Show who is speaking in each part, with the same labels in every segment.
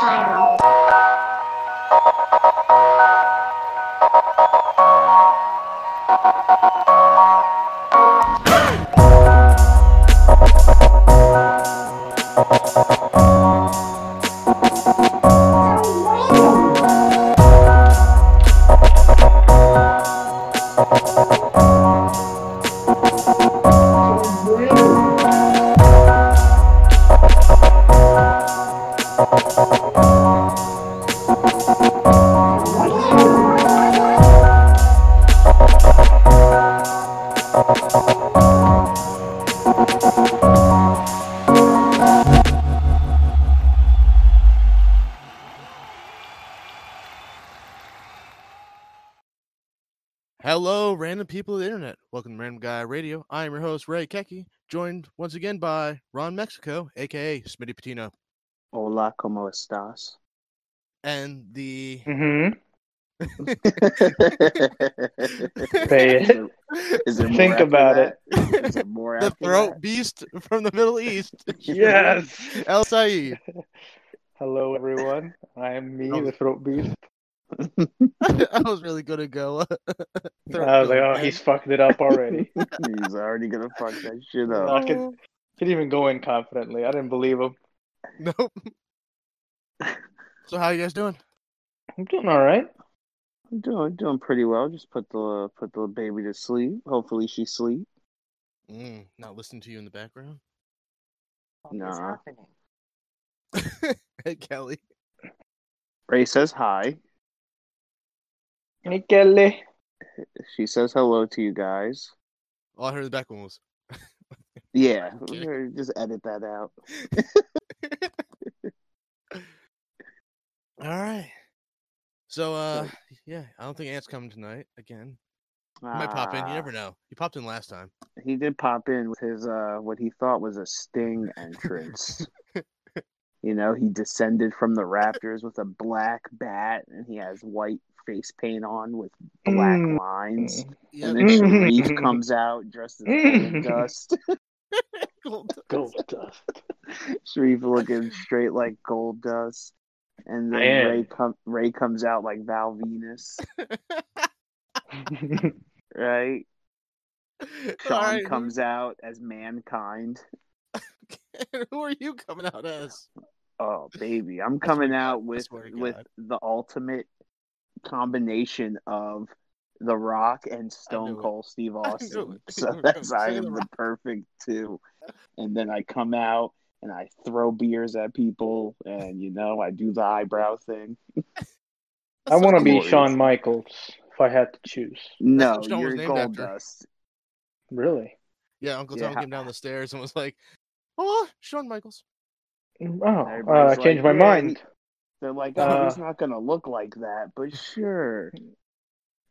Speaker 1: Viral.
Speaker 2: Hello, random people of the internet. Welcome to Random Guy Radio. I am your host, Ray Keki, joined once again by Ron Mexico, aka Smitty Patino,
Speaker 3: Hola, ¿cómo estás?
Speaker 2: and the
Speaker 4: Mm-hmm. Say
Speaker 3: Is
Speaker 4: it.
Speaker 3: there- is there more
Speaker 4: Think
Speaker 3: after
Speaker 4: about
Speaker 3: that? Is
Speaker 2: the
Speaker 3: there more after
Speaker 2: throat
Speaker 3: that?
Speaker 2: beast from the Middle East,
Speaker 4: Yes.
Speaker 2: El Said.
Speaker 4: Hello, everyone. I am me,
Speaker 2: Oh.
Speaker 4: the throat beast.
Speaker 2: I was really gonna go. throat
Speaker 4: I was like,
Speaker 2: killer,
Speaker 4: oh,
Speaker 2: man.
Speaker 4: he's fucked it up already.
Speaker 3: He's already gonna fuck that shit
Speaker 4: I
Speaker 3: up.
Speaker 4: could, could even go in confidently. I didn't believe him.
Speaker 2: Nope. So how you guys doing?
Speaker 4: I'm doing all right.
Speaker 3: I'm doing doing pretty well. Just put the put the baby to sleep. Hopefully she sleep.
Speaker 2: Mm, not listening to you in the background.
Speaker 3: Nah.
Speaker 5: happening?
Speaker 2: Hey Kelly.
Speaker 3: Ray says hi.
Speaker 4: Hey, Kelly.
Speaker 3: She says hello to you guys.
Speaker 2: All Oh, I heard in the background was
Speaker 3: Yeah,
Speaker 2: Okay.
Speaker 3: just edit that out.
Speaker 2: all right. So uh
Speaker 3: Right.
Speaker 2: yeah, I don't think Ant's coming tonight again. He might pop
Speaker 4: Ah.
Speaker 2: in. You
Speaker 3: Ah.
Speaker 2: never know. He popped in last time.
Speaker 3: He did pop in with his uh what he thought was a sting entrance. you know, he descended from the raptors with a black bat and he has white face paint on with black
Speaker 4: Mm.
Speaker 3: lines.
Speaker 2: Yeah,
Speaker 3: And then Sharif comes out dressed as gold dust.
Speaker 4: Gold dust.
Speaker 3: Sharif looking straight like gold dust. And then
Speaker 4: Man.
Speaker 3: Ray com- Ray comes out like Val Venus, right? Sean comes out as mankind.
Speaker 2: Who are you coming out as?
Speaker 3: Oh baby, I'm
Speaker 2: I swear
Speaker 3: coming
Speaker 2: to God, I
Speaker 3: out with
Speaker 2: swear to
Speaker 3: with
Speaker 2: God.
Speaker 3: the ultimate combination of The Rock and Stone
Speaker 2: it.
Speaker 3: Cold Steve
Speaker 2: knew
Speaker 3: Austin.
Speaker 2: it. You
Speaker 3: So
Speaker 2: were gonna
Speaker 3: that's I
Speaker 2: say The
Speaker 3: am the
Speaker 2: Rock.
Speaker 3: perfect two. And then I come out and I throw beers at people and you know, I do the eyebrow thing.
Speaker 4: I want to be
Speaker 3: Glorious.
Speaker 4: Shawn Michaels if I had to choose.
Speaker 3: No,
Speaker 2: what Sean was
Speaker 3: you're
Speaker 2: named
Speaker 3: gold
Speaker 2: after.
Speaker 3: dust.
Speaker 4: Really?
Speaker 2: Yeah, Uncle
Speaker 3: Yeah,
Speaker 2: Tom
Speaker 3: how-
Speaker 2: came down the stairs and was like, "Oh, Shawn Michaels."
Speaker 4: Oh, uh, I
Speaker 3: Everybody's
Speaker 4: changed my
Speaker 3: like, yeah, he-
Speaker 4: mind.
Speaker 3: They're like, oh,
Speaker 2: Uh-huh.
Speaker 4: Uh,
Speaker 3: he's not gonna look like that, but sure.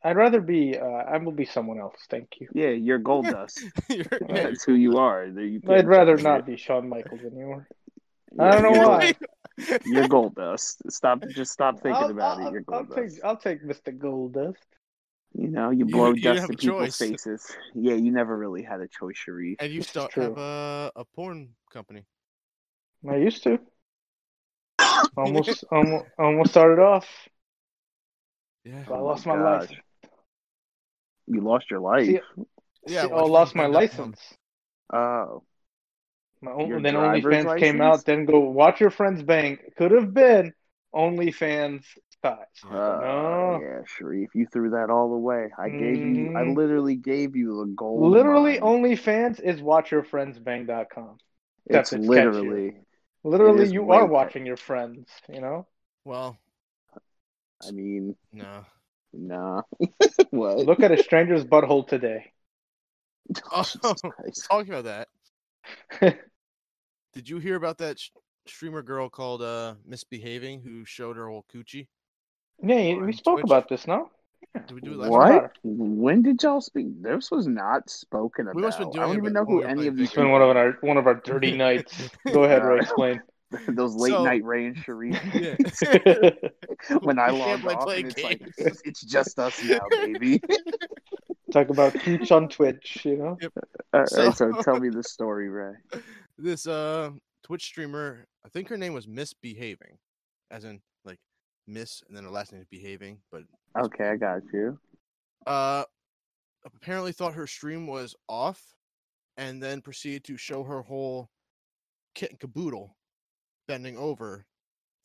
Speaker 4: I'd rather be, uh, I will be someone else. Thank you.
Speaker 3: Yeah, you're gold dust.
Speaker 2: You're- yeah,
Speaker 3: That's who you are. You
Speaker 4: I'd
Speaker 3: can't
Speaker 4: rather
Speaker 3: change
Speaker 4: not
Speaker 3: it.
Speaker 4: be Shawn Michaels anymore.
Speaker 3: Yeah,
Speaker 4: I don't know
Speaker 3: you're
Speaker 4: why.
Speaker 3: You're gold dust. Stop. Just stop thinking
Speaker 4: I'll-
Speaker 3: about
Speaker 4: I'll-
Speaker 3: it. You're
Speaker 4: I'll
Speaker 3: gold
Speaker 4: take,
Speaker 3: dust.
Speaker 4: I'll take Mr. Gold Dust.
Speaker 3: you know,
Speaker 2: You-
Speaker 3: you blow
Speaker 2: you didn't
Speaker 3: dust
Speaker 2: have
Speaker 3: in
Speaker 2: a
Speaker 3: people's
Speaker 2: choice.
Speaker 3: faces. Yeah, you never really had a choice, Sharif.
Speaker 2: and you
Speaker 4: This is
Speaker 2: start have
Speaker 4: true.
Speaker 2: a, a porn company.
Speaker 4: I used to. Almost, almost, almost started off.
Speaker 2: Yeah,
Speaker 4: But I
Speaker 3: Oh my
Speaker 4: lost my,
Speaker 3: God.
Speaker 4: license.
Speaker 3: You lost your life.
Speaker 4: See-
Speaker 2: yeah.
Speaker 4: See,
Speaker 2: once
Speaker 4: oh,
Speaker 2: we
Speaker 4: lost my
Speaker 2: found out-
Speaker 4: license.
Speaker 3: oh,
Speaker 4: My own,
Speaker 3: Your
Speaker 4: then
Speaker 3: driver's
Speaker 4: OnlyFans came out.
Speaker 3: license?
Speaker 4: Then go watch your friend's bank. Could have been OnlyFans size.
Speaker 3: oh,
Speaker 4: No.
Speaker 3: yeah, Sharif, you threw that all away. I gave you. I
Speaker 4: Mm.
Speaker 3: literally gave you the gold.
Speaker 4: Literally,
Speaker 3: mine.
Speaker 4: OnlyFans is watchyourfriendsbang.com.
Speaker 3: It's
Speaker 4: that's
Speaker 3: literally. It
Speaker 4: Literally,
Speaker 3: is
Speaker 4: you
Speaker 3: way
Speaker 4: are
Speaker 3: better.
Speaker 4: watching your friends. You know,
Speaker 2: Well,
Speaker 3: I mean,
Speaker 2: no.
Speaker 3: nah. what?
Speaker 4: look at a stranger's butthole today.
Speaker 2: Oh.
Speaker 3: Jesus Christ.
Speaker 2: Talking about that, did you hear about that sh- streamer girl called uh misbehaving who showed her whole coochie?
Speaker 4: Yeah, you-
Speaker 2: On
Speaker 4: we spoke
Speaker 2: Twitch.
Speaker 4: about this, no?
Speaker 2: Did we do it last?
Speaker 4: What?
Speaker 3: What? When did y'all speak? This was not spoken about.
Speaker 2: We must've been
Speaker 3: I
Speaker 2: doing
Speaker 3: don't
Speaker 2: it
Speaker 3: even
Speaker 2: when
Speaker 3: know
Speaker 2: we
Speaker 3: who
Speaker 2: were
Speaker 3: any
Speaker 2: playing
Speaker 3: of these
Speaker 4: It's been one of our one of our dirty nights. Go ahead, Ray. Explain.
Speaker 3: those late
Speaker 2: So-
Speaker 3: night Ray and Sharif.
Speaker 2: Yeah.
Speaker 3: when I
Speaker 2: We can't
Speaker 3: log
Speaker 2: play-
Speaker 3: off,
Speaker 2: play
Speaker 3: and it's like
Speaker 2: games.
Speaker 3: it's, it's just us now, baby.
Speaker 4: talk about Peach on Twitch, you know?
Speaker 3: All right,
Speaker 2: So-
Speaker 3: so, tell me the story, Ray.
Speaker 2: this uh Twitch streamer, I think her name was Misbehaving, as in like Miss and then her last name is Behaving, but
Speaker 3: Okay, I got you.
Speaker 2: uh apparently thought her stream was off and then proceeded to show her whole kit and caboodle bending over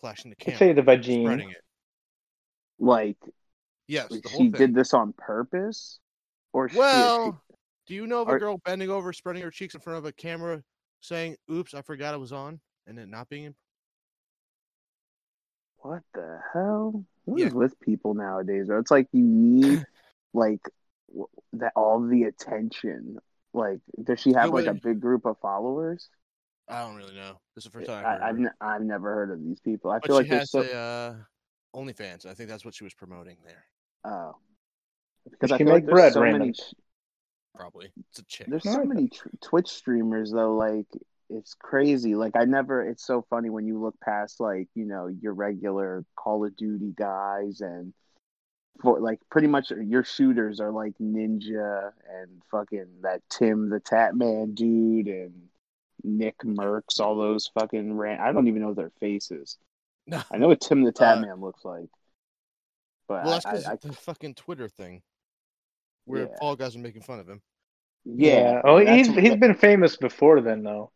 Speaker 2: flashing the
Speaker 4: Could
Speaker 2: camera
Speaker 4: say the
Speaker 2: spreading
Speaker 4: vagine.
Speaker 2: it
Speaker 3: Like,
Speaker 2: yes the whole thing.
Speaker 3: she did this on purpose, or she-
Speaker 2: well do you know of a
Speaker 3: Are-
Speaker 2: girl bending over spreading her cheeks in front of a camera saying oops i forgot it was on and it not being in
Speaker 3: what the hell? What is
Speaker 2: Yeah.
Speaker 3: with people nowadays? Bro? It's like you need like w- that all the attention. Like, does she have
Speaker 2: Yeah,
Speaker 3: like
Speaker 2: but-
Speaker 3: a big group of followers?
Speaker 2: i don't really know this is the first time I've heard
Speaker 3: Eh, I,
Speaker 2: of
Speaker 3: I've
Speaker 2: it.
Speaker 3: n- I've never heard of these people. I
Speaker 2: but
Speaker 3: feel like
Speaker 2: she
Speaker 3: they're
Speaker 2: has
Speaker 3: so
Speaker 2: a uh, OnlyFans. I think that's what she was promoting there.
Speaker 3: oh because
Speaker 4: You
Speaker 3: I
Speaker 4: can
Speaker 3: feel like
Speaker 4: make
Speaker 3: there's
Speaker 4: bread
Speaker 3: so
Speaker 4: randomly.
Speaker 3: many
Speaker 2: Probably it's a chick.
Speaker 3: there's
Speaker 4: No,
Speaker 3: so
Speaker 4: I-
Speaker 3: many tr- Twitch streamers though. Like it's crazy. Like I never. It's so funny when you look past like you know your regular Call of Duty guys and for like pretty much your shooters are like Ninja and fucking that Tim the Tatman dude and Nick Merckx. All those fucking ran. I don't even know their faces.
Speaker 2: No.
Speaker 3: I know what Tim the
Speaker 2: Uh,
Speaker 3: Tatman looks like. But
Speaker 2: Well, that's
Speaker 3: I,
Speaker 2: because
Speaker 3: I, I,
Speaker 2: the fucking Twitter thing, where
Speaker 3: Yeah.
Speaker 2: all guys are making fun of him.
Speaker 3: yeah,
Speaker 4: Oh,
Speaker 3: that's-
Speaker 4: he's he's been famous before then, though.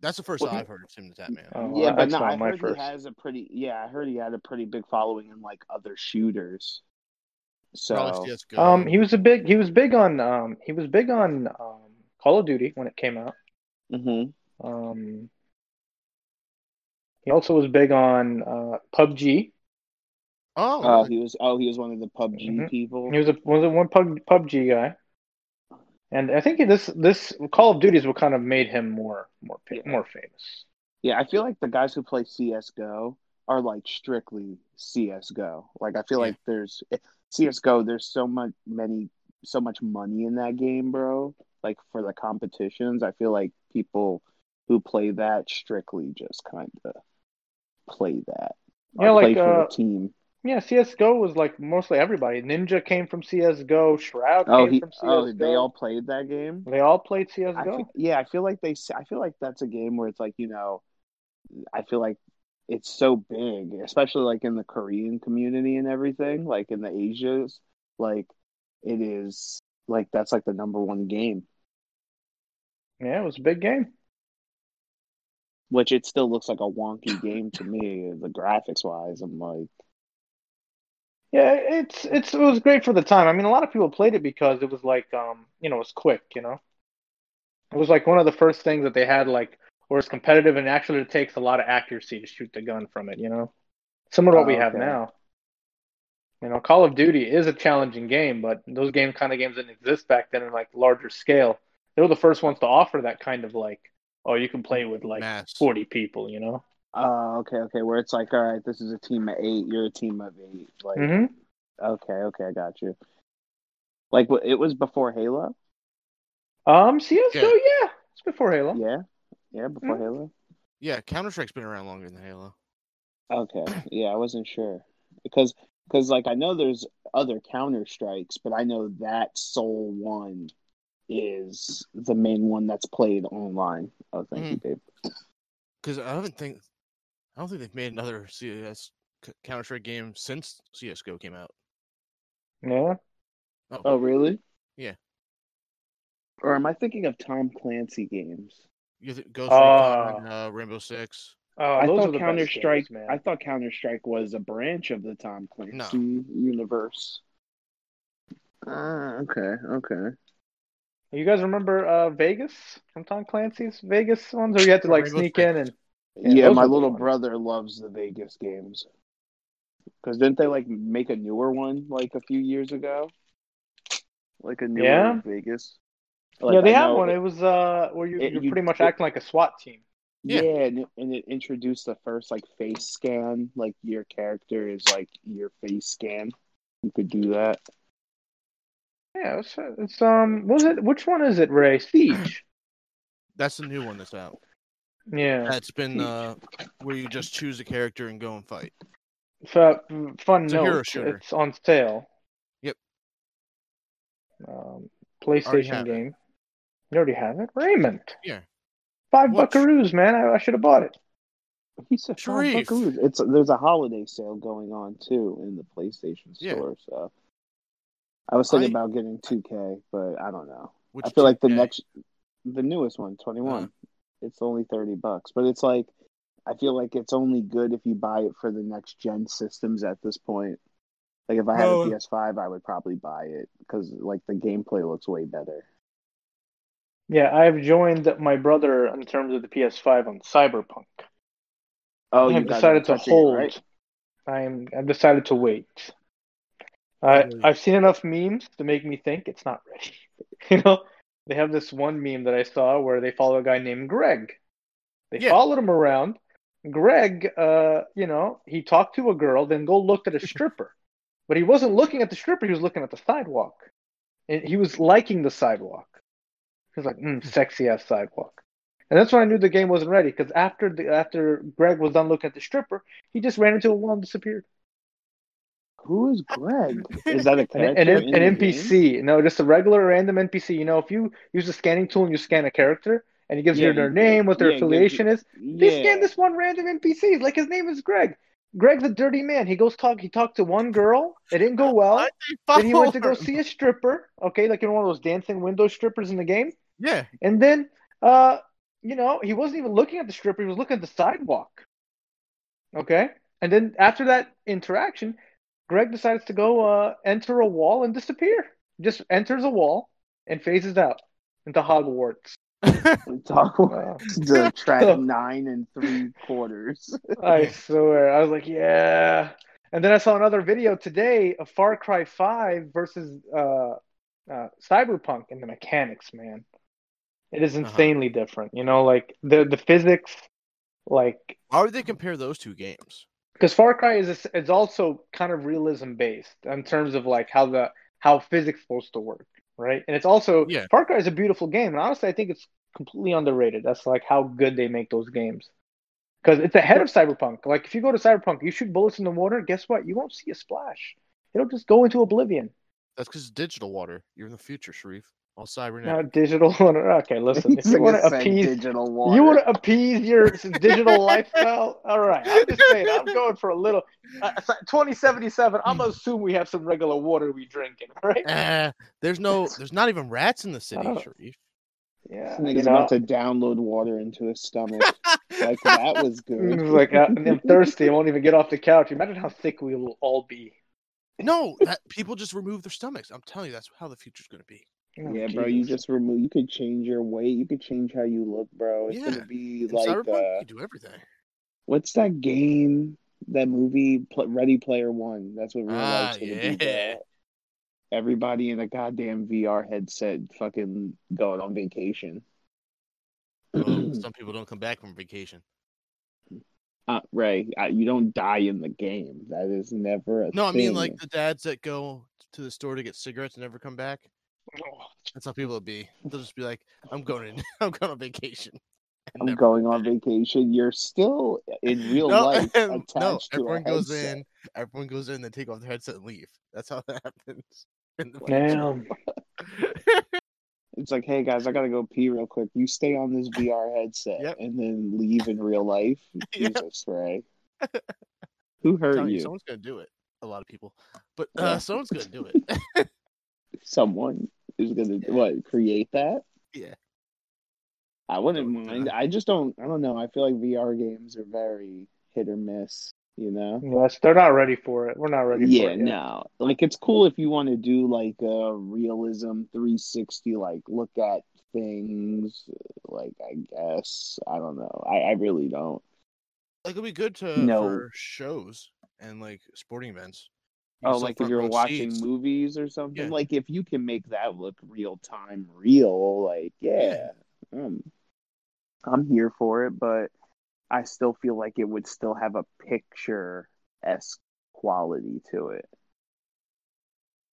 Speaker 2: That's the first
Speaker 3: Well,
Speaker 2: I've heard of Tim the Tap Man.
Speaker 4: Oh,
Speaker 3: yeah, but
Speaker 4: that's
Speaker 3: no,
Speaker 4: not
Speaker 3: I
Speaker 4: my
Speaker 3: heard
Speaker 4: first.
Speaker 3: he has a pretty. Yeah, I heard he had a pretty big following in like other shooters. So
Speaker 2: Probably CS:GO.
Speaker 4: Um, he was a big. He was big on. Um, he was big on um, Call of Duty when it came out.
Speaker 3: Mhm.
Speaker 4: Um, he also was big on uh, PUBG.
Speaker 2: oh,
Speaker 3: oh,
Speaker 2: really?
Speaker 3: he was. Oh, he was one of the PUBG
Speaker 4: Mhm.
Speaker 3: people.
Speaker 4: He was a was a one pub, PUBG guy, and I think this this Call of Duty is what kind of made him more more fa-
Speaker 3: Yeah.
Speaker 4: more famous.
Speaker 3: Yeah, I feel like the guys who play CS:GO are like strictly CS:GO. Like I feel
Speaker 2: Yeah.
Speaker 3: like there's eh, CS:GO. There's so much many so much money in that game, bro. Like for the competitions, I feel like people who play that strictly just kind of play that.
Speaker 4: Yeah,
Speaker 3: or play
Speaker 4: like,
Speaker 3: for
Speaker 4: uh,
Speaker 3: the team.
Speaker 4: Yeah, CS:GO was like mostly everybody. Ninja came from CS:GO. Shroud
Speaker 3: Oh,
Speaker 4: came
Speaker 3: he,
Speaker 4: from
Speaker 3: oh,
Speaker 4: CS:GO.
Speaker 3: they all played that game.
Speaker 4: they all played
Speaker 3: I
Speaker 4: CS:GO.
Speaker 3: fe- yeah, I feel like they. s- I feel like that's a game where it's like you know, I feel like it's so big, especially like in the Korean community and everything, like in the Asias, like it is like that's like the number one game,
Speaker 4: yeah, it was a big game.
Speaker 3: which it still looks like a wonky game to me, the graphics wise. I'm like,
Speaker 4: Yeah, it's it's it was great for the time. I mean, a lot of people played it because it was like um, you know, it was quick, you know. It was like one of the first things that they had like where it's competitive and actually it takes a lot of accuracy to shoot the gun from it, you know. Similar to what we
Speaker 3: Oh,
Speaker 4: have
Speaker 3: okay.
Speaker 4: now. You know, Call of Duty is a challenging game, but those game kind of games didn't exist back then in like larger scale. They were the first ones to offer that kind of like, oh, you can play with like
Speaker 2: Mass.
Speaker 4: 40 people, you know.
Speaker 3: oh, okay, okay, where it's like, all right, this is a team of eight, you're a team of eight, like,
Speaker 4: Mhm.
Speaker 3: okay, okay, I got you. Like wh- it was before Halo,
Speaker 4: Um, CS:GO,
Speaker 2: Yeah.
Speaker 4: yeah. It's before Halo.
Speaker 3: yeah, yeah, before
Speaker 4: Mhm.
Speaker 3: Halo.
Speaker 2: Yeah, Counter Strike's been around longer than Halo.
Speaker 3: Okay. Yeah, I wasn't sure because because like I know there's other counter strikes, but I know that sole one is the main one that's played online. Oh, thank you, Dave.
Speaker 2: Because I haven't think, I don't think they've made another CS Counter Strike game since CS:GO came out.
Speaker 4: Yeah.
Speaker 2: Oh,
Speaker 3: Oh, really?
Speaker 2: Yeah.
Speaker 3: Or am I thinking of Tom Clancy games?
Speaker 2: you th- Ghost Recon,
Speaker 4: Oh.
Speaker 2: and, uh, Rainbow Six.
Speaker 4: Oh,
Speaker 3: I
Speaker 4: those are
Speaker 3: thought
Speaker 4: the best
Speaker 3: Counter Strike.
Speaker 4: games, man.
Speaker 3: I thought Counter Strike was a branch of the Tom Clancy universe. Ah, okay, okay.
Speaker 4: You guys remember uh, Vegas from Tom Clancy's Vegas ones, or you had to like
Speaker 2: Rainbow
Speaker 4: sneak
Speaker 2: Six.
Speaker 4: in and Yeah,
Speaker 3: Yeah,
Speaker 4: those
Speaker 3: my
Speaker 4: are the
Speaker 3: little
Speaker 4: ones.
Speaker 3: brother loves the Vegas games. Cause didn't they like make a newer one like a few years ago? Like a newer
Speaker 4: Yeah.
Speaker 3: Vegas.
Speaker 4: yeah,
Speaker 3: Like,
Speaker 4: they
Speaker 3: I
Speaker 4: had
Speaker 3: know
Speaker 4: one. It
Speaker 3: It,
Speaker 4: was uh, where you,
Speaker 3: It-
Speaker 4: you're
Speaker 3: you-
Speaker 4: pretty much
Speaker 3: it-
Speaker 4: acting like a SWAT team.
Speaker 2: Yeah.
Speaker 3: yeah, and, it, and it introduced the first like face scan. Like your character is like your face scan. You could do that.
Speaker 4: Yeah, it's, it's um, what was it? Which one is it, Ray? Siege.
Speaker 2: That's the new one that's out.
Speaker 4: Yeah,
Speaker 2: That's been uh, where you just choose a character and go and fight.
Speaker 4: so, fun
Speaker 2: It's a hero
Speaker 4: note.
Speaker 2: shooter.
Speaker 4: It's on sale.
Speaker 2: Yep.
Speaker 4: Um, PlayStation
Speaker 2: have it.
Speaker 4: game. You already have it, Raymond.
Speaker 2: Yeah.
Speaker 4: Five
Speaker 2: What?
Speaker 4: buckaroos, man. I, I should have bought it.
Speaker 3: He's a
Speaker 2: Sharif.
Speaker 3: "Oh, It's there's a holiday sale going on too in the PlayStation
Speaker 2: Yeah.
Speaker 3: store. So I was thinking
Speaker 2: I-
Speaker 3: about getting 2K, but I don't know.
Speaker 2: Which
Speaker 3: I feel like the
Speaker 2: 2K?
Speaker 3: next, the newest one, 21,
Speaker 2: Uh-huh.
Speaker 3: it's only 30 bucks. But it's like, I feel like it's only good if you buy it for the next gen systems at this point. Like, if I had
Speaker 2: No.
Speaker 3: a PS5, I would probably buy it because, like, the gameplay looks way better.
Speaker 4: Yeah, I have joined my brother in terms of the PS5 on Cyberpunk.
Speaker 3: Oh,
Speaker 4: I
Speaker 3: you
Speaker 4: have decided to hold. I am. I've decided to wait. I
Speaker 2: Really?
Speaker 4: I've seen enough memes to make me think it's not ready. you know, they have this one meme that I saw where they follow a guy named Greg. They
Speaker 2: Yeah.
Speaker 4: followed him around. Greg, uh, you know, he talked to a girl, then go looked at a stripper, but he wasn't looking at the stripper. He was looking at the sidewalk, and he was liking the sidewalk. He was like,
Speaker 2: Hmm.
Speaker 4: mm, "Sexy ass sidewalk," and that's when I knew the game wasn't ready. Because after the after Greg was done looking at the stripper, he just ran into a wall and disappeared.
Speaker 3: Who is Greg? Is that a
Speaker 4: An,
Speaker 3: character?
Speaker 4: an,
Speaker 3: in the game?
Speaker 4: an NPC, no, just a regular random NPC. You know, if you use the scanning tool and you scan a character and it gives
Speaker 3: Yeah,
Speaker 4: you their
Speaker 3: you-
Speaker 4: name, what their
Speaker 3: yeah, it gives you-
Speaker 4: affiliation is, they
Speaker 3: Yeah.
Speaker 4: scan this one random NPC. Like his name is Greg. Greg, the dirty man. He goes talk. He talked to one girl. It didn't go well.
Speaker 2: I
Speaker 4: Then he went to go
Speaker 2: Follow her.
Speaker 4: see a stripper. Okay, like in one of those dancing window strippers in the game.
Speaker 2: Yeah.
Speaker 4: And then, uh, you know, he wasn't even looking at the stripper; he was looking at the sidewalk. Okay. And then after that interaction, Greg decides to go uh, enter a wall and disappear. Just enters a wall and phases out into Hogwarts. Uh,
Speaker 3: Talk
Speaker 4: Wow.
Speaker 3: the track nine and three quarters.
Speaker 4: I swear. I was like, yeah. And then I saw another video today of Far Cry 5 versus uh, uh, Cyberpunk and the mechanics, man. It is
Speaker 2: Uh-huh.
Speaker 4: insanely different. You know, like the the physics, like
Speaker 2: Why would they compare those two games?
Speaker 4: because Far Cry is it's also kind of realism based in terms of like how the how physics supposed to work, right? And it's also
Speaker 2: Yeah.
Speaker 4: Far Cry is a beautiful game, and honestly, I think it's completely underrated. That's like how good they make those games because it's ahead of Cyberpunk. Like if you go to Cyberpunk, you shoot bullets in the water. Guess what? You won't see a splash. It'll just go into oblivion.
Speaker 2: That's because digital water. You're in the future, Sharif. All
Speaker 4: Now
Speaker 2: cybernetic.
Speaker 4: digital. Okay, listen. If
Speaker 3: He's
Speaker 4: you want to
Speaker 3: gonna say
Speaker 4: appease
Speaker 3: digital water.
Speaker 4: You want to appease your s- digital lifestyle? All right, I'm just saying. I'm going for a little. Uh, so- 2077. I'm gonna assume we have some regular water we drinking, right?
Speaker 2: Eh, there's no. There's not even rats in the city,
Speaker 4: Oh.
Speaker 2: Sharif.
Speaker 4: Yeah.
Speaker 3: This
Speaker 4: You
Speaker 3: nigga's
Speaker 4: know,
Speaker 3: about to download water into his stomach. like that was good.
Speaker 4: It was like uh, I'm thirsty. I won't even get off the couch. Imagine how sick we will all be.
Speaker 2: No, that, people just remove their stomachs. I'm telling you, that's how the future's gonna be.
Speaker 4: Oh,
Speaker 3: yeah, bro. You
Speaker 4: Jesus.
Speaker 3: just remove. You could change your weight. You could change how you look, bro. It's
Speaker 2: Yeah.
Speaker 3: gonna be
Speaker 2: In
Speaker 3: like
Speaker 2: Cyberpunk,
Speaker 3: uh,
Speaker 2: you do everything.
Speaker 3: what's that game? That movie, Pl- Ready Player One. That's what real
Speaker 2: Ah,
Speaker 3: life's gonna be. bro.
Speaker 2: yeah.
Speaker 3: Everybody in a goddamn VR headset, fucking going on vacation.
Speaker 4: Oh,
Speaker 2: Well, Oh, some people don't come back from vacation.
Speaker 3: Uh, Ray, uh, you don't die in the game. That is never a
Speaker 2: No, I mean like
Speaker 3: thing.
Speaker 2: the dads that go to the store to get cigarettes and never come back. That's how people would be. They'll just be like, "I'm going. I'm going on vacation." and
Speaker 3: I'm
Speaker 2: never
Speaker 3: going
Speaker 2: come
Speaker 3: on
Speaker 2: back.
Speaker 3: vacation. You're still in real life attached
Speaker 2: no,
Speaker 3: to a
Speaker 2: everyone goes
Speaker 3: headset.
Speaker 2: in. Everyone goes in. They take off their headset and leave. That's how that happens. in the
Speaker 4: Damn.
Speaker 2: future.
Speaker 3: It's like, hey guys, I gotta go pee real quick. You stay on this VR headset
Speaker 2: Yep.
Speaker 3: and then leave in real life.
Speaker 2: Yep.
Speaker 3: Jesus, Ray. Who hurt
Speaker 2: Telling
Speaker 3: you?
Speaker 2: you, someone's gonna do it. A lot of people, but
Speaker 3: Yeah.
Speaker 2: uh, someone's gonna do it.
Speaker 3: Someone is gonna
Speaker 2: Yeah.
Speaker 3: what create that?
Speaker 2: Yeah.
Speaker 3: I wouldn't
Speaker 2: Don't, uh,
Speaker 3: mind. I just don't. I don't know. I feel like VR games are very hit or miss. You know.
Speaker 4: Yes, they're not ready for it. We're not ready for
Speaker 3: yeah
Speaker 4: it. yet.
Speaker 3: no like it's cool if you want to do like a realism 360 like look at things like i guess i don't know i, I really don't
Speaker 2: like it'd be good to
Speaker 3: No.
Speaker 2: for shows and like sporting events. You
Speaker 3: oh
Speaker 2: sit
Speaker 3: like if
Speaker 2: front
Speaker 3: you're
Speaker 2: row
Speaker 3: watching
Speaker 2: seats.
Speaker 3: movies or something
Speaker 2: Yeah.
Speaker 3: like if you can make that look real time real like yeah,
Speaker 2: Yeah.
Speaker 3: um, i'm here for it but i still feel like it would still have a picture esque quality to it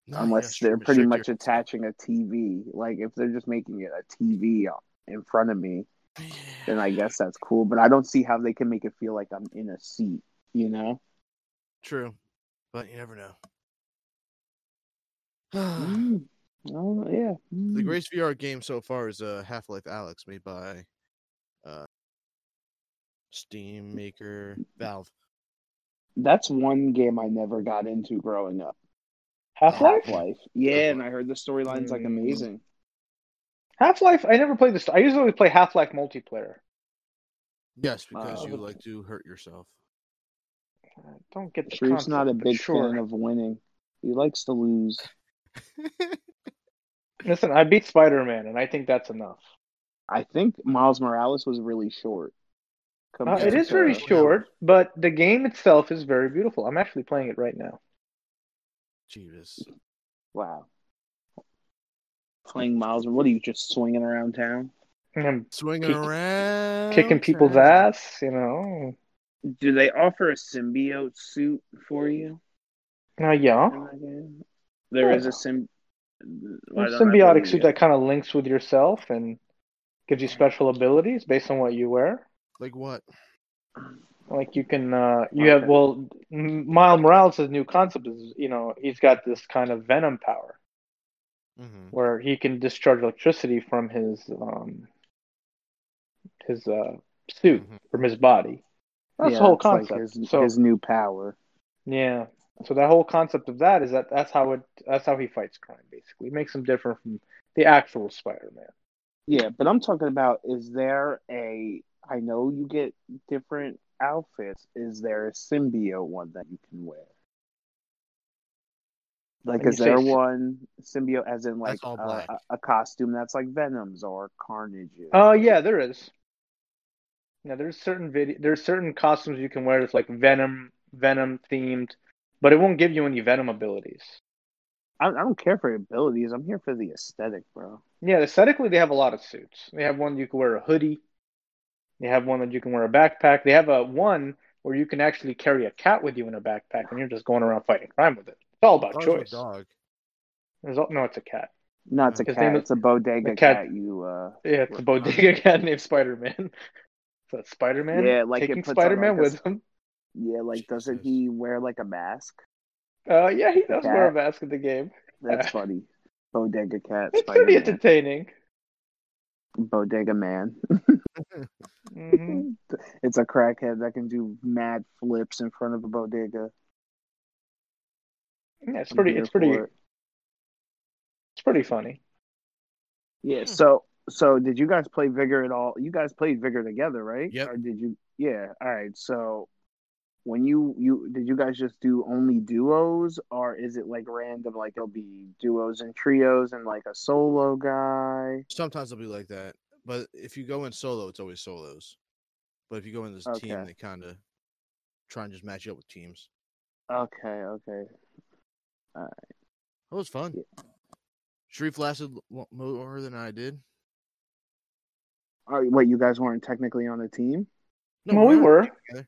Speaker 2: Nah, yeah,
Speaker 3: unless
Speaker 2: sure,
Speaker 3: they're
Speaker 2: restrict
Speaker 3: pretty
Speaker 2: your-
Speaker 3: much attaching a TV. Like if they're just making it a TV in front of me, then I
Speaker 2: Yeah,
Speaker 3: guess that's cool. But I don't see how they can make it feel like I'm in a seat. You know?
Speaker 2: true, but you never know.
Speaker 3: Mm. Oh yeah.
Speaker 2: The
Speaker 3: Mm.
Speaker 2: greatest VR game so far is uh, Half Life Alex, made by uh, Steam Maker Valve.
Speaker 3: That's one game I never got into growing up.
Speaker 4: Half Life.
Speaker 3: Half-Life. Yeah, and I heard the storyline's like
Speaker 4: Mm.
Speaker 3: amazing.
Speaker 4: Half Life. I never played this. I usually play Half Life multiplayer.
Speaker 2: Yes, because
Speaker 3: Wow.
Speaker 2: you like to hurt yourself.
Speaker 4: I don't get the
Speaker 3: Shreve's not a
Speaker 4: concept, but
Speaker 3: big
Speaker 4: sure.
Speaker 3: fan of winning. He likes to lose.
Speaker 4: Listen, I beat Spider Man, and I think that's enough.
Speaker 3: I think Miles Morales was really short.
Speaker 4: Uh, it
Speaker 3: compared
Speaker 4: is very
Speaker 3: to-
Speaker 2: yeah.
Speaker 4: short, but the game itself is very beautiful. I'm actually playing it right now.
Speaker 2: Jeebus.
Speaker 3: Wow. Playing Miles, what are you just swinging around town?
Speaker 4: And I'm
Speaker 2: Swinging
Speaker 4: Kick-
Speaker 2: around.
Speaker 4: kicking people's
Speaker 2: town.
Speaker 4: ass, you know.
Speaker 3: Do they offer a symbiote suit for you?
Speaker 4: Uh, yeah.
Speaker 3: in that game? There is a symb.
Speaker 4: A symbiotic suit that kind of links with yourself and gives you special abilities based on what you wear.
Speaker 2: Like what?
Speaker 4: Like you can, uh, you have
Speaker 3: Okay.
Speaker 4: well, M- Miles Morales' new concept is you know he's got this kind of venom power
Speaker 2: hmm
Speaker 4: where he can discharge electricity from his um his uh suit
Speaker 2: Mhm.
Speaker 4: from his body. That's the whole concept.
Speaker 3: his,
Speaker 4: so
Speaker 3: his new power.
Speaker 4: yeah, so that whole concept of that is that that's how it that's how he fights crime basically. It makes him different from the actual Spider-Man.
Speaker 3: Yeah, but I'm talking about is there a I know you get different outfits. Is there a symbiote one that you can wear? Like
Speaker 4: When
Speaker 3: is
Speaker 4: you say
Speaker 3: there
Speaker 4: sy-
Speaker 3: one symbiote as in like
Speaker 2: That's all
Speaker 3: a-
Speaker 2: black.
Speaker 3: a, a costume that's like Venom's or Carnage's?
Speaker 4: Oh yeah, there is. Now there's certain video, there's certain costumes you can wear that's like Venom, Venom themed, but it won't give you any Venom abilities.
Speaker 3: I, I don't care for abilities. I'm here for the aesthetic, bro.
Speaker 4: Yeah, aesthetically they have a lot of suits. They have one you can wear a hoodie. They have one that you can wear a backpack. They have a one where you can actually carry a cat with you in a backpack, and you're just going around fighting crime with it. It's all about
Speaker 2: Dog's a
Speaker 4: choice.
Speaker 2: Dog.
Speaker 4: There's all, no, it's a cat.
Speaker 3: No, it's a
Speaker 4: His
Speaker 3: cat.
Speaker 4: name is-
Speaker 3: It's a bodega
Speaker 4: the
Speaker 3: cat.
Speaker 4: cat-
Speaker 3: You uh,
Speaker 4: Yeah, it's a
Speaker 2: Right.
Speaker 4: bodega cat named Spider Man. So it's Spider Man
Speaker 3: Yeah, like it
Speaker 4: taking
Speaker 3: puts on,
Speaker 4: Spider Man
Speaker 3: like, a-
Speaker 4: with him.
Speaker 3: yeah, like doesn't
Speaker 2: Jesus.
Speaker 3: he wear like a mask?
Speaker 4: Uh, yeah, he does wear a
Speaker 3: cat.
Speaker 4: mask in the game.
Speaker 3: That's funny. Bodega cat.
Speaker 4: It's
Speaker 3: Spider
Speaker 4: pretty entertaining.
Speaker 3: Bodega man.
Speaker 4: Mhm.
Speaker 3: It's a crackhead that can do mad flips in front of a bodega.
Speaker 4: Yeah, it's
Speaker 3: I'm
Speaker 4: pretty.
Speaker 3: here
Speaker 4: It's pretty.
Speaker 3: for it.
Speaker 4: It's pretty funny. Hmm.
Speaker 3: Yeah. So so did you guys play Vigor at all? You guys played Vigor together, right?
Speaker 2: Yep.
Speaker 3: Or did you? Yeah. All right. So when you you did you guys just do only duos or is it like random? Like it'll be duos and trios and like a solo guy.
Speaker 2: Sometimes it'll be like that, but if you go in solo, it's always solos. But if you go in this team,
Speaker 3: Okay.
Speaker 2: they kind of try and just match you up with teams.
Speaker 3: Okay. Okay.
Speaker 2: That was fun.
Speaker 3: Yeah.
Speaker 2: Sharif lasted l- lo- more than I did.
Speaker 3: All right. Wait, you guys weren't technically on a team.
Speaker 4: well, we
Speaker 2: not
Speaker 4: were.
Speaker 2: together,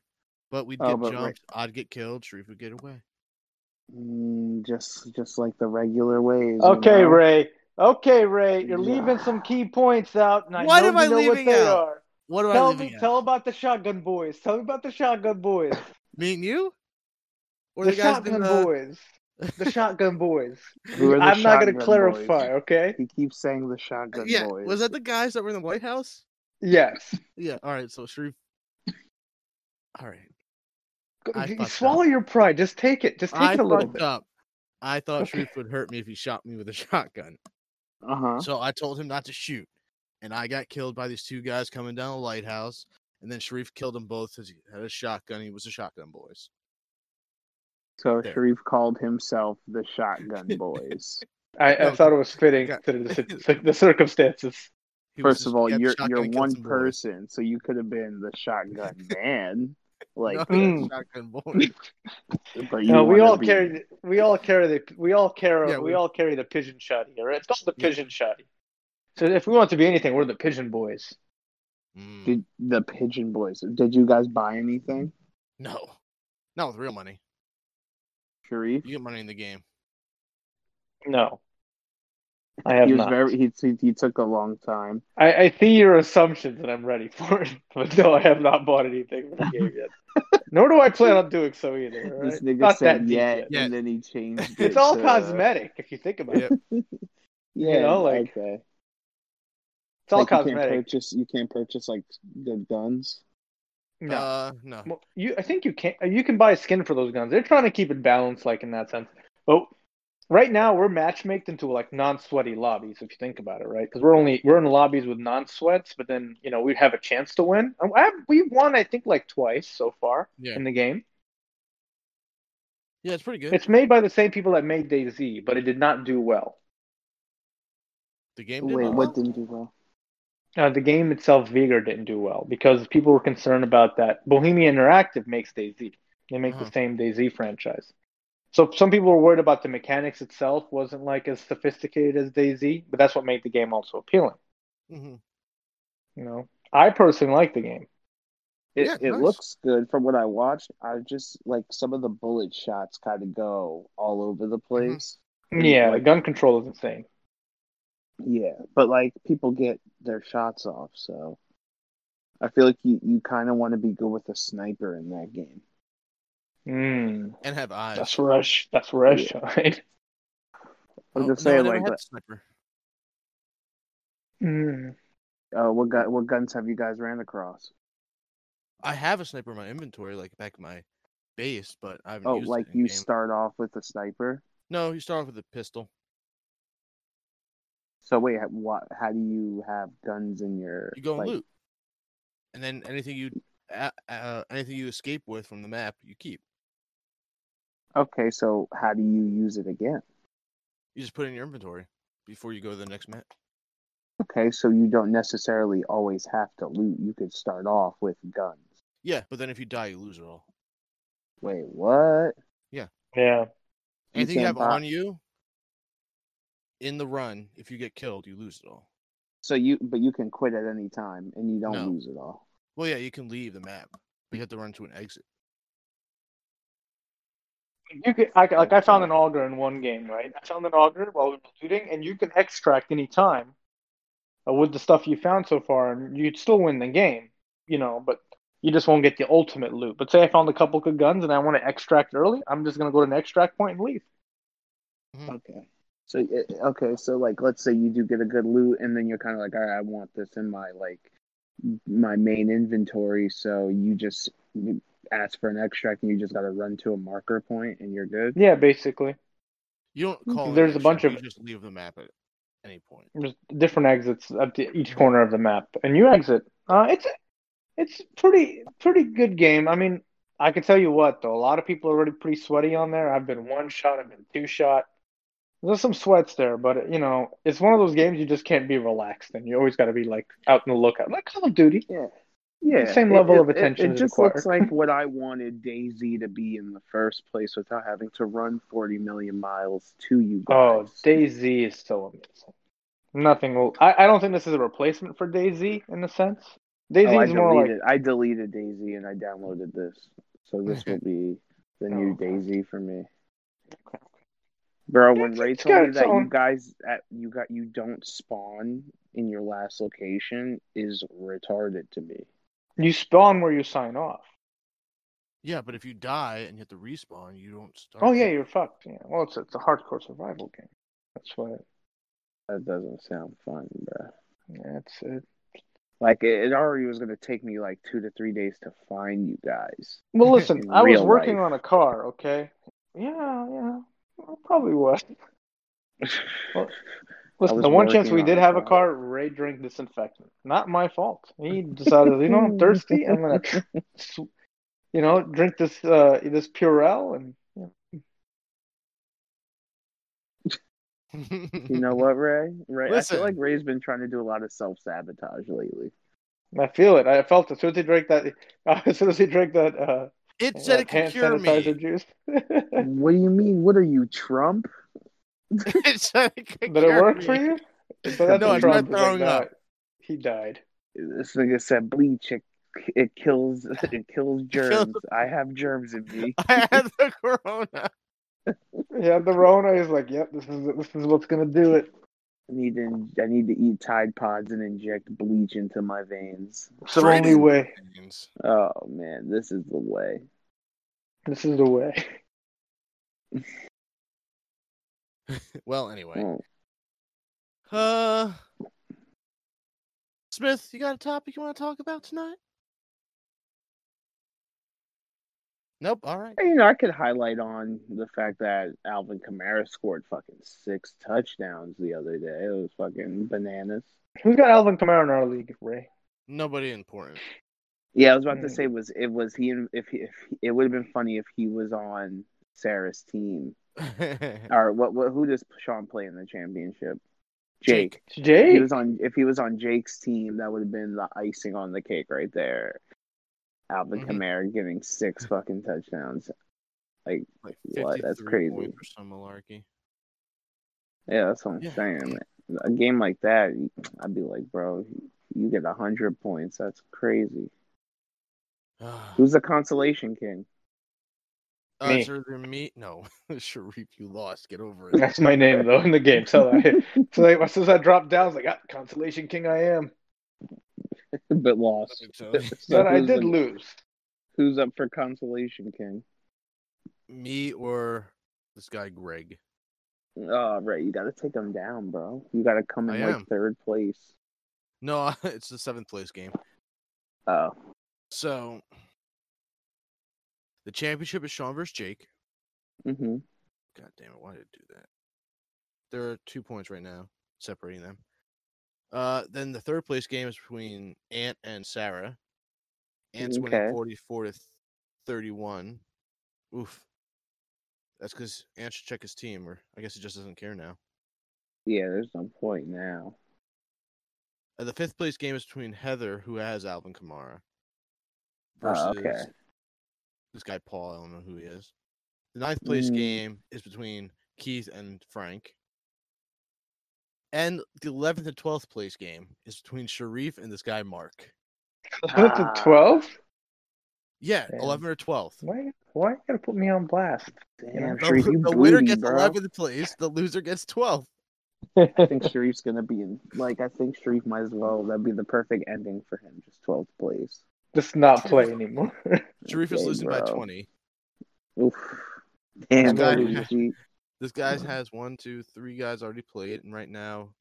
Speaker 2: but we'd
Speaker 3: Oh,
Speaker 2: get
Speaker 3: but right.
Speaker 2: jumped. I'd get killed. Sharif would get away.
Speaker 3: Mm, just just like the regular ways. you
Speaker 4: Okay,
Speaker 3: know?
Speaker 4: Ray. Okay, Ray. You're
Speaker 3: Yeah.
Speaker 4: leaving some key points out, and I
Speaker 2: What
Speaker 4: know
Speaker 2: am
Speaker 4: you
Speaker 2: I
Speaker 4: know
Speaker 2: leaving
Speaker 4: what they
Speaker 2: out?
Speaker 4: are.
Speaker 2: What do I
Speaker 4: Tell
Speaker 2: leaving
Speaker 4: me.
Speaker 2: out?
Speaker 4: Tell about the shotgun boys. Tell me about the shotgun boys.
Speaker 2: Me and you? Or
Speaker 4: the
Speaker 2: the, guys uh, in
Speaker 4: shotgun
Speaker 2: the-
Speaker 4: boys. The shotgun boys.
Speaker 3: Who are the
Speaker 4: I'm not going
Speaker 3: shotgun
Speaker 4: to
Speaker 3: boys?
Speaker 4: clarify. Okay.
Speaker 3: He keeps saying the shotgun
Speaker 2: uh, Yeah,
Speaker 3: boys.
Speaker 2: was that the guys that were in the White House?
Speaker 4: Yes.
Speaker 2: Yeah. All right. So Sharif. All right. I
Speaker 4: You
Speaker 2: fucked
Speaker 4: swallow your pride. Just take it. Just take
Speaker 2: I
Speaker 4: it a little
Speaker 2: fucked
Speaker 4: bit.
Speaker 2: up. I thought
Speaker 4: Okay.
Speaker 2: Sharif would hurt me if he shot me with a shotgun.
Speaker 3: Uh huh.
Speaker 2: So I told him not to shoot, and I got killed by these two guys coming down the lighthouse. And then Sharif killed them both because he had a shotgun. He was a shotgun boys.
Speaker 3: So
Speaker 2: There.
Speaker 3: Sharif called himself the Shotgun Boys.
Speaker 4: I, I
Speaker 2: No,
Speaker 4: thought it was fitting
Speaker 2: got-
Speaker 4: to the, cir- the circumstances.
Speaker 2: He was
Speaker 3: First
Speaker 2: just-
Speaker 3: of all,
Speaker 2: he had the
Speaker 3: you're
Speaker 2: shotgun
Speaker 3: you're
Speaker 2: and killed
Speaker 3: one
Speaker 2: some boys.
Speaker 3: person, so you could have been the Shotgun Man, like,
Speaker 2: No, he had
Speaker 4: Mm.
Speaker 2: shotgun boys.
Speaker 3: but you
Speaker 4: No, we
Speaker 3: wanna
Speaker 4: all
Speaker 3: be-
Speaker 4: carry. the- We all carry the. We all carry.
Speaker 2: Yeah,
Speaker 4: we,
Speaker 2: we-
Speaker 4: all carry the pigeon shot here. It's called the
Speaker 2: Yeah.
Speaker 4: pigeon shot. So if we want to be anything, we're the pigeon boys.
Speaker 2: Mm,
Speaker 3: Did the Pigeon Boys? Did you guys buy anything,
Speaker 2: no, not with real money.
Speaker 3: Sharif?
Speaker 2: You get money in the game.
Speaker 4: No, I have
Speaker 3: he was
Speaker 4: not.
Speaker 3: very. He, he he took a long time.
Speaker 4: I, I see your assumptions, and I'm ready for it. But no, I have not bought anything for the game yet. Nor do I plan on doing so either. all
Speaker 3: This
Speaker 4: right?
Speaker 3: nigga
Speaker 4: Not that
Speaker 3: said
Speaker 4: deep
Speaker 3: yeah, uh,
Speaker 4: yet.
Speaker 2: yet.
Speaker 3: and then he changed.
Speaker 4: It's
Speaker 3: it
Speaker 4: all
Speaker 3: to-
Speaker 4: cosmetic if you think about it.
Speaker 2: Yep.
Speaker 3: Yeah,
Speaker 4: know, like,
Speaker 3: okay.
Speaker 4: It's all
Speaker 3: Like, you can't
Speaker 4: cosmetic.
Speaker 3: purchase. You can't purchase like the guns.
Speaker 4: No.
Speaker 2: Uh, no.
Speaker 4: Well, you, I think you can. You can buy skin for those guns. They're trying to keep it balanced, like in that sense. But right now, we're matchmaked into like non-sweaty lobbies. If you think about it, right? Because we're only we're in lobbies with non-sweats, but then you know we'd have a chance to win. And I, we've won, I think, like twice so far
Speaker 2: Yeah.
Speaker 4: in the game.
Speaker 2: Yeah, it's pretty good.
Speaker 4: It's made by the same people that made DayZ, but it did not do well.
Speaker 2: the game did
Speaker 3: Wait,
Speaker 2: not
Speaker 3: what
Speaker 2: well?
Speaker 3: didn't do well?
Speaker 4: Uh, the game itself, Vigor, didn't do well because people were concerned about that. Bohemia Interactive makes DayZ. They make
Speaker 2: Uh-huh.
Speaker 4: the same DayZ franchise. So some people were worried about the mechanics itself wasn't like as sophisticated as DayZ, but that's what made the game also appealing.
Speaker 2: Mhm.
Speaker 4: You know, I personally like the game.
Speaker 3: It,
Speaker 2: Yeah,
Speaker 3: it
Speaker 2: nice.
Speaker 3: looks good from what I watched. I just like some of the bullet shots kind of go all over
Speaker 2: Mm-hmm.
Speaker 3: the place.
Speaker 4: Yeah, the
Speaker 3: Like-
Speaker 4: gun control is insane.
Speaker 3: Yeah, but like people get their shots off, so I feel like you, you kind of want to be good with a sniper in that game.
Speaker 4: Mm,
Speaker 2: And have eyes.
Speaker 4: that's where I sh- that's where I
Speaker 3: Yeah.
Speaker 4: shine.
Speaker 3: I'm
Speaker 2: Oh,
Speaker 3: just
Speaker 2: no, I
Speaker 3: saying,
Speaker 2: never
Speaker 3: like,
Speaker 2: had sniper.
Speaker 4: Mm.
Speaker 3: uh, what gu- what guns have you guys ran across?
Speaker 2: I have a sniper in my inventory, like back in my base, but I haven't
Speaker 3: Oh,
Speaker 2: used
Speaker 3: like
Speaker 2: it in
Speaker 3: you
Speaker 2: game.
Speaker 3: start off with a sniper.
Speaker 2: No, you start off with a pistol.
Speaker 3: So wait, ha- what? How do you have guns in your?
Speaker 2: You go and
Speaker 3: like,
Speaker 2: loot, and then anything you uh, uh, anything you escape with from the map, you keep.
Speaker 3: Okay, so how do you use it again?
Speaker 2: You just put it in your inventory before you go to the next map.
Speaker 3: Okay, so you don't necessarily always have to loot. You could start off with guns.
Speaker 2: Yeah, but then if you die, you lose it all.
Speaker 3: Wait, what?
Speaker 4: Yeah.
Speaker 3: You
Speaker 2: Anything you,
Speaker 3: can't
Speaker 2: have
Speaker 3: buy-
Speaker 2: on you in the run, if you get killed, you lose it all.
Speaker 3: So you, but you can quit at any time, and you don't
Speaker 2: No.
Speaker 3: lose it all.
Speaker 2: Well, yeah, you can leave the map, but you have to run to an exit.
Speaker 4: You could, I, like, I found an auger in one game, right? I found an auger while we were looting, and you can extract any time uh, with the stuff you found so far, and you'd still win the game, you know, but you just won't get the ultimate loot. But say I found a couple good guns and I want to extract early, I'm just going to go to an extract point and leave.
Speaker 3: Okay. So it- okay, so like let's say you do get a good loot, and then you're kind of like, all right, I want this in my like my main inventory. So you just you ask for an extract, and you just got to run to a marker point, and you're good.
Speaker 4: Yeah, basically.
Speaker 2: You don't call. it
Speaker 4: Mm, There's a
Speaker 2: exit,
Speaker 4: bunch
Speaker 2: you
Speaker 4: of-
Speaker 2: just leave the map at any point.
Speaker 4: There's different exits up to each corner of the map, and you exit. Uh, it's it's pretty pretty good game. I mean, I can tell you what though, a lot of people are already pretty sweaty on there. I've been one shot, I've been two shot. There's some sweats there, but you know, it's one of those games you just can't be relaxed in. You always got to be like out in the lookout, like Call of Duty.
Speaker 3: Yeah,
Speaker 4: Same level of attention
Speaker 3: It,
Speaker 4: is
Speaker 3: just
Speaker 4: required.
Speaker 3: looks like what I wanted Daisy to be in the first place without having to run forty million miles to you guys.
Speaker 4: Oh, DayZ is so amazing. Nothing will. I, I don't think this is a replacement for DayZ in a sense. DayZ
Speaker 3: Oh, I
Speaker 4: is more like
Speaker 3: deleted. I deleted Daisy and I downloaded this, so this will be the new
Speaker 4: Oh, okay.
Speaker 3: Daisy for me. Bro, when
Speaker 4: It's-
Speaker 3: Ray
Speaker 4: it's
Speaker 3: told
Speaker 4: got
Speaker 3: me
Speaker 4: its
Speaker 3: that you
Speaker 4: own-
Speaker 3: guys at you got you don't spawn in your last location is retarded to me.
Speaker 4: you spawn where you sign off.
Speaker 2: Yeah, but if you die and you have to respawn, you don't start.
Speaker 4: Oh yeah,
Speaker 2: over.
Speaker 4: you're fucked. Yeah. Well, it's it's a hardcore survival game. That's what.
Speaker 3: That doesn't sound fun, bro.
Speaker 4: That's it.
Speaker 3: Like it, it already was gonna take me like two to three days to find you guys.
Speaker 4: Well, listen,
Speaker 3: In
Speaker 4: I was
Speaker 3: real
Speaker 4: working
Speaker 3: life.
Speaker 4: on a car. Okay. Yeah, yeah. I probably was. Well, Listen,
Speaker 3: was
Speaker 4: the one chance
Speaker 3: working
Speaker 4: we
Speaker 3: on
Speaker 4: did
Speaker 3: a
Speaker 4: have a
Speaker 3: car.
Speaker 4: car, Ray drank disinfectant. Not my fault. He decided, you know, I'm thirsty. I'm gonna, sw- you know, drink this uh this Purell and. You know,
Speaker 3: you know what, Ray? Ray, I
Speaker 2: Listen.
Speaker 3: feel like Ray's been trying to do a lot of self sabotage lately.
Speaker 4: I feel it. I felt it as soon as he drank that. as soon as he drank that, uh,
Speaker 2: it said
Speaker 4: that
Speaker 2: it could
Speaker 4: hand
Speaker 2: cure
Speaker 4: sanitizer
Speaker 2: me.
Speaker 4: juice.
Speaker 3: what do you mean? What are you, Trump?
Speaker 2: it said it could
Speaker 4: Did
Speaker 2: cure
Speaker 4: it work
Speaker 2: me.
Speaker 4: for you? So
Speaker 3: No, I tried
Speaker 4: Trump, like,
Speaker 2: throwing
Speaker 4: nah,
Speaker 2: up.
Speaker 4: He died.
Speaker 3: This nigga said bleach. It, it kills. It kills
Speaker 2: kills-
Speaker 3: germs. I have germs in me.
Speaker 2: I had the corona.
Speaker 4: Yeah, the Rona is like, yep, this is this is what's gonna do it.
Speaker 3: I need to. I need to eat Tide Pods and inject bleach into my veins.
Speaker 4: It's the
Speaker 2: Straight
Speaker 4: only
Speaker 2: in.
Speaker 4: way.
Speaker 3: Oh man, this is the way.
Speaker 4: This is the way.
Speaker 2: Well, anyway,
Speaker 3: Mm.
Speaker 2: Uh, Smith, you got a topic you want to talk about tonight? Nope. All right.
Speaker 3: You know, I could highlight on the fact that Alvin Kamara scored fucking six touchdowns the other day. It was fucking bananas.
Speaker 4: Who's got Alvin Kamara in our league, Ray?
Speaker 2: Nobody important.
Speaker 3: Yeah, I was about to say was it was he in- if he, if he- it would have been funny if he was on Sarah's team or what what who does Sean play in the championship? Jake.
Speaker 2: Jake.
Speaker 3: If he
Speaker 4: Jake.
Speaker 3: was on if he was on Jake's team, that would have been the icing on the cake right there. Alvin
Speaker 2: Mhm.
Speaker 3: Kamara getting six fucking touchdowns.
Speaker 2: like
Speaker 3: What? That's
Speaker 2: 53
Speaker 3: crazy.
Speaker 2: points or some malarkey.
Speaker 3: Yeah, that's what I'm
Speaker 2: Yeah.
Speaker 3: saying. A game like that, I'd be like, bro, you get hundred points. That's crazy. Who's the consolation king?
Speaker 2: Uh,
Speaker 4: Me.
Speaker 2: it's either me. No, Sharif, you lost. Get over it.
Speaker 4: That's my name though in the game. So, I, so like, since I dropped down, I was like, ah, consolation king, I am.
Speaker 3: but lost.
Speaker 4: So I
Speaker 3: who's
Speaker 4: did
Speaker 3: the-
Speaker 4: lose.
Speaker 3: Who's up for consolation king?
Speaker 2: me or this guy Greg.
Speaker 3: Oh, right. You got to take them down, bro. You got to come in
Speaker 2: I am.
Speaker 3: like third place.
Speaker 2: No, it's the seventh place game.
Speaker 3: Oh,
Speaker 2: So the championship is Sean versus Jake.
Speaker 3: hmm
Speaker 2: God damn it! Why did I do that? There are two points right now separating them. Uh, then the third place game is between Ant and Sarah. Ant's
Speaker 3: Okay.
Speaker 2: winning forty-four to thirty-one. Oof. That's because Ant should check his team, or I guess he just doesn't care now.
Speaker 3: yeah. There's no point now.
Speaker 2: Uh, the fifth place game is between Heather, who has Alvin Kamara, versus
Speaker 3: Oh, okay.
Speaker 2: this guy Paul. I don't know who he is. The ninth place
Speaker 3: Mm.
Speaker 2: game is between Keith and Frank. And the eleventh and twelfth place game is between Sharif and this guy Mark.
Speaker 4: That's a
Speaker 3: Ah.
Speaker 4: twelve.
Speaker 2: Yeah,
Speaker 4: Damn.
Speaker 2: eleven or twelfth.
Speaker 4: Why? Why you gotta put me on blast?
Speaker 3: Damn,
Speaker 4: The-
Speaker 2: The,
Speaker 3: Sharif, you
Speaker 2: the winner
Speaker 3: booty,
Speaker 2: gets
Speaker 3: bro.
Speaker 2: eleventh place. The loser gets twelfth.
Speaker 3: I think Sharif's gonna be in. Like, I think Sharif might as well. That'd be the perfect ending for him. Just 12th place.
Speaker 4: Just not play anymore.
Speaker 2: Sharif is
Speaker 3: Okay,
Speaker 2: losing by
Speaker 3: bro.
Speaker 2: twenty.
Speaker 3: Oof. Damn,
Speaker 2: This guy-
Speaker 3: Luigi.
Speaker 2: This guy
Speaker 3: Mm.
Speaker 2: has one, two, three guys already played, and right now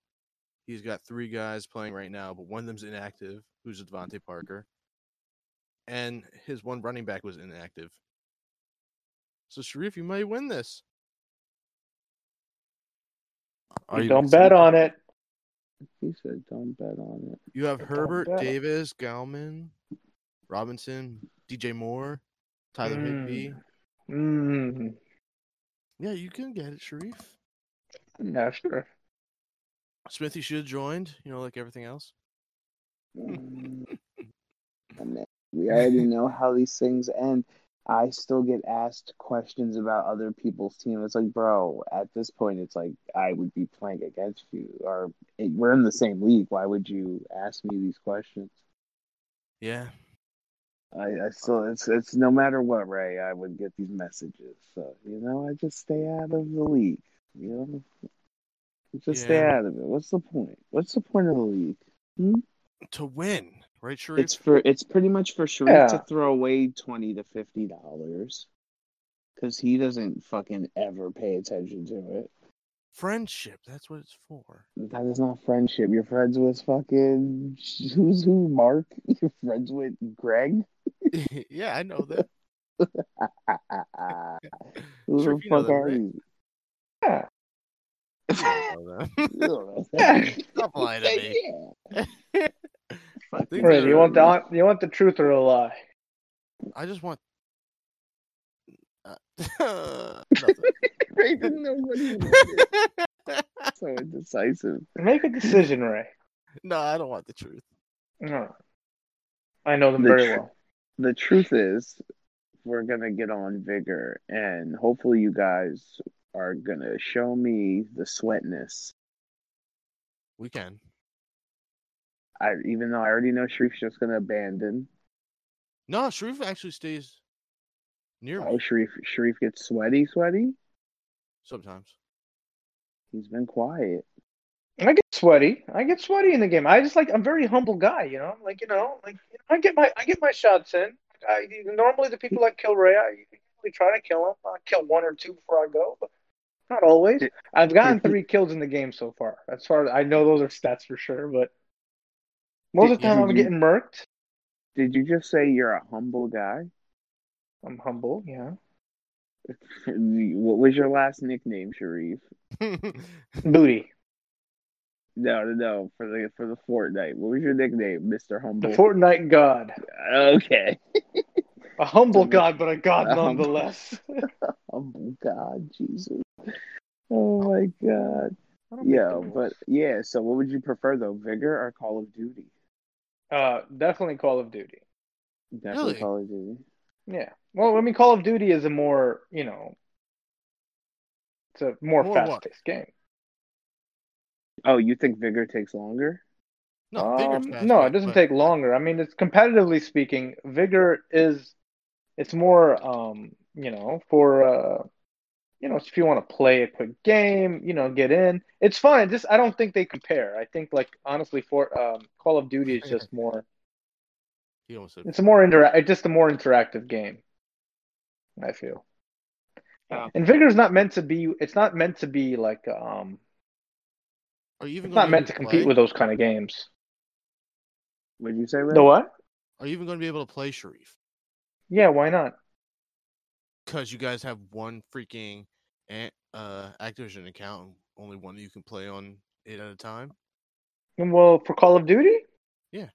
Speaker 2: he's got three guys playing right now, but one of them's inactive, who's Devontae Parker. And his one running back was inactive. So Sharif, you might win this. Are you
Speaker 4: Don't
Speaker 2: excited?
Speaker 4: bet on it.
Speaker 3: He said, "Don't bet on it."
Speaker 2: You have
Speaker 4: Don't
Speaker 2: Herbert,
Speaker 4: bet on-
Speaker 2: Davis, Galman, Robinson, DJ Moore, Tyler
Speaker 4: Mm.
Speaker 2: Higbee.
Speaker 4: Mm.
Speaker 2: Yeah, you can get it, Sharif.
Speaker 4: Yeah, sure.
Speaker 2: Smithy should have joined, you know, like everything else.
Speaker 3: Mm. I mean, we already know how these things end. I still get asked questions about other people's team. It's like, bro, at this point, it's like I would be playing against you, or eh, we're in the same league. Why would you ask me these questions?
Speaker 2: Yeah.
Speaker 3: I, I still, it's, it's no matter what, Ray. I would get these messages. So you know, I just stay out of the league. You know, just stay
Speaker 2: Yeah.
Speaker 3: out of it. What's the point? What's the point of the league?
Speaker 2: To win, right, Sharif?
Speaker 3: It's for it's pretty much for Sharif
Speaker 4: Yeah.
Speaker 3: to throw away twenty to fifty dollars because he doesn't fucking ever pay attention to it.
Speaker 2: friendship. That's what it's for.
Speaker 3: That is not friendship. You're friends with fucking who's who? Mark? You're friends with Greg?
Speaker 2: yeah, I know that.
Speaker 3: Ah, ah, ah. Who
Speaker 2: Sure,
Speaker 3: the
Speaker 2: you know
Speaker 3: fuck
Speaker 2: that,
Speaker 3: are
Speaker 2: right?
Speaker 3: you?
Speaker 4: Yeah.
Speaker 2: I know that.
Speaker 3: You don't know.
Speaker 4: Yeah.
Speaker 2: Stop lying to me.
Speaker 3: Yeah.
Speaker 2: Things
Speaker 4: Ray, do you
Speaker 2: are-
Speaker 4: want the you want the truth or a lie?
Speaker 2: I just want. Uh, nothing.
Speaker 3: Ray didn't know what he wanted. so indecisive.
Speaker 4: Make a decision, Ray.
Speaker 2: no, I don't want the truth.
Speaker 4: No. I know them
Speaker 3: The
Speaker 4: very
Speaker 3: tr-
Speaker 4: well.
Speaker 3: the truth is we're gonna get on vigor and hopefully you guys are gonna show me the sweatness
Speaker 2: We can.
Speaker 3: i even though i already know sharif's just gonna abandon
Speaker 2: No, Sharif actually stays near
Speaker 3: oh
Speaker 2: me
Speaker 3: sharif sharif gets sweaty sweaty
Speaker 2: sometimes.
Speaker 3: he's been quiet
Speaker 4: I get sweaty. I get sweaty in the game. I just like I'm a very humble guy, you know. Like you know, like you know, I get my I get my shots in. I normally the people that kill Ray, I usually try to kill him. I kill one or two before I go, but Not always.
Speaker 3: Did-
Speaker 4: I've gotten
Speaker 3: did he-
Speaker 4: three kills in the game so far. As far as I know, those are stats for sure. But most of
Speaker 3: Did-
Speaker 4: the time,
Speaker 3: did
Speaker 4: I'm
Speaker 3: you-
Speaker 4: getting murked.
Speaker 3: Did you just say you're a humble guy?
Speaker 4: I'm humble. Yeah.
Speaker 3: What was your last nickname, Sharif?
Speaker 4: Booty.
Speaker 3: No, no, no. For the for the Fortnite, what was your nickname, Mister
Speaker 4: The
Speaker 3: Humble?
Speaker 4: Fortnite God.
Speaker 3: okay,
Speaker 4: A humble
Speaker 3: Mhm.
Speaker 4: God, but a God
Speaker 3: A humble-
Speaker 4: nonetheless.
Speaker 3: humble God, Jesus. Oh my God.
Speaker 4: I don't make
Speaker 3: Yeah,
Speaker 4: the rules.
Speaker 3: but yeah. So, what would you prefer though, Vigor or Call of Duty?
Speaker 4: uh, definitely Call of Duty.
Speaker 3: Definitely
Speaker 2: Really?
Speaker 3: Call of Duty.
Speaker 4: Yeah. Well, I mean, Call of Duty is a more, you know, it's a more,
Speaker 2: More what?
Speaker 4: fast-paced game.
Speaker 3: Oh, you think Vigor takes longer?
Speaker 2: no, Vigor's
Speaker 4: Um,
Speaker 2: faster,
Speaker 4: no, it doesn't
Speaker 2: but-
Speaker 4: take longer. I mean, it's competitively speaking, Vigor is it's more um, you know, for uh you know, if you want to play a quick game, you know, get in. It's fun. It Just I don't think they compare. I think like honestly for um Call of Duty is just more
Speaker 2: He almost said
Speaker 4: it's a more interact it's just a more interactive game. I feel.
Speaker 2: Yeah.
Speaker 4: And Vigor's not meant to be it's not meant to be like um
Speaker 2: Are you even
Speaker 4: it's
Speaker 2: going
Speaker 4: not meant to compete with those kind of games.
Speaker 3: Would you say Ray?
Speaker 4: The what?
Speaker 2: Are you even going to be able to play Sharif?
Speaker 4: Yeah, why not?
Speaker 2: Because you guys have one freaking an- uh, Activision account, and only one that you can play on it at a time.
Speaker 4: Well, for Call of Duty?
Speaker 2: Yeah.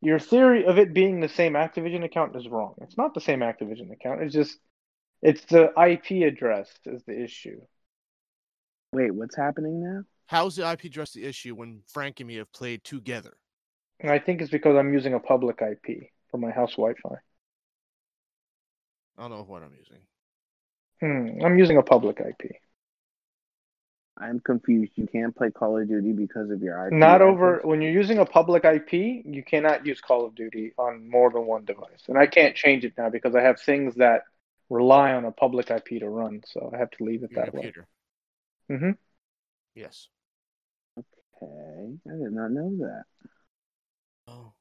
Speaker 4: Your theory of it being the same Activision account is wrong. It's not the same Activision account. It's just it's the IP address is the issue.
Speaker 3: Wait, what's happening now?
Speaker 2: How's the IP address the issue when Frank and me have played together?
Speaker 4: And I think it's because I'm using a public IP for my house Wi-Fi.
Speaker 2: I don't know what I'm using.
Speaker 4: Hmm, I'm using a public IP.
Speaker 3: I'm confused. You can't play Call of Duty because of your IP.
Speaker 4: Not
Speaker 3: address?
Speaker 4: over when you're using a public IP, you cannot use Call of Duty on more than one device. And I can't change it now because I have things that rely on a public IP to run, so I have to leave it
Speaker 2: Your
Speaker 4: that way.
Speaker 2: computer.
Speaker 3: Mm-hmm.
Speaker 4: Mhm.
Speaker 2: Yes.
Speaker 3: Okay, I did not know that.
Speaker 2: Oh.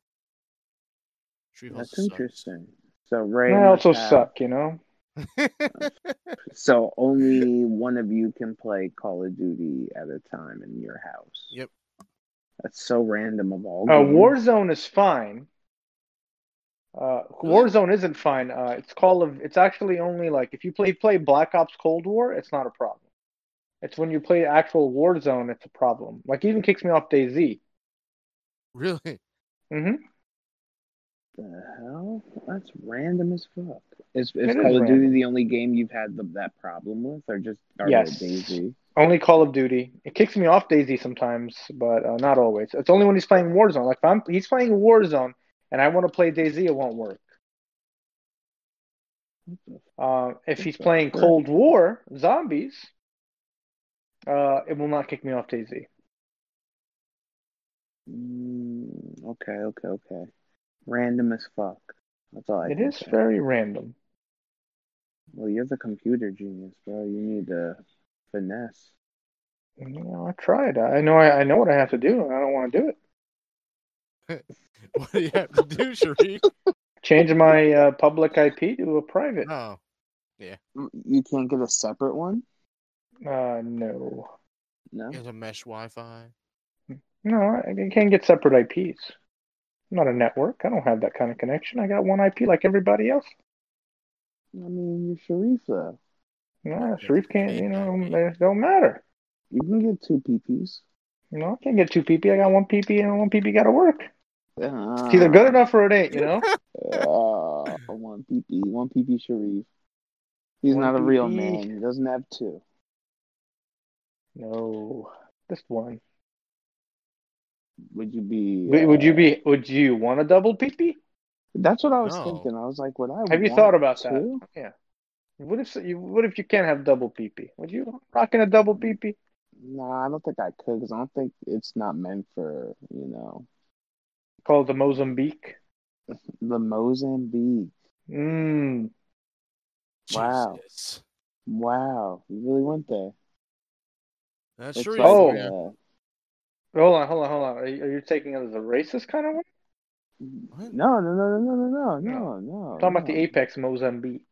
Speaker 2: Sharif
Speaker 3: That's
Speaker 2: also sucks.
Speaker 3: interesting. So Ray
Speaker 4: I
Speaker 3: must
Speaker 4: also
Speaker 3: have-
Speaker 4: suck, you know.
Speaker 3: So only one of you can play Call of Duty at a time in your house.
Speaker 2: Yep.
Speaker 3: That's so random of all.
Speaker 4: Uh,
Speaker 3: games.
Speaker 4: Warzone is fine. Uh,
Speaker 2: Really?
Speaker 4: Warzone isn't fine. Uh, it's Call of. It's actually only like if you play play Black Ops Cold War, it's not a problem. It's when you play actual Warzone, it's a problem. Like even kicks me off DayZ.
Speaker 2: really?
Speaker 4: Mm-hmm.
Speaker 3: the hell? That's random as fuck. Is,
Speaker 4: It
Speaker 3: is
Speaker 4: is
Speaker 3: Call of Duty
Speaker 4: random.
Speaker 3: the only game you've had the, that problem with, or just or
Speaker 4: Yes.
Speaker 3: Daisy?
Speaker 4: Only Call of Duty. It kicks me off Daisy sometimes, but uh, not always. It's only when he's playing Warzone. Like if I'm he's playing Warzone and I want to play Daisy, it won't work. Uh, if he's playing Cold War Zombies, uh, it will not kick me off Daisy.
Speaker 3: Mm, okay, okay, okay. Random as fuck. That's all I
Speaker 4: It
Speaker 3: can
Speaker 4: is
Speaker 3: say.
Speaker 4: very random.
Speaker 3: Well, you're the computer genius, bro. You need to finesse.
Speaker 4: You know, I tried. I know. I, I know what I have to do, and I don't want to do it.
Speaker 2: What do you have to do, Sharif?
Speaker 4: Change my uh, public IP to a private.
Speaker 2: Oh.
Speaker 3: Mm, You can't get a separate one.
Speaker 4: Uh, no,
Speaker 3: No.
Speaker 2: He has a mesh Wi Fi.
Speaker 4: no, I, I can't get separate IPs. I'm not a network. I don't have that kind of connection. I got one IP like everybody else.
Speaker 3: I mean, you're Sharif though.
Speaker 4: No, Sharif can't. You know, it don't matter.
Speaker 3: You can get two PPs.
Speaker 4: You know, I can't get two PP. I got one PP, and one PP got to work.
Speaker 3: Uh,
Speaker 4: It's either good enough or it ain't. You know.
Speaker 3: Uh, one PP, one PP Sharif. He's
Speaker 4: One
Speaker 3: not a real
Speaker 4: PP.
Speaker 3: man. He doesn't have two.
Speaker 4: No, just one.
Speaker 3: Would you be?
Speaker 4: Would-
Speaker 3: uh,
Speaker 4: Would you be? Would you want a double PP?
Speaker 3: That's what I was
Speaker 2: No.
Speaker 3: thinking. I was like, would I?
Speaker 4: Have you
Speaker 3: want
Speaker 4: thought about that?
Speaker 3: two?
Speaker 4: What if you? What if you can't have double PP? Would you rocking a double PP?
Speaker 3: No, I don't think I could because I don't think it's not meant for you know
Speaker 4: Call it the Mozambique.
Speaker 3: the Mozambique.
Speaker 4: Mmm.
Speaker 3: Wow.
Speaker 2: Jesus.
Speaker 3: Wow, you really went there.
Speaker 2: That's
Speaker 3: Looks
Speaker 2: Sharif.
Speaker 3: like,
Speaker 4: Oh.
Speaker 2: yeah.
Speaker 3: uh,
Speaker 4: Hold on, hold on, hold on. Are you, are you taking it as a racist kind of way?
Speaker 2: What?
Speaker 3: uh, No, no, no, no, no, no, no, no, no.
Speaker 4: Talking about
Speaker 3: no.
Speaker 4: the apex Mozambique.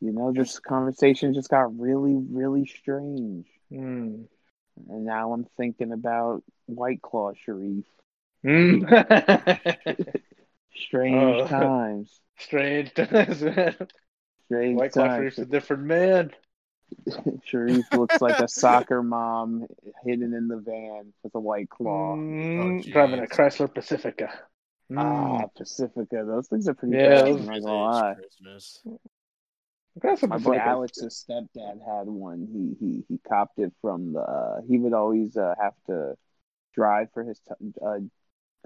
Speaker 3: You know, this conversation just got really, really strange.
Speaker 4: Mm.
Speaker 3: And now I'm thinking about White Claw Sharif. Hmm.
Speaker 4: Mm.
Speaker 3: Strange
Speaker 4: Oh.
Speaker 3: times.
Speaker 4: Strange. White
Speaker 3: Strange
Speaker 4: Claw Sharif's
Speaker 3: times.
Speaker 4: a different man.
Speaker 3: Sharif looks like a soccer mom hidden in the van with a White Claw.
Speaker 4: Mm,
Speaker 2: Oh,
Speaker 4: driving a
Speaker 2: jeez.
Speaker 4: Chrysler Pacifica.
Speaker 3: Ah,
Speaker 4: Mm.
Speaker 3: Pacifica. Those things are pretty
Speaker 4: Yeah,
Speaker 3: bad.
Speaker 4: those
Speaker 3: I'm not
Speaker 2: Crazy
Speaker 3: gonna lie.
Speaker 2: Christmas.
Speaker 4: Chrysler
Speaker 3: My boy
Speaker 4: Pacifica.
Speaker 3: Alex's stepdad had one. He he he copped it from the. Uh, he would always uh, have to drive for his te- uh,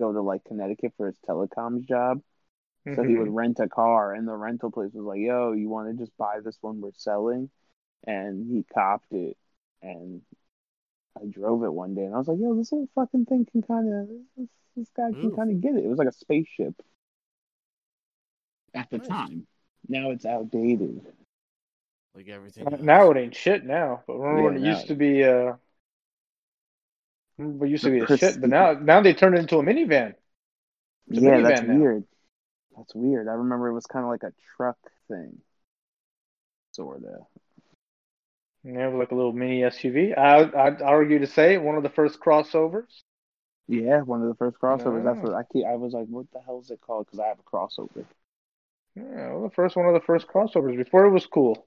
Speaker 3: go to like Connecticut for his telecoms job. So
Speaker 4: Mm-hmm.
Speaker 3: he would rent a car, and the rental place was like, "Yo, you want to just buy this one we're selling?" And he copped it, and I drove it one day, and I was like, "Yo, this little fucking thing can kind of this, this guy can
Speaker 2: Move.
Speaker 3: kind of get it." It was like a spaceship at the
Speaker 2: Nice.
Speaker 3: time. Now it's outdated.
Speaker 2: Like everything.
Speaker 4: Mhm.
Speaker 2: else.
Speaker 4: Now it ain't shit now, but remember
Speaker 3: Yeah,
Speaker 4: when it
Speaker 3: now
Speaker 4: used to be uh remember it used to
Speaker 3: The
Speaker 4: be a
Speaker 3: Chris-
Speaker 4: shit, but now now they turned it into a minivan. It's a
Speaker 3: yeah, that's
Speaker 4: minivan now.
Speaker 3: weird. That's weird. I remember it was kind of like a truck thing, sorta.
Speaker 4: And they have like a little mini SUV. I I'd argue to say one of the first crossovers.
Speaker 3: Yeah, one of the first crossovers. That's
Speaker 4: Ah.
Speaker 3: what I keep, I was like, "What the hell is it called?" Because I have a crossover.
Speaker 4: Yeah, well, the first one of the first crossovers before it was cool.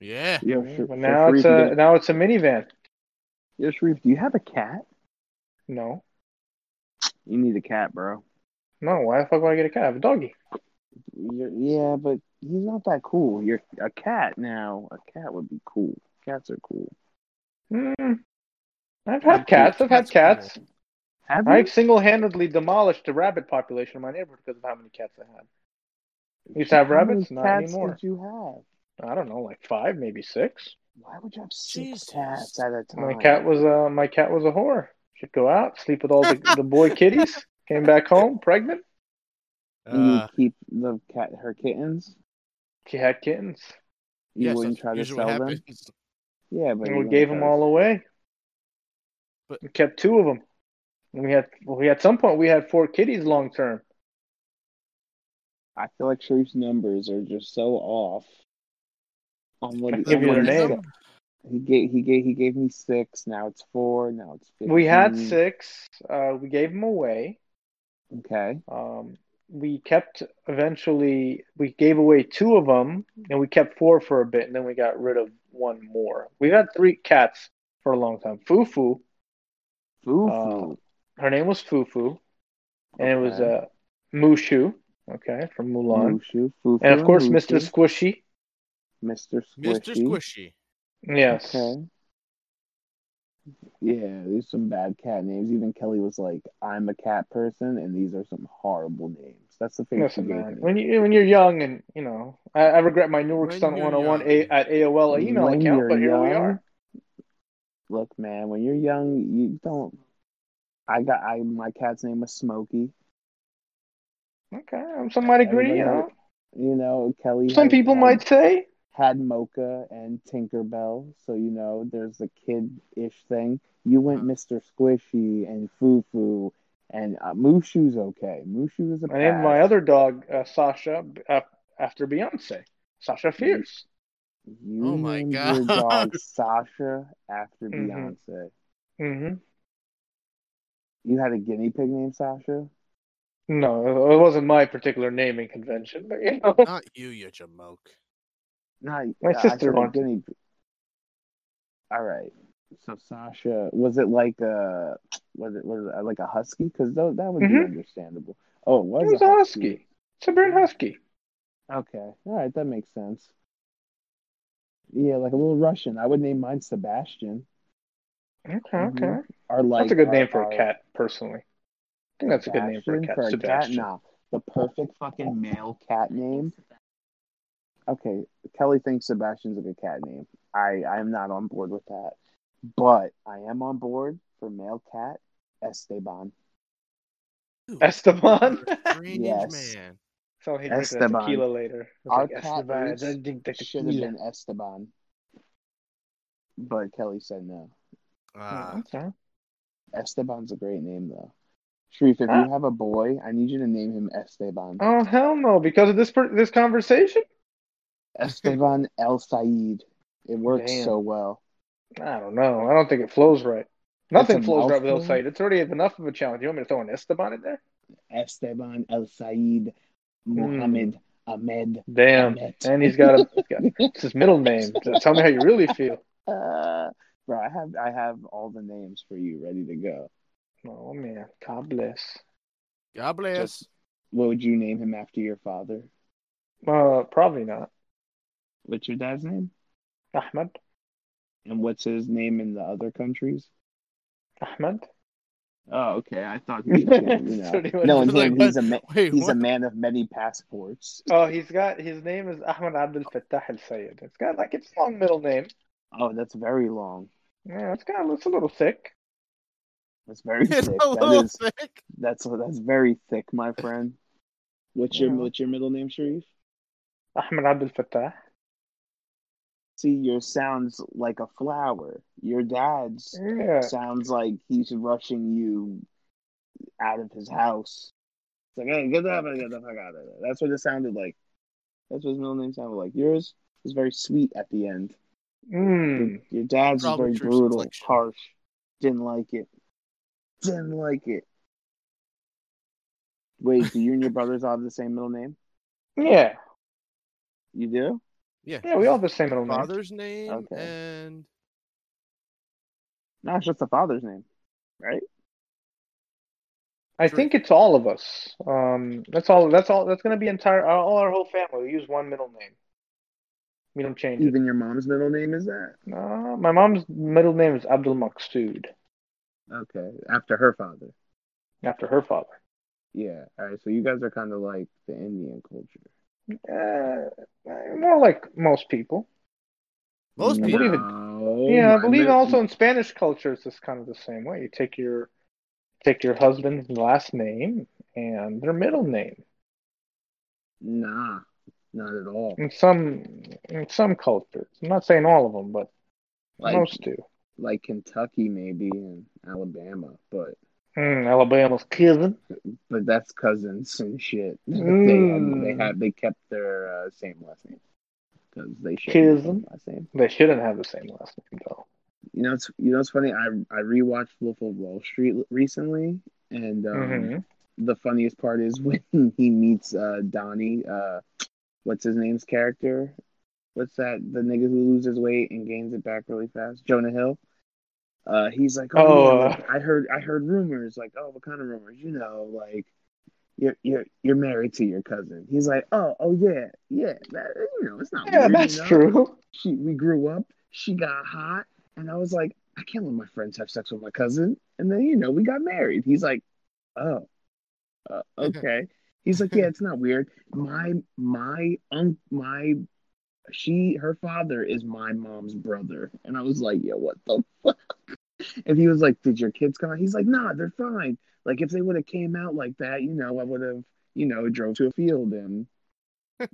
Speaker 2: Yeah.
Speaker 3: Yo, Sh-
Speaker 4: But now it's
Speaker 3: Sharif,
Speaker 4: a now it's a minivan.
Speaker 3: Yo, Sharif, do you have a cat?
Speaker 4: No,
Speaker 3: You need a cat, bro.
Speaker 4: no. Why the fuck would I get a cat? I have a doggy.
Speaker 3: You're, yeah, but he's not that cool. You're a cat now. A cat would be cool. Cats are cool.
Speaker 4: Mm. I've
Speaker 2: Yeah,
Speaker 4: had cats. I've had
Speaker 2: cats
Speaker 4: cats.
Speaker 3: Have you?
Speaker 4: I single-handedly demolished the rabbit population in my neighborhood because of how many cats I had. I used to have
Speaker 3: How many
Speaker 4: rabbits, not
Speaker 3: cats
Speaker 4: anymore.
Speaker 3: Did you have?
Speaker 4: I don't know, like five, maybe six.
Speaker 3: Why would you have six
Speaker 2: Jesus.
Speaker 3: cats at a time?
Speaker 4: My cat was uh, my cat was a whore. She'd go out, sleep with all the, the boy kitties. Came back home pregnant.
Speaker 3: You would
Speaker 2: Uh,
Speaker 3: keep the cat her kittens.
Speaker 4: She had kittens.
Speaker 3: You
Speaker 2: yes,
Speaker 3: wouldn't
Speaker 2: that's
Speaker 3: try to
Speaker 2: usually what
Speaker 3: sell them.
Speaker 2: happens.
Speaker 3: Yeah, but
Speaker 4: And
Speaker 3: you
Speaker 4: we
Speaker 3: wouldn't
Speaker 4: gave
Speaker 3: try
Speaker 4: them
Speaker 3: to-
Speaker 4: all away.
Speaker 2: But-
Speaker 4: we kept two of them. And we had we at some point we had four kitties long term.
Speaker 3: I feel like Sharif's numbers are just so off. On what
Speaker 4: Give
Speaker 3: on
Speaker 4: you
Speaker 3: what
Speaker 4: their
Speaker 3: he
Speaker 4: name.
Speaker 3: said. He gave he gave he gave me six. Now it's four. Now it's 15.
Speaker 4: We had six. Uh, we gave them away.
Speaker 3: Okay.
Speaker 4: Um, we kept eventually we gave away two of them and we kept four for a bit and then we got rid of one more. We had three cats for a long time. Fufu, Uh,
Speaker 3: Fufu.
Speaker 4: her name was Fufu, and it was
Speaker 3: Okay.
Speaker 4: uh, Mushu, okay, from Mulan,
Speaker 3: Mushu, Fufu,
Speaker 4: and of course Mr.
Speaker 3: Mushu,
Speaker 4: Squishy.
Speaker 3: Mr.
Speaker 2: Mr.
Speaker 3: Squishy.
Speaker 2: Squishy.
Speaker 4: Yes,
Speaker 3: Okay. Yeah, these are some bad cat names. Even Kelly was like, "I'm a cat person," and these are some horrible names. That's the thing.
Speaker 4: listen, man. When you when you're young and you know, I, I regret my Newark
Speaker 2: When
Speaker 4: Stunt
Speaker 2: you're
Speaker 4: 101
Speaker 2: young.
Speaker 4: a, at AOL email
Speaker 3: When
Speaker 4: account,
Speaker 3: you're
Speaker 4: but here we
Speaker 3: young,
Speaker 4: are.
Speaker 3: Look, man, when you're young, you don't. I got I my cat's name was Smokey.
Speaker 4: Okay, I'm somebody agree, you
Speaker 3: Everybody-
Speaker 4: know.
Speaker 3: You know, Kelly.
Speaker 4: Some
Speaker 3: had-
Speaker 4: people
Speaker 3: had-
Speaker 4: might say.
Speaker 3: had Mocha and Tinkerbell, so you know there's the kid ish thing. You
Speaker 4: Uh-huh.
Speaker 3: went Mr. Squishy and Fufu, and uh, Mushu's okay. Mushu is a
Speaker 4: I named
Speaker 3: pass.
Speaker 4: my other dog uh, Sasha uh, after Beyonce. Sasha
Speaker 3: Mm-hmm.
Speaker 4: Fierce.
Speaker 3: You
Speaker 2: Oh my
Speaker 3: named
Speaker 2: God.
Speaker 3: your dog Sasha after
Speaker 4: Mhm.
Speaker 3: Beyonce.
Speaker 4: hmm
Speaker 3: You had a guinea pig named Sasha.
Speaker 4: No, it wasn't my particular naming convention, but you know,
Speaker 2: Not you, you jamoke.
Speaker 3: Not
Speaker 4: My
Speaker 3: I
Speaker 4: sister
Speaker 3: said a
Speaker 4: wanted-
Speaker 3: guinea. All right. So Sasha, was it like a was it was it like a husky? Because that would be
Speaker 4: Mhm.
Speaker 3: understandable. Oh, it was,
Speaker 4: it was a husky. Siberian husky.
Speaker 3: Okay. All right, that makes sense. Yeah, like a little Russian. I would name mine Sebastian.
Speaker 4: Okay,
Speaker 3: Mhm.
Speaker 4: okay.
Speaker 3: Or like
Speaker 4: that's a good
Speaker 3: or-
Speaker 4: name for
Speaker 3: or
Speaker 4: a cat, personally. I think that's a good name for a
Speaker 3: Sebastian,
Speaker 4: cat.
Speaker 3: for a cat?
Speaker 4: Sebastian.
Speaker 3: Nah, the perfect fucking male cat name. Okay, Kelly thinks Sebastian's a good cat name. I I am not on board with that, but I am on board for male cat Esteban.
Speaker 2: You
Speaker 4: Esteban.
Speaker 2: are a strange
Speaker 3: Yes.
Speaker 2: man.
Speaker 4: so he drinks that
Speaker 3: Esteban.
Speaker 4: tequila later. It's
Speaker 3: Our
Speaker 4: like,
Speaker 3: cat
Speaker 4: Esteban, I
Speaker 3: roots
Speaker 4: don't drink the
Speaker 3: Should have
Speaker 4: tequila.
Speaker 3: been Esteban, but Kelly said no.
Speaker 2: Ah,
Speaker 4: Oh, Okay.
Speaker 3: Esteban's a great name though. Sharif, if
Speaker 4: Huh?
Speaker 3: you have a boy, I need you to name him Esteban.
Speaker 4: Oh hell no! Because of this per- this conversation.
Speaker 3: Esteban El Said. It works
Speaker 4: Damn.
Speaker 3: so well.
Speaker 4: I don't know. I don't think it flows right. Nothing
Speaker 3: a
Speaker 4: flows right with El
Speaker 3: mouthful.
Speaker 4: Said. It's already enough of a challenge. You want me to throw an Esteban in there?
Speaker 3: Esteban El Said, Mohammed Ahmed.
Speaker 4: Damn.
Speaker 3: Ahmed.
Speaker 4: And he's got a he's got, it's his middle name. Tell me how you really feel.
Speaker 3: Uh, bro, I have I have all the names for you ready to go.
Speaker 4: Oh man, God bless.
Speaker 2: God bless.
Speaker 3: What would you name him after your father?
Speaker 4: Uh, probably not.
Speaker 3: What's your dad's name?
Speaker 4: Ahmed.
Speaker 3: And what's his name in the other countries?
Speaker 4: Ahmed.
Speaker 3: Oh, okay. I thought he was saying, you
Speaker 4: So
Speaker 3: know.
Speaker 4: do you want
Speaker 3: No,
Speaker 4: to-
Speaker 3: and him,
Speaker 2: Like,
Speaker 3: he's a ma-
Speaker 2: Wait,
Speaker 3: he's a
Speaker 2: what?
Speaker 3: man of many passports.
Speaker 4: Oh, he's got his name is Ahmed Abdel Fattah Al Sayed. It's got like it's a long middle name.
Speaker 3: Oh, that's very long.
Speaker 4: Yeah, it's got it's a little thick.
Speaker 3: That's very
Speaker 2: It's
Speaker 3: thick.
Speaker 2: a
Speaker 3: That
Speaker 2: little
Speaker 3: is
Speaker 2: thick.
Speaker 3: that's that's very thick, my friend. What's your
Speaker 4: Yeah.
Speaker 3: what's your middle name, Sharif?
Speaker 4: Ahmed Abdel Fattah.
Speaker 3: See, yours sounds like a flower. Your dad's
Speaker 4: Yeah.
Speaker 3: sounds like he's rushing you out of his house. It's like, hey, get the fuck, get the fuck out of there. That's what it sounded like. That's what his middle name sounded like. Yours is very sweet at the end.
Speaker 2: Hmm.
Speaker 4: Mm.
Speaker 3: Your dad's is
Speaker 2: Probably
Speaker 3: very
Speaker 2: through
Speaker 3: brutal,
Speaker 2: selection.
Speaker 3: harsh. Didn't like it. Didn't like it. Wait, do you and your brothers all have the same middle name?
Speaker 4: Yeah.
Speaker 3: You do?
Speaker 2: Yeah.
Speaker 4: Yeah, we all have the same middle name.
Speaker 2: father's name
Speaker 3: Okay.
Speaker 2: and
Speaker 3: No, it's just the father's name.
Speaker 4: I
Speaker 2: Sure.
Speaker 4: think it's all of us. Um, that's all. That's all. That's gonna be entire. uh, All our whole family. We use one middle name. We don't change it.
Speaker 3: Even your mom's middle name is that?
Speaker 4: Uh, my mom's middle name is Abdul Maqsood,
Speaker 3: Okay, after her father.
Speaker 4: after her father.
Speaker 3: Yeah. All right. So you guys are kind of like the Indian culture.
Speaker 4: Uh, more like most people.
Speaker 2: most
Speaker 4: I
Speaker 2: people.
Speaker 4: believe it-
Speaker 3: Oh
Speaker 4: yeah, I believe also in Spanish culture, it's just kind of the same way. You take your take your husband's last name and their middle name.
Speaker 3: Nah, not at all.
Speaker 4: In some in some cultures, I'm not saying all of them, but
Speaker 3: Like
Speaker 4: most do.
Speaker 3: like Kentucky maybe and Alabama, but
Speaker 4: Mm, Alabama's cousin.
Speaker 3: but that's cousins and shit.
Speaker 4: Mm.
Speaker 3: they had, they had they kept their uh, same last name because they should
Speaker 4: Cousin.
Speaker 3: last name.
Speaker 4: They shouldn't have the same last name though.
Speaker 3: You know, it's you know, it's funny. I I rewatched Wolf of Wall Street recently, and um,
Speaker 4: Mhm.
Speaker 3: the funniest part is when he meets uh Donnie, uh what's his name's character? What's that the nigga who loses weight and gains it back really fast? Jonah Hill. Uh he's like, Oh,
Speaker 4: Oh,
Speaker 3: yeah,
Speaker 4: uh,
Speaker 3: like, I heard I heard rumors, like, oh what kind of rumors? You know, like you're you're you're married to your cousin. He's like, Oh, oh yeah, yeah, that, you know, it's not
Speaker 4: Yeah,
Speaker 3: weird,
Speaker 4: that's
Speaker 3: you know?
Speaker 4: true.
Speaker 3: She we grew up, she got hot, and I was like, I can't let my friends have sex with my cousin. And then, you know, we got married. He's like, Oh, uh, okay. He's like, yeah, it's not weird. My my um my she her father is my mom's brother, and I was like, yeah, what the fuck? And he was like, did your kids come out? He's like, nah, they're fine. Like if they would have came out like that, you know, I would have, you know, drove to a field and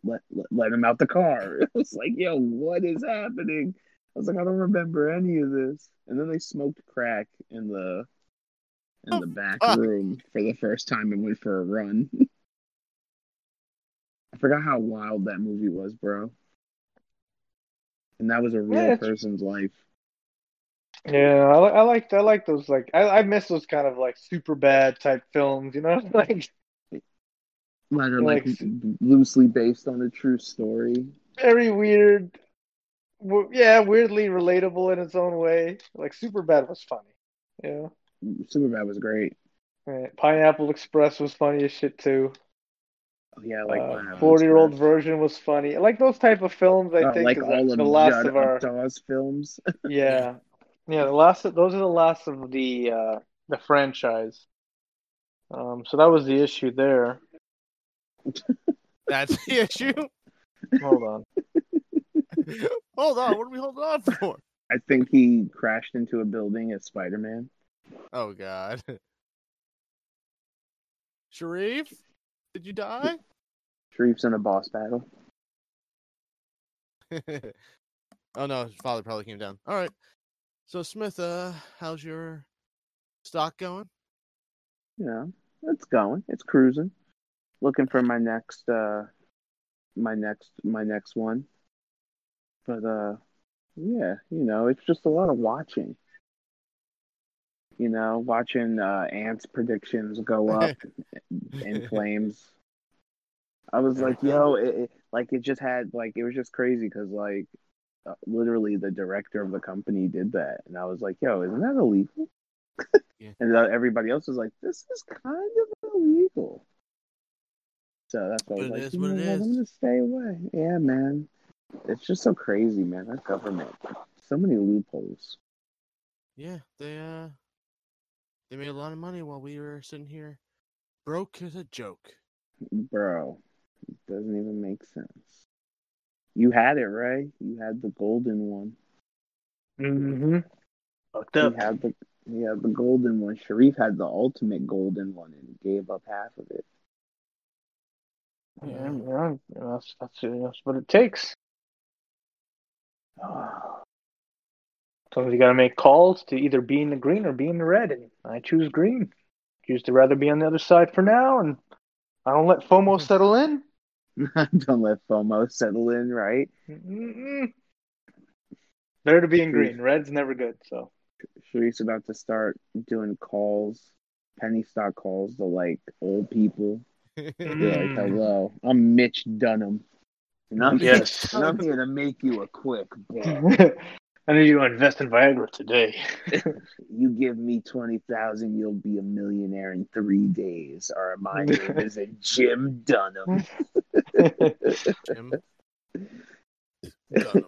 Speaker 3: let let, let him out the car. It was like, yo, what is happening? I was like, I don't remember any of this. And then they smoked crack in the in the back
Speaker 2: fuck.
Speaker 3: room for the first time and went for a run. I forgot how wild that movie was, bro. And that was a real
Speaker 4: Yeah, it's-
Speaker 3: person's life.
Speaker 4: Yeah, I, li- I like I like those like I, I miss those kind of like super bad type films, you know? Like
Speaker 3: Like, or, like
Speaker 4: Like-
Speaker 3: loosely based on a true story.
Speaker 4: very weird, w- yeah, weirdly relatable in its own way. Like Superbad was funny, yeah.
Speaker 3: Superbad was great.
Speaker 4: Right. Pineapple Express was funny as shit too.
Speaker 3: Oh, yeah, I like
Speaker 4: Uh,
Speaker 3: Pineapple
Speaker 4: Forty Year Old
Speaker 3: Express.
Speaker 4: Version was funny. Like those type of films, I
Speaker 3: Oh,
Speaker 4: think
Speaker 3: like
Speaker 4: is
Speaker 3: all
Speaker 4: the,
Speaker 3: of
Speaker 4: the last
Speaker 3: Judd
Speaker 4: of our
Speaker 3: Apatow's films.
Speaker 4: yeah, yeah. The last of- those are the last of the uh, the franchise. Um, so that was the issue there.
Speaker 2: That's the issue.
Speaker 4: Hold on.
Speaker 2: Hold on. What are we holding on for?
Speaker 3: I think he crashed into a building as Spider Man.
Speaker 2: Oh God. Sharif, did you die?
Speaker 3: Shreve's in a boss battle.
Speaker 2: oh no, his father probably came down. All right. So Smith, uh, how's your stock going?
Speaker 3: You know, it's going. It's cruising. Looking for my next uh my next my next one. But uh, yeah, you know, it's just a lot of watching. You know, watching uh, Ant's predictions go up in flames. I was like, yo, it, it, like it just had like it was just crazy because like uh, literally the director of the company did that, and I was like, yo, isn't that illegal?
Speaker 2: Yeah.
Speaker 3: And uh, everybody else was like, this is kind of illegal. So that's what I was
Speaker 2: But it
Speaker 3: like,
Speaker 2: is
Speaker 3: you
Speaker 2: what
Speaker 3: know
Speaker 2: it
Speaker 3: what,
Speaker 2: is.
Speaker 3: I'm gonna stay away. Yeah, man, it's just so crazy, man. That government, so many loopholes.
Speaker 2: Yeah, they uh they made a lot of money while we were sitting here broke as a joke.
Speaker 3: Bro, it doesn't even make sense. You had it, right? You had the golden one.
Speaker 4: Mm-hmm. Fucked
Speaker 3: He
Speaker 4: up.
Speaker 3: had the he had the golden one. Sharif had the ultimate golden one and gave up half of it.
Speaker 4: Yeah, yeah, that's, that's, that's what it takes. Sometimes you got to make calls to either be in the green or be in the red, and I choose green. Choose to rather be on the other side for now, and I don't let FOMO settle in.
Speaker 3: Don't let FOMO settle in, right?
Speaker 4: Mm-mm. Better to be in green. Red's never good. So
Speaker 3: Sharif's about to start doing calls, penny stock calls to like old people. They're like,
Speaker 4: Mm.
Speaker 3: hello, I'm Mitch Dunham. And I'm,
Speaker 4: Yes.
Speaker 3: and I'm here to make you a quick buck.
Speaker 4: Hmm. I need you to invest in Viagra today.
Speaker 3: You give me 20,000, you'll be a millionaire in three days. Or my name is Jim Dunham.
Speaker 2: Jim. Dunham.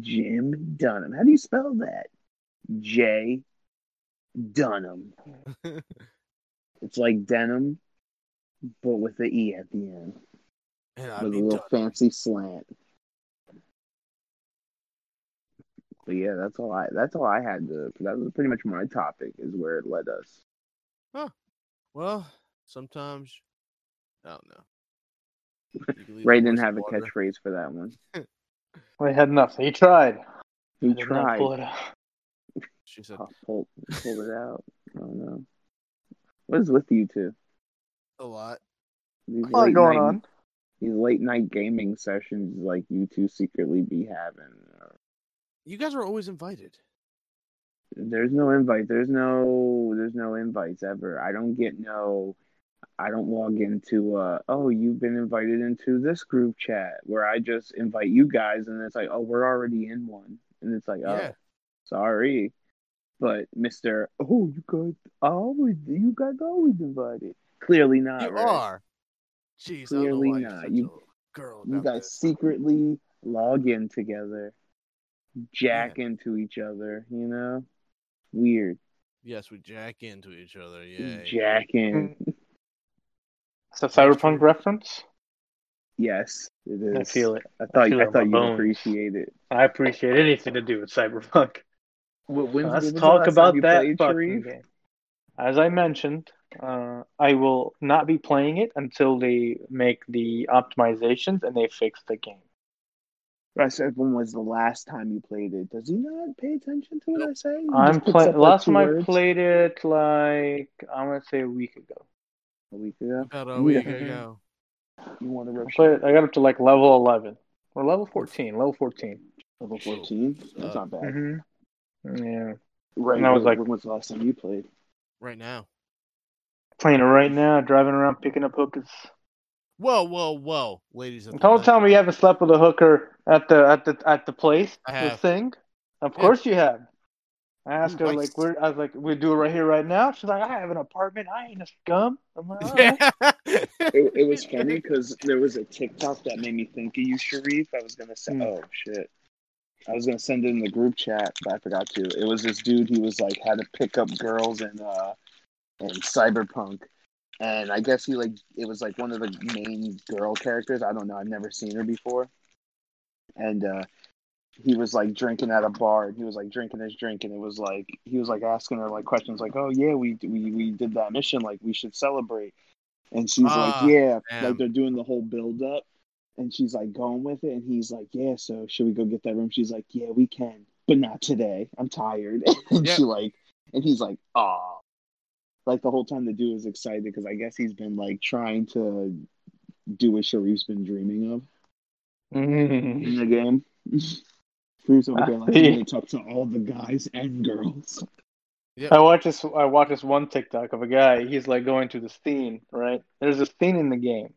Speaker 3: Jim Dunham. How do you spell that? J Dunham. It's like denim, but with the E at the end,
Speaker 2: And I'll
Speaker 3: with a
Speaker 2: be
Speaker 3: little
Speaker 2: done.
Speaker 3: fancy slant. But yeah, that's all I. That's all I had to. That was pretty much my topic. Is where it led us.
Speaker 2: Well, sometimes I don't know. You can lead
Speaker 3: Ray
Speaker 2: the
Speaker 3: didn't
Speaker 2: horse to
Speaker 3: have a
Speaker 2: water.
Speaker 3: catchphrase for that one.
Speaker 4: I had nothing. He tried.
Speaker 3: He
Speaker 4: I did not
Speaker 3: tried.
Speaker 4: Pull it out.
Speaker 2: She said
Speaker 3: Oh, pulled, pulled it out. I don't know. What is with you two?
Speaker 2: a lot.
Speaker 3: These
Speaker 4: A lot
Speaker 3: late
Speaker 4: going
Speaker 3: night-
Speaker 4: on.
Speaker 3: These late night gaming sessions, like you two secretly be having. or-
Speaker 2: You guys are always invited.
Speaker 3: There's no invite. There's no. There's no invites ever. I don't get no. I don't log into. Uh, oh, you've been invited into this group chat where I just invite you guys, and it's like, oh, we're already in one, and it's like, oh,
Speaker 2: Yeah.
Speaker 3: sorry, but Mister, oh, you guys always, you guys always invited. Clearly not.
Speaker 2: you
Speaker 3: right?
Speaker 2: are. Jeez, I don't know
Speaker 3: Clearly
Speaker 2: why you're
Speaker 3: not.
Speaker 2: such
Speaker 3: You-
Speaker 2: a girl.
Speaker 3: You
Speaker 2: about
Speaker 3: guys
Speaker 2: this.
Speaker 3: secretly log in together, jack into each other. You know, weird.
Speaker 2: Yes, we jack into each other. Yeah.
Speaker 3: Jack in.
Speaker 4: Is that cyberpunk reference?
Speaker 3: Yes, it is.
Speaker 4: I feel it.
Speaker 3: I thought
Speaker 4: feel
Speaker 3: I,
Speaker 4: it in
Speaker 3: thought
Speaker 4: my
Speaker 3: you
Speaker 4: bones.
Speaker 3: appreciate it.
Speaker 4: I appreciate anything to do with cyberpunk.
Speaker 3: Well, when's,
Speaker 4: Let's
Speaker 3: when's the
Speaker 4: talk
Speaker 3: last time
Speaker 4: about
Speaker 3: you
Speaker 4: that
Speaker 3: played
Speaker 4: fucking
Speaker 3: Sharif?
Speaker 4: game. As I mentioned, uh, I will not be playing it until they make the optimizations and they fix the game.
Speaker 3: I said when was the last time you played it? Does he not pay attention to what I say? He
Speaker 4: I'm
Speaker 3: just picks
Speaker 4: playing.
Speaker 3: up, like,
Speaker 4: Last
Speaker 3: two
Speaker 4: time I
Speaker 3: words
Speaker 4: played it, like I want to say a week ago.
Speaker 3: a week ago.
Speaker 2: About
Speaker 3: Yeah.
Speaker 2: a week ago.
Speaker 3: You want to
Speaker 4: I
Speaker 3: rip
Speaker 4: played. It, I got up to like level eleven or level fourteen. Level 14
Speaker 3: level fourteen? That's not bad.
Speaker 4: Mm-hmm. Yeah,
Speaker 3: Right.
Speaker 4: Mm-hmm. And I was
Speaker 3: but
Speaker 4: like-
Speaker 3: when was the last time you played?
Speaker 2: Right now.
Speaker 4: playing it right now. Driving around picking up hookers.
Speaker 2: Whoa, whoa, whoa, ladies. of the
Speaker 4: Don't
Speaker 2: night.
Speaker 4: tell me you haven't slept with a hooker at the at the at the place.
Speaker 2: I
Speaker 4: the
Speaker 2: have.
Speaker 4: thing. Of
Speaker 2: Yeah.
Speaker 4: course you have. I asked her
Speaker 2: Twice.
Speaker 4: like, "Where?" I was like, "We do it right here, right now." She's like, "I have an apartment. I ain't a scum." I'm like, "Oh." "All right."
Speaker 3: It, it was funny because there was a TikTok that made me think of you, Sharif. I was gonna say,
Speaker 4: Hmm.
Speaker 3: oh shit. I was gonna send it in the group chat, but I forgot to. It was this dude. He was like had to pick up girls in uh in cyberpunk, and I guess he like it was like one of the main girl characters. I don't know. I've never seen her before, and uh he was like drinking at a bar and he was like drinking his drink and it was like he was like asking her like questions like oh yeah we we, we did that mission like we should celebrate and she's
Speaker 2: Ah,
Speaker 3: like yeah
Speaker 2: damn.
Speaker 3: like they're doing the whole build up and she's like going with it and he's like yeah so should we go get that room she's like yeah we can but not today i'm tired and
Speaker 2: Yeah.
Speaker 3: she like and he's like oh like the whole time the dude was excited because i guess he's been like trying to do what sharif's been dreaming of
Speaker 4: Mhm.
Speaker 3: in the game
Speaker 1: Drew's over there like really talks to all the guys and girls.
Speaker 4: I watch this. I watch this one TikTok of a guy. He's like going through this scene. Right? There's this scene in the game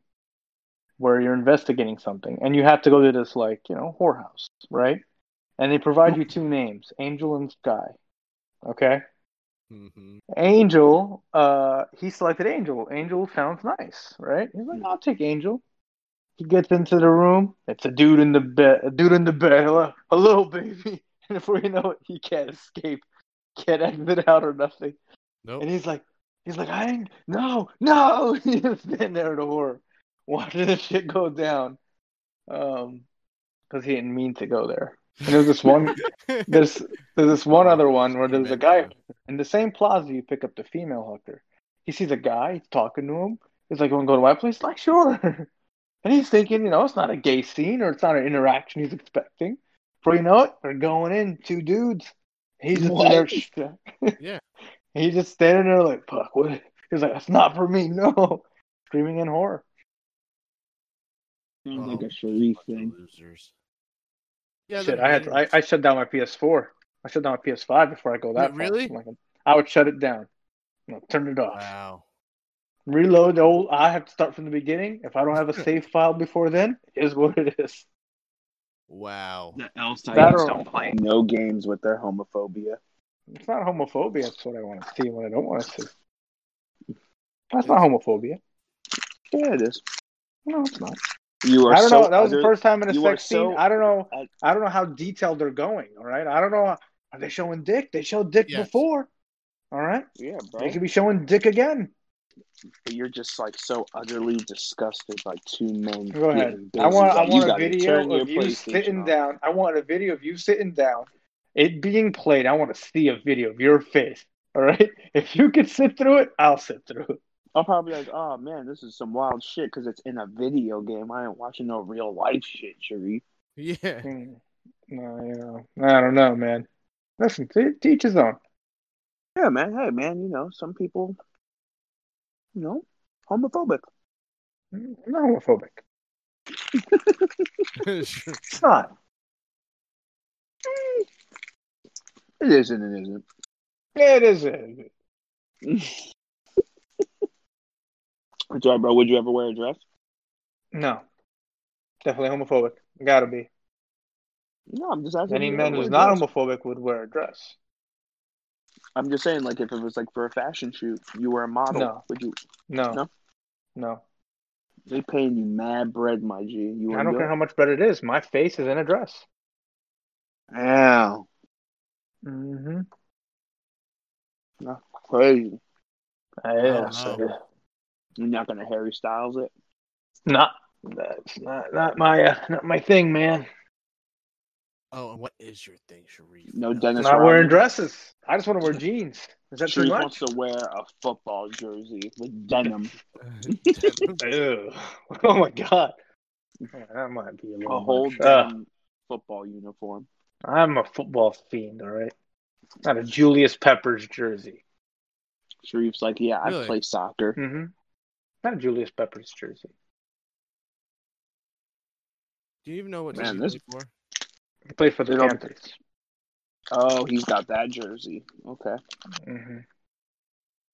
Speaker 4: where you're investigating something, and you have to go to this like you know whorehouse, right? And they provide you two names, Angel and Sky. Okay.
Speaker 2: Mm-hmm.
Speaker 4: Angel, uh, he selected Angel. Angel sounds nice, right? He's like, I'll take Angel. He gets into the room. It's a dude in the bed. A dude in the bed. Hello, hello, baby. And before you know it, he can't escape, can't exit out or nothing.
Speaker 2: Nope.
Speaker 4: And he's like, he's like, I ain't, no, no. He's just standing there in horror, watching this shit go down, um, because he didn't mean to go there. And there's this one, there's there's this one other one where there's a guy in the same plaza you pick up the female hooker. He sees a guy, he's talking to him. He's like, "You want to go to my place?" Like, sure. And he's thinking, you know, it's not a gay scene or it's not an interaction he's expecting. Before you know it, they're going in, two dudes. He's just
Speaker 1: What?
Speaker 4: there. st-
Speaker 2: Yeah.
Speaker 4: He's just standing there like, fuck, what? He's like, that's not for me, no. Screaming in horror.
Speaker 1: Sounds
Speaker 2: Oh,
Speaker 1: like a Sharif
Speaker 2: fucking
Speaker 1: thing.
Speaker 2: Losers. Yeah,
Speaker 4: Shit,
Speaker 2: the
Speaker 4: I had I,
Speaker 2: beginnings.
Speaker 4: I shut down my PS4. I shut down my PS5 before I go that
Speaker 2: Wait,
Speaker 4: far.
Speaker 2: really?
Speaker 4: Like, I would shut it down. You know, turn it off.
Speaker 2: Wow.
Speaker 4: Reload the old. I have to start from the beginning. If I don't have a save file before then, it is what it is.
Speaker 2: Wow.
Speaker 1: The L side
Speaker 4: That
Speaker 1: is
Speaker 4: or-
Speaker 1: don't play.
Speaker 3: No games with their homophobia.
Speaker 4: It's not homophobia. That's what I want to see. and What I don't want to see. That's not homophobia.
Speaker 3: Yeah, it is.
Speaker 4: No, it's not.
Speaker 3: You are.
Speaker 4: I don't
Speaker 3: so
Speaker 4: know. That was the
Speaker 3: other-
Speaker 4: first time in a
Speaker 3: you are
Speaker 4: sex scene.
Speaker 3: so-
Speaker 4: I don't know.
Speaker 3: I-
Speaker 4: I don't know how detailed they're going. All right. I don't know. Are they showing dick? They showed dick
Speaker 2: Yes.
Speaker 4: before. All right.
Speaker 3: Yeah, bro.
Speaker 4: They could be showing dick again.
Speaker 3: But you're just like so utterly disgusted by two men.
Speaker 4: Go ahead.
Speaker 3: getting
Speaker 4: I
Speaker 3: busy
Speaker 4: want.
Speaker 3: that
Speaker 4: I
Speaker 3: you
Speaker 4: want a
Speaker 3: gotta turn
Speaker 4: video
Speaker 3: your
Speaker 4: of you
Speaker 3: PlayStation
Speaker 4: sitting
Speaker 3: off.
Speaker 4: down. I want a video of you sitting down. It being played. I want to see a video of your face. All right. If you could sit through it, I'll sit through it.
Speaker 3: I'm probably like, oh man, this is some wild shit because it's in a video game. I ain't watching no real life shit, Sharif.
Speaker 2: Yeah.
Speaker 4: Hmm. No, you know, I don't know, man. Listen, t- teach his own.
Speaker 3: Yeah, man. Hey, man. You know, some people, you know, homophobic.
Speaker 4: I'm not homophobic.
Speaker 2: Sure.
Speaker 4: It's not.
Speaker 3: Mm. It isn't. It isn't.
Speaker 4: It is. a-
Speaker 3: That's right, bro. Would you ever wear a dress?
Speaker 4: No. Definitely homophobic. Gotta be.
Speaker 3: No, I'm just asking.
Speaker 4: Any
Speaker 3: if you
Speaker 4: man
Speaker 3: ever
Speaker 4: who's
Speaker 3: wear a
Speaker 4: not
Speaker 3: dress.
Speaker 4: homophobic would wear a dress.
Speaker 3: I'm just saying, like, if it was like for a fashion shoot, you were a model.
Speaker 4: No.
Speaker 3: Would you?
Speaker 4: No.
Speaker 3: No?
Speaker 4: No.
Speaker 3: They paying you mad bread, my G. You
Speaker 4: I
Speaker 3: wouldn't
Speaker 4: don't
Speaker 3: do
Speaker 4: care
Speaker 3: it?
Speaker 4: how much bread it is. My face is in a dress.
Speaker 3: Ow,
Speaker 4: Mm-hmm.
Speaker 3: crazy.
Speaker 4: Yeah.
Speaker 2: Oh,
Speaker 3: You're not gonna Harry Styles it.
Speaker 4: Not. That's not not my uh, not my thing, man.
Speaker 2: Oh, and what is your thing, Sharif?
Speaker 3: No Dennis.
Speaker 4: not
Speaker 3: Rodman.
Speaker 4: wearing dresses. I just want to wear jeans. Is that too
Speaker 3: Sharif
Speaker 4: much?
Speaker 3: wants to wear a football jersey with denim,
Speaker 4: Ew. Oh my god. Yeah, That might be a
Speaker 3: a
Speaker 4: little
Speaker 3: whole
Speaker 4: much. Ugh.
Speaker 3: denim football uniform.
Speaker 4: I'm a football fiend, all right? Not a Julius Peppers jersey.
Speaker 3: Sharif's like, yeah, I
Speaker 2: Really?
Speaker 3: play soccer.
Speaker 4: Mm-hmm. Not a Julius Peppers jersey.
Speaker 2: Do you even know what
Speaker 3: Man,
Speaker 2: team
Speaker 3: this-
Speaker 2: you play for?
Speaker 4: He played for the
Speaker 3: It'll-
Speaker 4: Panthers.
Speaker 3: Oh, he's got that jersey. Okay,
Speaker 4: Mm-hmm.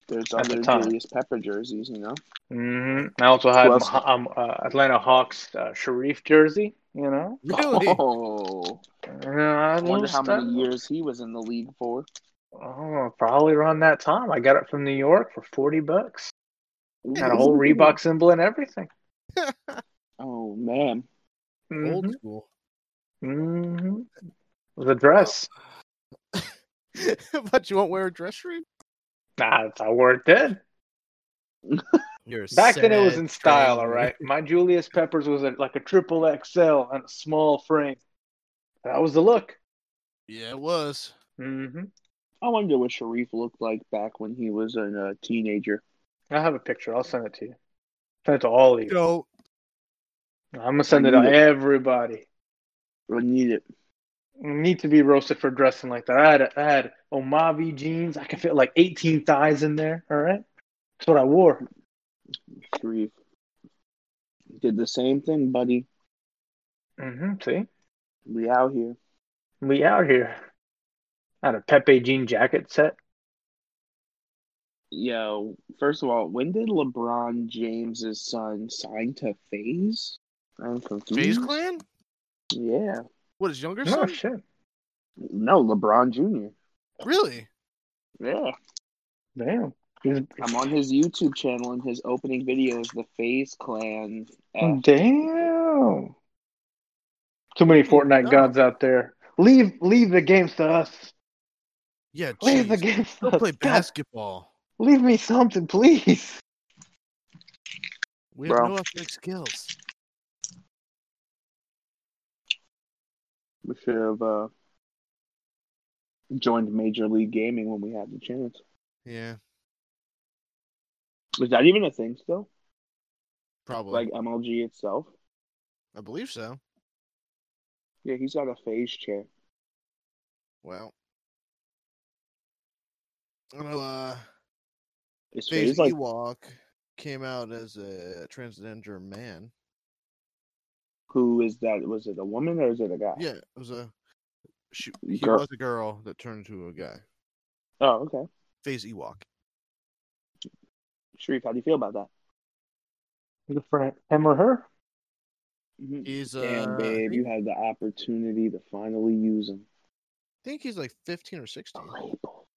Speaker 3: there's
Speaker 4: At the
Speaker 3: other
Speaker 4: time.
Speaker 3: Julius Pepper jerseys, you know.
Speaker 4: hmm I also had
Speaker 3: Who else?
Speaker 4: Mah- um, uh, Atlanta Hawks uh, Sharif jersey. You know,
Speaker 2: Really?
Speaker 3: Oh,
Speaker 4: Uh, I
Speaker 3: I wonder
Speaker 4: lost
Speaker 3: how many
Speaker 4: that-
Speaker 3: years he was in the league for.
Speaker 4: Oh, probably around that time. I got it from New York for forty bucks. Had a whole
Speaker 3: Ooh.
Speaker 4: Reebok symbol and everything.
Speaker 3: Oh man,
Speaker 2: Old
Speaker 4: Mm-hmm.
Speaker 2: school.
Speaker 4: hmm With a dress.
Speaker 2: but you won't wear a dress, Sharif?
Speaker 4: Nah, that's how worked it.
Speaker 2: You're a
Speaker 4: Back then, it was
Speaker 2: sad
Speaker 4: in style.
Speaker 2: train.
Speaker 4: All right, my Julius Peppers was a, like a triple XL and a small frame. That was the look.
Speaker 2: Yeah, it was.
Speaker 4: hmm
Speaker 3: I wonder what Sharif looked like back when he was a teenager.
Speaker 4: I have a picture. I'll send it to you. Send it to all of you.
Speaker 2: No.
Speaker 4: I'm gonna send it
Speaker 3: need
Speaker 4: to
Speaker 3: it.
Speaker 4: everybody.
Speaker 3: We need it.
Speaker 4: Need to be roasted for dressing like that. I had I had Omavi jeans. I could fit like 18 thighs in there. All right, that's what I wore.
Speaker 3: Sharif did the same thing, buddy.
Speaker 4: hmm see,
Speaker 3: We out here.
Speaker 4: We out here. Out a Pepe jean jacket set.
Speaker 3: Yo, first of all, when did LeBron James's son sign to Phase? I'm confused.
Speaker 4: Mm-hmm.
Speaker 2: Phase Clan?
Speaker 3: Yeah.
Speaker 2: What is younger
Speaker 4: Oh
Speaker 2: son?
Speaker 4: shit!
Speaker 3: No, LeBron Jr.
Speaker 2: Really?
Speaker 3: Yeah.
Speaker 4: Damn. He's-
Speaker 3: I'm on his YouTube channel and his opening video is the Phase Clan. F.
Speaker 4: Damn. Too many Fortnite
Speaker 2: No.
Speaker 4: gods out there. Leave, leave the games to us.
Speaker 2: Yeah.
Speaker 4: Leave the
Speaker 2: jeez.
Speaker 4: games to
Speaker 2: Go
Speaker 4: us.
Speaker 2: play
Speaker 4: God,
Speaker 2: basketball.
Speaker 4: leave me something, please.
Speaker 2: We have
Speaker 3: Bro.
Speaker 2: no athletic skills.
Speaker 3: We should have uh, joined Major League Gaming when we had the chance.
Speaker 2: Yeah,
Speaker 3: Is that even a thing still?
Speaker 2: probably.
Speaker 3: Like MLG itself?
Speaker 2: I believe so.
Speaker 3: Yeah, he's got a phase chair.
Speaker 2: Well, I know. Uh,
Speaker 3: Is phase
Speaker 2: Phase
Speaker 3: like
Speaker 2: Ewok came out as a transgender man.
Speaker 3: who is that? Was it a woman or is it a guy?
Speaker 2: Yeah, it was a. She, he
Speaker 3: Girl.
Speaker 2: was a girl that turned into a guy.
Speaker 3: Oh, okay.
Speaker 2: Phase Ewok.
Speaker 3: Sharif, how do you feel about that?
Speaker 4: Good for him or her.
Speaker 3: Mhm.
Speaker 2: He's uh,
Speaker 3: Damn,
Speaker 2: I
Speaker 3: babe,
Speaker 2: think-
Speaker 3: you had the opportunity to finally use him.
Speaker 2: I think he's like 15 or 16.
Speaker 3: Label.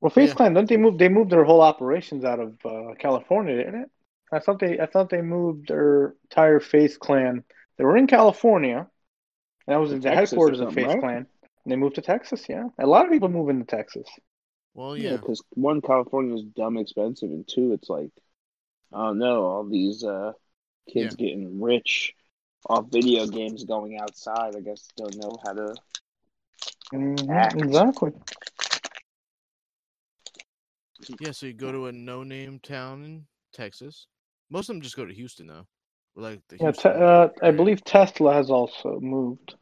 Speaker 4: Well, Face
Speaker 2: Yeah.
Speaker 4: Clan, don't they move? They moved their whole operations out of uh, California, didn't it? I thought they, I thought they moved their entire Face Clan. They were in California, and that was
Speaker 3: To
Speaker 4: in the
Speaker 3: Texas or
Speaker 4: headquarters of
Speaker 3: something,
Speaker 4: Face
Speaker 3: right?
Speaker 4: Clan. And they moved to Texas. Yeah, a lot of people move into Texas.
Speaker 2: Well,
Speaker 3: Yeah,
Speaker 2: yeah.
Speaker 3: because one, California is dumb expensive, and two, it's like, oh no, all these uh, kids getting rich off video games going outside. I guess don't know how to.
Speaker 4: Mhm,
Speaker 3: Act.
Speaker 4: Exactly.
Speaker 2: Yeah, so you go to a no name town in Texas. Most of them just go to Houston, though. Or, Like the
Speaker 4: Yeah, te-
Speaker 2: Houston
Speaker 4: uh, I
Speaker 2: area.
Speaker 4: believe Tesla has also moved.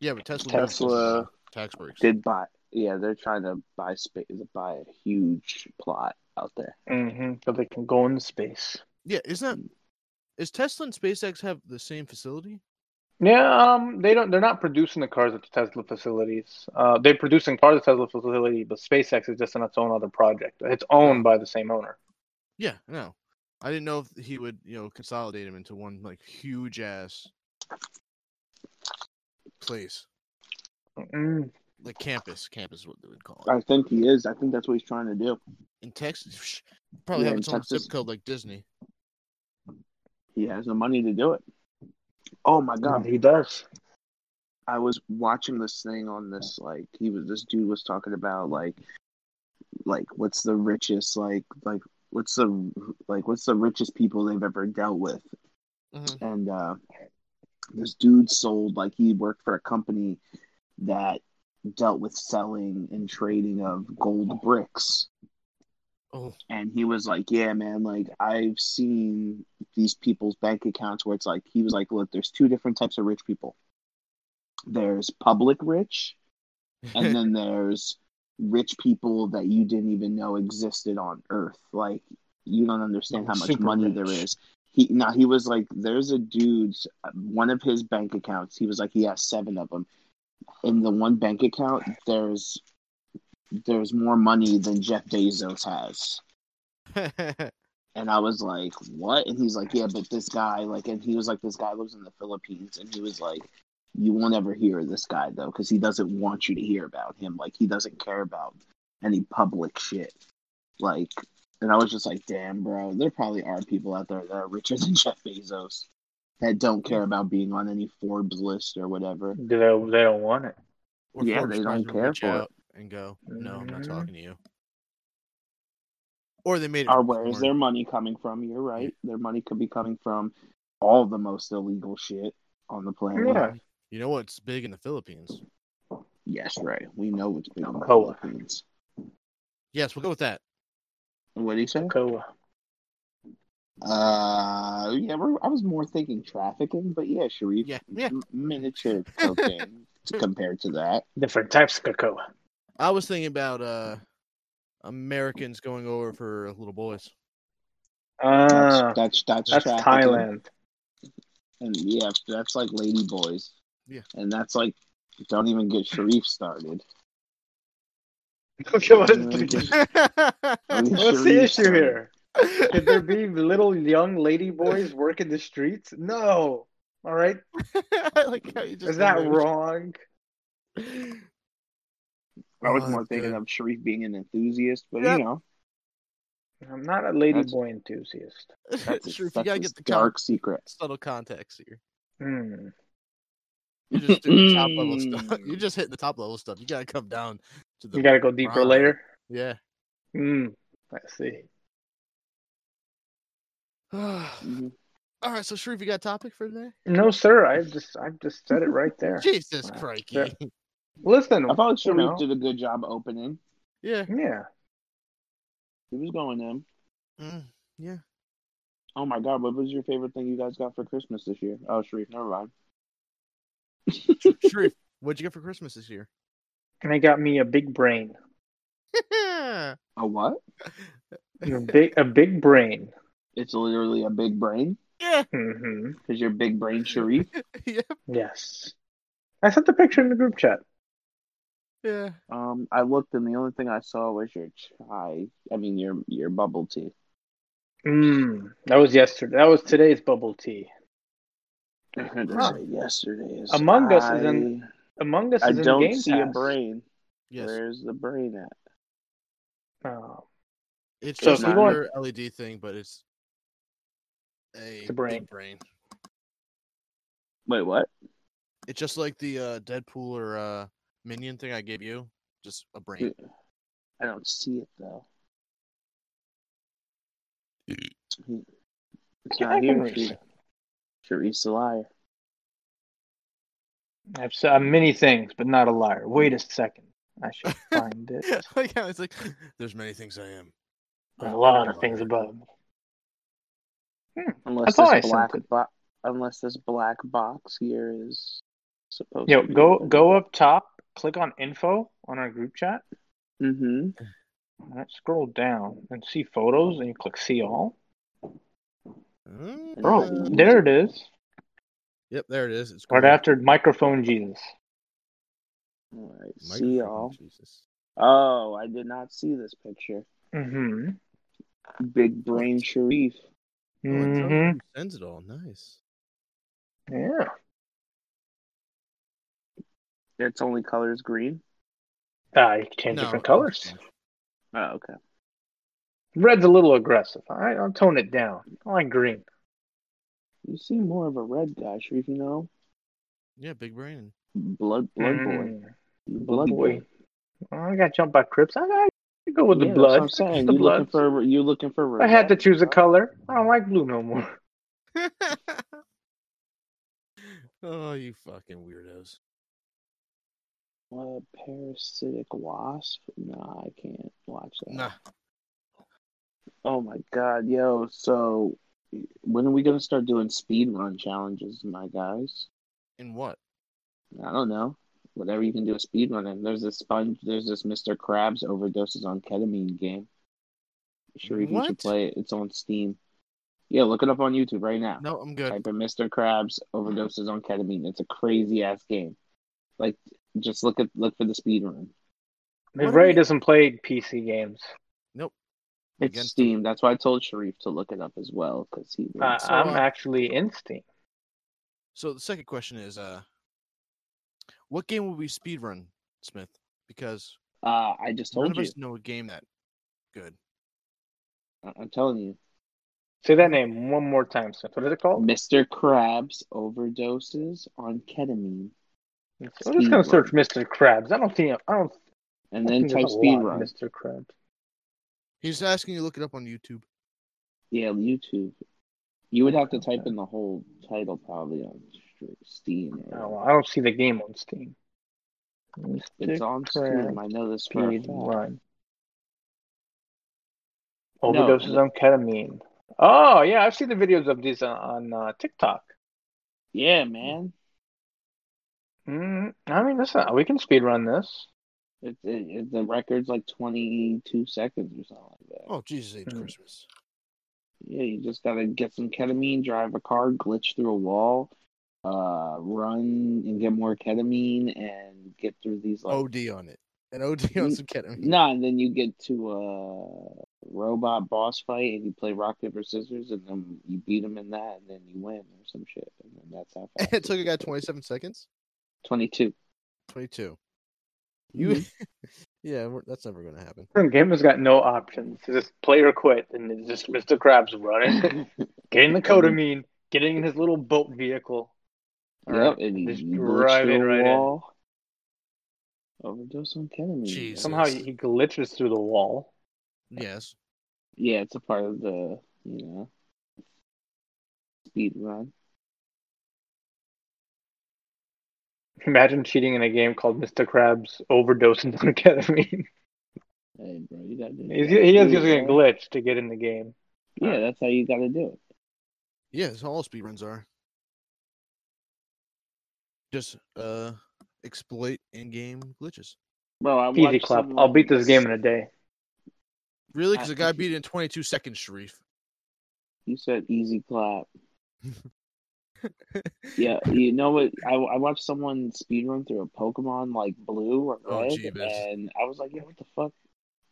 Speaker 2: Yeah, but Tesla,
Speaker 3: Tesla
Speaker 2: tax breaks.
Speaker 3: Did buy? Yeah, they're trying to buy space, buy a huge plot out there.
Speaker 4: Mm-hmm. But they can go into space.
Speaker 2: Yeah, isn't that? Is Tesla and SpaceX have the same facility?
Speaker 4: Yeah, um, they don't. They're not producing the cars at the Tesla facilities. Uh, they're producing cars at the Tesla facility, but SpaceX is just on its own other project. It's owned by the same owner.
Speaker 2: Yeah, no. I didn't know if he would, you know, consolidate them into one like huge ass place,
Speaker 4: Mm.
Speaker 2: like campus. Campus, is what they would call it
Speaker 3: I think he is. I think that's what he's trying to do.
Speaker 2: in Texas. psh, Probably
Speaker 3: Yeah,
Speaker 2: have
Speaker 3: in
Speaker 2: its own
Speaker 3: Texas.
Speaker 2: zip code like Disney.
Speaker 3: He has the money to do it. Oh my god,
Speaker 4: he does.
Speaker 3: I was watching this thing on this like he was this dude was talking about like like what's the richest like like what's the like what's the richest people they've ever dealt with
Speaker 2: Mhm.
Speaker 3: and uh this dude sold like he worked for a company that dealt with selling and trading of gold bricks
Speaker 2: Oh,
Speaker 3: and he was like, "Yeah, man, like I've seen these people's bank accounts where it's like he was like, look, there's two different types of rich people. There's public rich, and then there's rich people that you didn't even know existed on Earth. Like you don't understand how much
Speaker 4: Super
Speaker 3: money
Speaker 4: rich.
Speaker 3: there is." He now he was like, "There's a dude's one of his bank accounts. He was like, he has seven of them. In the one bank account, there's." There's more money than Jeff Bezos has and I was like, "What?" And he's like, "Yeah, but this guy, like, and he was like, this guy lives in the Philippines, and he was like, you won't ever hear this guy though, because he doesn't want you to hear about him. Like, he doesn't care about any public shit. Like, and I was just like, damn, bro, there probably are people out there that are richer than Jeff Bezos that don't care about being on any Forbes list or whatever.
Speaker 4: They don't, they don't want it.
Speaker 2: Or
Speaker 3: Yeah,
Speaker 2: Forbes
Speaker 3: they
Speaker 2: tries
Speaker 3: don't
Speaker 2: to
Speaker 3: care
Speaker 2: reach
Speaker 3: for it. Mm-hmm.
Speaker 2: out and go, no, I'm not
Speaker 4: Mhm.
Speaker 2: talking to you. Or they made it.
Speaker 3: Or where is
Speaker 2: smart.
Speaker 3: their money coming from? You're right. Their money could be coming from all the most illegal shit on the planet.
Speaker 4: Yeah.
Speaker 2: You know what's big in the Philippines?
Speaker 3: Yes, right. We know what's been on the
Speaker 4: Cola.
Speaker 3: Philippines.
Speaker 2: Yes, we'll go with that.
Speaker 3: What do you say?
Speaker 4: Cool.
Speaker 3: Uh, yeah, we're, I was more thinking trafficking, but yeah, Sharif,
Speaker 2: Yeah, yeah.
Speaker 3: m- miniature cocaine to- compared to that.
Speaker 4: Different types of cocoa.
Speaker 2: I was thinking about uh Americans going over for little boys.
Speaker 4: Ah,
Speaker 3: That's that's, that's,
Speaker 4: Uh, that's
Speaker 3: trafficking.
Speaker 4: Thailand.
Speaker 3: And yeah, that's like Lady Boys.
Speaker 2: Yeah.
Speaker 3: And that's like, don't even get Sharif started.
Speaker 4: Okay, what is
Speaker 3: Let's
Speaker 4: the,
Speaker 3: Don't get
Speaker 4: what's the
Speaker 3: Sharif
Speaker 4: issue
Speaker 3: started.
Speaker 4: here? Could there be little young lady boys working the streets? No. All right.
Speaker 2: I like how you just
Speaker 4: Is that
Speaker 2: did
Speaker 4: wrong?
Speaker 3: I was
Speaker 2: Oh,
Speaker 3: more
Speaker 2: that's
Speaker 3: thinking
Speaker 2: good.
Speaker 3: of Sharif being an enthusiast, but
Speaker 2: Yeah.
Speaker 3: you know,
Speaker 4: I'm not a lady
Speaker 3: That's-
Speaker 4: boy enthusiast.
Speaker 3: that's a,
Speaker 2: Sure, if you
Speaker 3: that's
Speaker 2: gotta
Speaker 3: a
Speaker 2: get the con-
Speaker 3: dark secret.
Speaker 2: subtle context here.
Speaker 4: Hmm.
Speaker 2: You're just doing the top level stuff. You're just hitting the top level stuff. You gotta come down to the
Speaker 4: You gotta go deeper
Speaker 2: Right.
Speaker 4: later.
Speaker 2: yeah.
Speaker 4: Hmm. I see.
Speaker 2: All
Speaker 3: Mhm.
Speaker 2: right, so Sharif, you got a topic for today?
Speaker 4: No, sir. I just I just said it right there.
Speaker 2: Jesus
Speaker 4: Wow.
Speaker 2: crikey!
Speaker 4: Yeah. Listen.
Speaker 3: I thought Sharif
Speaker 4: know.
Speaker 3: did a good job opening.
Speaker 2: Yeah,
Speaker 4: Yeah.
Speaker 3: He was going in.
Speaker 2: Mm,
Speaker 3: Oh my god, what was your favorite thing you guys got for Christmas this year? Oh, Sharif, never mind.
Speaker 2: Sh- Sharif, what'd you get for Christmas this year?
Speaker 4: And they got me a big brain.
Speaker 3: A what?
Speaker 4: A big a big brain.
Speaker 3: It's literally a big brain
Speaker 2: yeah,
Speaker 4: hmm
Speaker 3: because you're big brain Sharif.
Speaker 2: yeah,
Speaker 4: Yes. I sent the picture in the group chat.
Speaker 2: yeah.
Speaker 3: Um, I looked and the only thing I saw was your chai. I mean, your your bubble tea.
Speaker 4: Mm, that was yesterday. That was today's bubble tea.
Speaker 3: I heard
Speaker 4: Huh.
Speaker 3: say yesterday's.
Speaker 4: Among Us is
Speaker 3: I-
Speaker 4: in- Among Us
Speaker 3: I
Speaker 4: is in
Speaker 3: don't
Speaker 4: Game
Speaker 3: see a
Speaker 4: Pass.
Speaker 3: brain.
Speaker 2: Yes,
Speaker 3: Where's the brain at?
Speaker 4: Oh,
Speaker 2: it's
Speaker 4: So
Speaker 2: just
Speaker 3: if you
Speaker 4: want-
Speaker 2: another LED thing, but it's a
Speaker 4: a brain.
Speaker 2: big brain.
Speaker 3: Wait, what?
Speaker 2: It's just like the uh, Deadpool or uh, Minion thing I gave you, just a brain.
Speaker 3: I don't see it though. It's
Speaker 4: Yeah,
Speaker 3: not
Speaker 4: I can
Speaker 3: here.
Speaker 4: read
Speaker 3: Sharif.
Speaker 4: it.
Speaker 3: Sharif's a liar.
Speaker 4: I've said uh, many things, but not a liar. Wait a second. I should find it.
Speaker 2: like how it's like, there's many things I am.
Speaker 4: There are a lot of things about me.
Speaker 3: Unless
Speaker 4: thought I
Speaker 3: this
Speaker 4: sent
Speaker 3: black
Speaker 4: it.
Speaker 3: bo- unless this black box here is supposed.
Speaker 4: Yo,
Speaker 3: to be
Speaker 4: go go up top, click on info on our group chat.
Speaker 3: Mm-hmm.
Speaker 4: All right, scroll down and see photos, and you click see all. Bro,
Speaker 2: Mm.
Speaker 4: there it is.
Speaker 2: Yep, there it is. It's
Speaker 4: Right
Speaker 2: gold.
Speaker 4: after microphone Jesus.
Speaker 3: All right. See
Speaker 2: Microphone,
Speaker 3: y'all.
Speaker 2: Jesus.
Speaker 3: Oh, I did not see this picture.
Speaker 4: Mm-hmm.
Speaker 3: Big brain Sharif.
Speaker 2: Oh, and Joe
Speaker 4: Mm-hmm.
Speaker 2: sends it all. Nice.
Speaker 4: Yeah.
Speaker 3: Its only color is green.
Speaker 4: Ah, you can change
Speaker 2: No,
Speaker 4: different
Speaker 2: I don't
Speaker 4: colors.
Speaker 2: think so.
Speaker 3: Oh, okay.
Speaker 4: Red's a little aggressive. All right, I'll tone it down. I like green.
Speaker 3: You seem more of a red guy, Sharif. You know,
Speaker 2: Yeah, big brain.
Speaker 3: blood, blood boy,
Speaker 4: Mm, Oh,
Speaker 3: blood boy.
Speaker 4: I got jumped by Crips. I got to go with the
Speaker 3: Yeah, that's what
Speaker 4: blood.
Speaker 3: I'm saying.
Speaker 4: The
Speaker 3: you looking
Speaker 4: blood.
Speaker 3: for you looking for
Speaker 4: I
Speaker 3: red.
Speaker 4: had to choose a color. I don't like blue no more.
Speaker 2: oh, you fucking weirdos.
Speaker 3: Uh, parasitic wasp? Nah, I can't watch that.
Speaker 2: Nah.
Speaker 3: Oh my god, yo! So when are we gonna start doing speed run challenges, my guys?
Speaker 2: In what?
Speaker 3: I don't know. Whatever you can do a speed run in. There's this sponge. There's this Mr. Krabs overdoses on ketamine game. Sharif, you
Speaker 2: What?
Speaker 3: should play it. It's on Steam. Yeah, look it up on YouTube right now.
Speaker 2: No, I'm good.
Speaker 3: Type in Mr. Krabs overdoses on ketamine. It's a crazy ass game. Like, just look at look for the speed run.
Speaker 2: What
Speaker 4: Ray
Speaker 2: are we-
Speaker 4: doesn't play PC games.
Speaker 2: I'm
Speaker 3: It's
Speaker 2: against
Speaker 3: Steam. That's why I told Sharif to look it up as well because he.
Speaker 4: Uh,
Speaker 2: So,
Speaker 4: I'm
Speaker 2: uh,
Speaker 4: actually in Steam.
Speaker 2: So the second question is, uh, what game will we speedrun, Smith? Because
Speaker 3: Uh, I just
Speaker 2: none
Speaker 3: told
Speaker 2: of
Speaker 3: you.
Speaker 2: us know a game that good.
Speaker 3: I- I'm telling you,
Speaker 4: Say that name one more time, Smith. What is it called?
Speaker 3: Mr. Krabs overdoses on ketamine,
Speaker 4: I'm just gonna search Mr. Krabs. I don't think I don't.
Speaker 3: and
Speaker 4: I
Speaker 3: then
Speaker 4: think there's
Speaker 3: type
Speaker 4: a
Speaker 3: speed
Speaker 4: lot of
Speaker 3: run.
Speaker 4: Mr. Krabs.
Speaker 2: He's asking you to look it up on YouTube.
Speaker 3: Yeah, YouTube. You would have to type in the whole title probably on Sh- Steam. or-
Speaker 4: Oh, I don't see the game on Steam.
Speaker 3: It's
Speaker 4: Mr.
Speaker 3: on
Speaker 4: Krabs.
Speaker 3: Steam. I know this for a
Speaker 4: speed
Speaker 3: fact.
Speaker 4: run.
Speaker 3: No,
Speaker 4: Overdoses
Speaker 3: no.
Speaker 4: on ketamine. Oh yeah, I've seen the videos of these on, on uh, TikTok.
Speaker 3: Yeah, man.
Speaker 4: Mm, I mean, listen, we can speed run this.
Speaker 3: It, it, it- the record's like 22 seconds or something like that.
Speaker 1: Hmm.
Speaker 2: Oh, Jesus, ain't
Speaker 4: Mm.
Speaker 2: Christmas.
Speaker 1: Yeah, you just gotta get some ketamine, drive a car, glitch through a wall, uh, run and get more ketamine, and get through these like
Speaker 2: OD on it. An OD on
Speaker 1: Mm,
Speaker 2: some ketamine.
Speaker 1: No, and then you get to a robot boss fight, and you play rock paper scissors, and then you beat him in that, and then you win or some shit, and then that's how fast
Speaker 2: it took a guy 27 seconds.
Speaker 1: Twenty-two.
Speaker 2: 22. You,
Speaker 1: Mm-hmm.
Speaker 2: yeah, we're, that's never going to happen.
Speaker 4: Different game has got no options. Just play or quit, and it's just Mr. Krabs running, getting the cotamine, getting in his little boat vehicle.
Speaker 1: Yep, and you,
Speaker 4: Just
Speaker 1: you glitch
Speaker 4: driving
Speaker 1: through
Speaker 4: right
Speaker 1: a
Speaker 4: in.
Speaker 1: wall. Overdose on ketamine.
Speaker 2: Jeez.
Speaker 4: Somehow
Speaker 2: Jesus.
Speaker 4: he he glitches through the wall.
Speaker 2: Yes.
Speaker 1: Yeah, it's a part of the you know speed run.
Speaker 4: Imagine cheating in a game called Mr. Krabs overdosing on ketamine.
Speaker 1: Hey, bro, you gotta do
Speaker 4: He's,
Speaker 1: that.
Speaker 4: he is
Speaker 1: Yeah.
Speaker 4: using a glitch to get in the game.
Speaker 1: Yeah, that's how you gotta do it.
Speaker 2: Yeah, it's how all speedruns are. Just uh exploit in game glitches.
Speaker 1: Bro, I
Speaker 4: Easy
Speaker 1: watched
Speaker 4: clap.
Speaker 1: someone-
Speaker 4: I'll beat this game in a day.
Speaker 2: Really?
Speaker 1: I
Speaker 2: Because the guy
Speaker 1: think you-
Speaker 2: beat it in 22 seconds, Sharif.
Speaker 1: You said easy clap. Yeah, you know what? I, I watched someone speedrun through a Pokemon like blue or
Speaker 2: Oh,
Speaker 1: red,
Speaker 2: Jeebus.
Speaker 1: and I was like, yeah, what the fuck?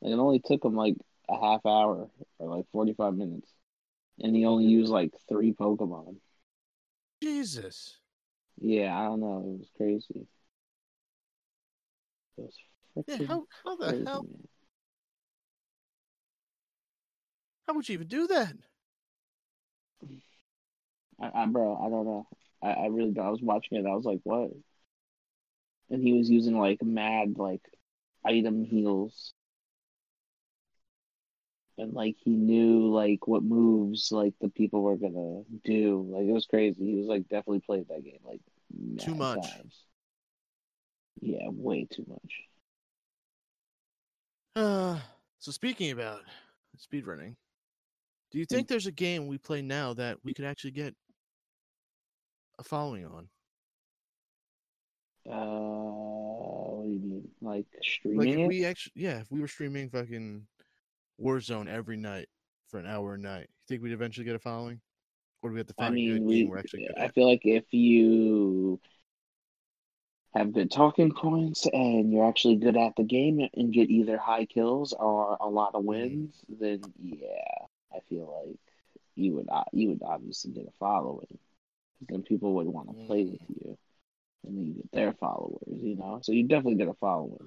Speaker 1: Like, it only took him like a half hour or like 45 minutes, and he only used like three Pokemon.
Speaker 2: Jesus.
Speaker 1: Yeah, I don't know. It was crazy. It was
Speaker 2: Yeah,
Speaker 1: frickin'
Speaker 2: how, how the
Speaker 1: crazy,
Speaker 2: hell?
Speaker 1: man.
Speaker 2: How would you even do that?
Speaker 1: I, I, bro, I don't know. I, I really don't. I was watching it. I was like, what? And he was using like mad like item heals, and like he knew like what moves like the people were gonna do. Like it was crazy. He was like definitely played that game like
Speaker 2: Too
Speaker 1: mad
Speaker 2: much.
Speaker 1: times. Yeah, way too much.
Speaker 2: Uh, so speaking about speedrunning, do you
Speaker 4: Mm.
Speaker 2: think there's a game we play now that we could actually get a following on?
Speaker 1: Uh, what do you mean? Like
Speaker 2: Like
Speaker 1: streaming
Speaker 2: if
Speaker 1: it?
Speaker 2: we actually, yeah, if we were streaming fucking Warzone every night for an hour a night, you think we'd eventually get a following? Or do we have to
Speaker 1: I
Speaker 2: find a
Speaker 1: mean,
Speaker 2: good
Speaker 1: we.
Speaker 2: game we're actually good
Speaker 1: I
Speaker 2: at?
Speaker 1: feel like if you have good talking points and you're actually good at the game and get either high kills or a lot of
Speaker 2: Mm-hmm.
Speaker 1: wins, then yeah, I feel like you would o- you would obviously get a following. Then people would want to
Speaker 2: Mm-hmm.
Speaker 1: play with you, and then you get their followers. You know, so you definitely get a following.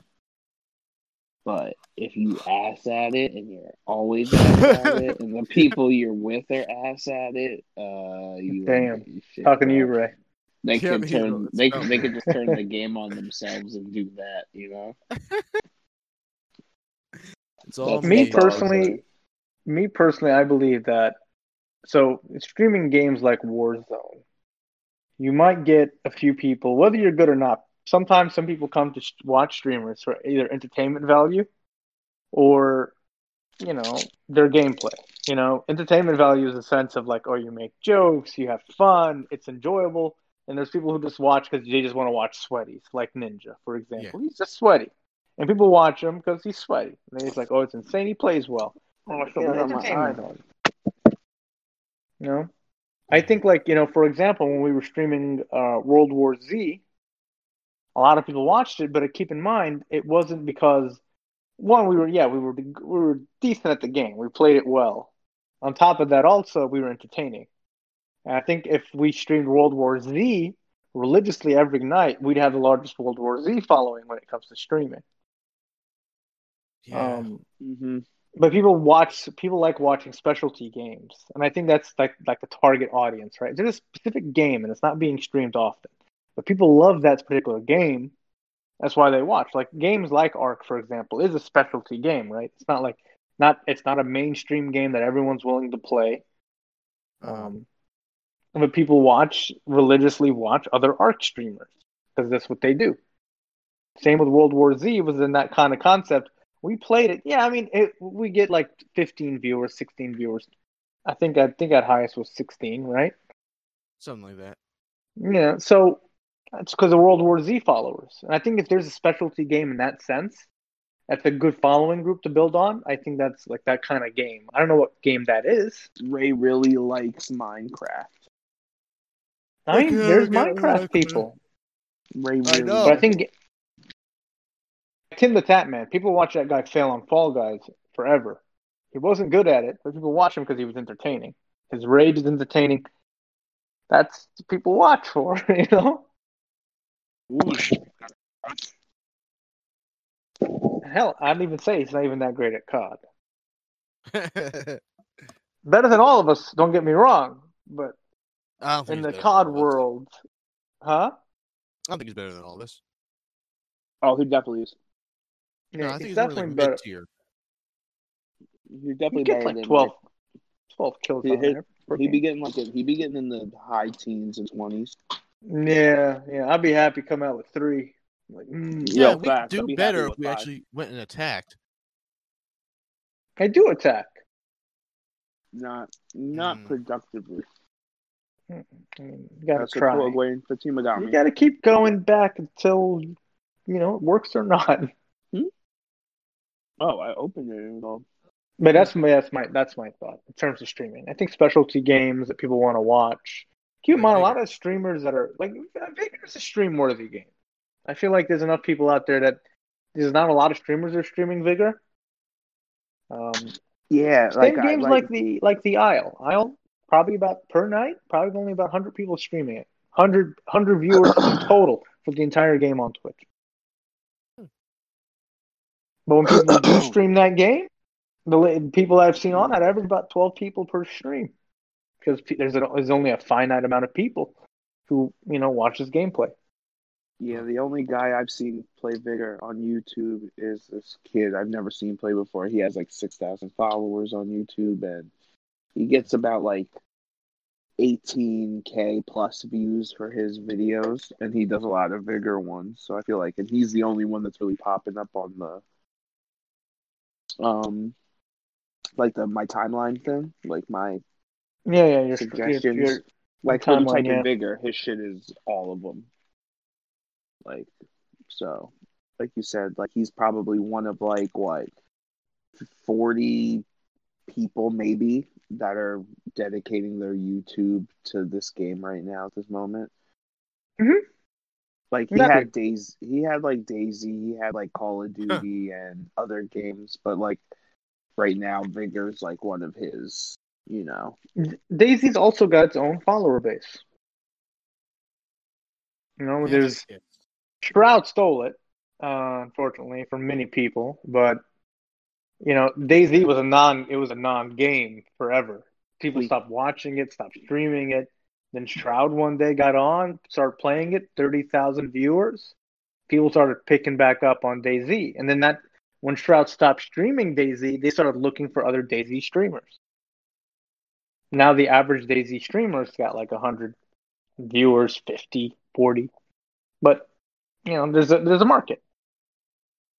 Speaker 1: But if you ass at it and you're always ass at it, and the people you're with are ass at it, uh, you
Speaker 4: Damn.
Speaker 1: shit,
Speaker 4: Talking to you,
Speaker 1: bro.
Speaker 4: Ray.
Speaker 1: They
Speaker 2: Yeah,
Speaker 1: could
Speaker 2: but you know,
Speaker 1: turn
Speaker 2: it's
Speaker 1: they could,
Speaker 2: dumb.
Speaker 1: they could just turn the game on themselves and do that, you know.
Speaker 2: It's all
Speaker 1: That's-
Speaker 4: Me
Speaker 2: me.
Speaker 1: that's all it's
Speaker 4: personally,
Speaker 1: like.
Speaker 4: Me personally, I believe that so streaming games like Warzone, you might get a few people, whether you're good or not. Sometimes some people come to sh- watch streamers for either entertainment value or you know their gameplay. You know, entertainment value is a sense of like, oh, you make jokes, you have fun, it's enjoyable. And there's people who just watch because they just want to watch sweaties, like Ninja, for example. He's just sweaty, and people watch him because he's sweaty. And he's like, oh, it's insane. He plays well. Oh, I feel
Speaker 1: Yeah,
Speaker 4: good on my
Speaker 1: entertainment
Speaker 4: eyes. No. I think, like, you know, for example, when we were streaming uh, World War Z, a lot of people watched it, but keep in mind, it wasn't because, one, we were, yeah, we were, we were decent at the game. We played it well. On top of that, also, we were entertaining. And I think if we streamed World War Z religiously every night, we'd have the largest World War Z following when it comes to streaming.
Speaker 2: Yeah.
Speaker 4: Um,
Speaker 1: Mhm.
Speaker 4: but people watch people like watching specialty games and i think that's like like the target audience right there's a specific game and it's not being streamed often but people love that particular game that's why they watch like games like arc for example is a specialty game right it's not like not it's not a mainstream game that everyone's willing to play
Speaker 2: um,
Speaker 4: um, but people watch religiously watch other arc streamers because that's what they do. Same with World War Z was in that kind of concept. We played it. Yeah, I mean, it, we get like 15 viewers, 16 viewers. I think I think at highest was 16, right?
Speaker 2: something like that.
Speaker 4: Yeah. So that's because of World War Z followers. And I think if there's a specialty game in that sense, that's a good following group to build on. I think that's like that kind of game. I don't know what game that is.
Speaker 3: Ray really likes Minecraft.
Speaker 4: I
Speaker 2: Okay,
Speaker 4: mean, there's
Speaker 2: okay, I
Speaker 4: Minecraft
Speaker 2: like
Speaker 4: people,
Speaker 3: Ray
Speaker 2: I
Speaker 3: really
Speaker 2: know.
Speaker 4: but I think Tim the Tap Man. People watch that guy fail on Fall Guys forever. He wasn't good at it, but people watch him because he was entertaining. His rage is entertaining. That's what people watch for, you know.
Speaker 1: Whoosh.
Speaker 4: Hell, I'd even say he's not even that great at COD. Better than all of us. Don't get me wrong, but
Speaker 2: I don't think
Speaker 4: in
Speaker 2: he's
Speaker 4: the
Speaker 2: better than
Speaker 4: COD
Speaker 2: all of us.
Speaker 4: world, huh?
Speaker 2: I don't think he's better than all of us.
Speaker 3: Oh, he definitely is.
Speaker 2: No, I
Speaker 4: Yeah,
Speaker 2: think
Speaker 4: he's
Speaker 2: he's more like
Speaker 4: definitely better.
Speaker 2: mid tier.
Speaker 3: He's
Speaker 4: He
Speaker 3: definitely
Speaker 4: gets
Speaker 3: better
Speaker 4: like
Speaker 3: than
Speaker 4: 12, 12 kills.
Speaker 3: He
Speaker 4: on
Speaker 3: hit-
Speaker 4: there per
Speaker 3: He'd be
Speaker 4: game.
Speaker 3: getting like a, he'd be getting in the high teens and twenties.
Speaker 4: yeah, yeah. I'd be happy come out with three. Like, mm.
Speaker 2: Yeah,
Speaker 3: Yo,
Speaker 2: we
Speaker 3: facts, I'd
Speaker 2: could
Speaker 3: be
Speaker 2: do
Speaker 3: happy
Speaker 2: better if
Speaker 3: with
Speaker 2: we
Speaker 3: five.
Speaker 2: actually went and attacked.
Speaker 4: I do attack.
Speaker 3: Not not
Speaker 2: Mm.
Speaker 3: productively.
Speaker 4: Mm, You gotta
Speaker 3: That's
Speaker 4: try.
Speaker 3: what Uruguayan Fatima got
Speaker 4: You
Speaker 3: me.
Speaker 4: gotta keep going back until you know it works or not.
Speaker 3: Oh, I opened it and all.
Speaker 4: But that's my that's my that's my thought in terms of streaming. I think specialty games that people want to watch. Keep in
Speaker 2: Like
Speaker 4: mind, a lot
Speaker 2: Vigor.
Speaker 4: of streamers that are like Vigor's a stream worthy game. I feel like there's enough people out there that there's not a lot of streamers that are streaming Vigor. Um,
Speaker 3: Yeah,
Speaker 4: same
Speaker 3: like I-
Speaker 4: games like, the like the Isle. Isle probably about per night, probably only about hundred people streaming it. 100, 100 viewers total for the entire game on Twitch. But when people do stream that game, the la- people I've seen on that average about twelve people per stream, because pe- there's, a, there's only a finite amount of people who you know watch this gameplay.
Speaker 3: yeah, the only guy I've seen play Vigor on YouTube is this kid I've never seen play before. He has like six thousand followers on YouTube, and he gets about like eighteen k plus views for his videos, and he does a lot of Vigor ones. So I feel like, and he's the only one that's really popping up on the um, like the my timeline thing, like my
Speaker 4: Yeah, yeah, your
Speaker 3: Suggestions.
Speaker 4: Your, your,
Speaker 3: like when you
Speaker 4: Timeline,
Speaker 3: type
Speaker 4: yeah.
Speaker 3: in vigor, his shit is all of them. Like so, like you said, like he's probably one of like what forty people maybe that are dedicating their YouTube to this game right now at this moment.
Speaker 4: Mhm.
Speaker 3: Like he
Speaker 4: Exactly.
Speaker 3: had days, he had like Daisy, he had like Call of Duty and other games, but like right now, Vigor's like one of his, you know,
Speaker 4: Daisy's also got its own follower base. You know,
Speaker 2: Yeah,
Speaker 4: there's
Speaker 2: yeah.
Speaker 4: Shroud stole it, uh, unfortunately, for many people. But you know, Daisy was a non. It was a non-game forever. People
Speaker 3: We-
Speaker 4: stopped watching it, stopped streaming it. Then Shroud one day got on, started playing it. Thirty thousand viewers. People started picking back up on Daisy, and then that when Shroud stopped streaming Daisy, they started looking for other Daisy streamers. Now the average Daisy streamer's got like hundred viewers, 50, 40. but you know, there's a there's a market.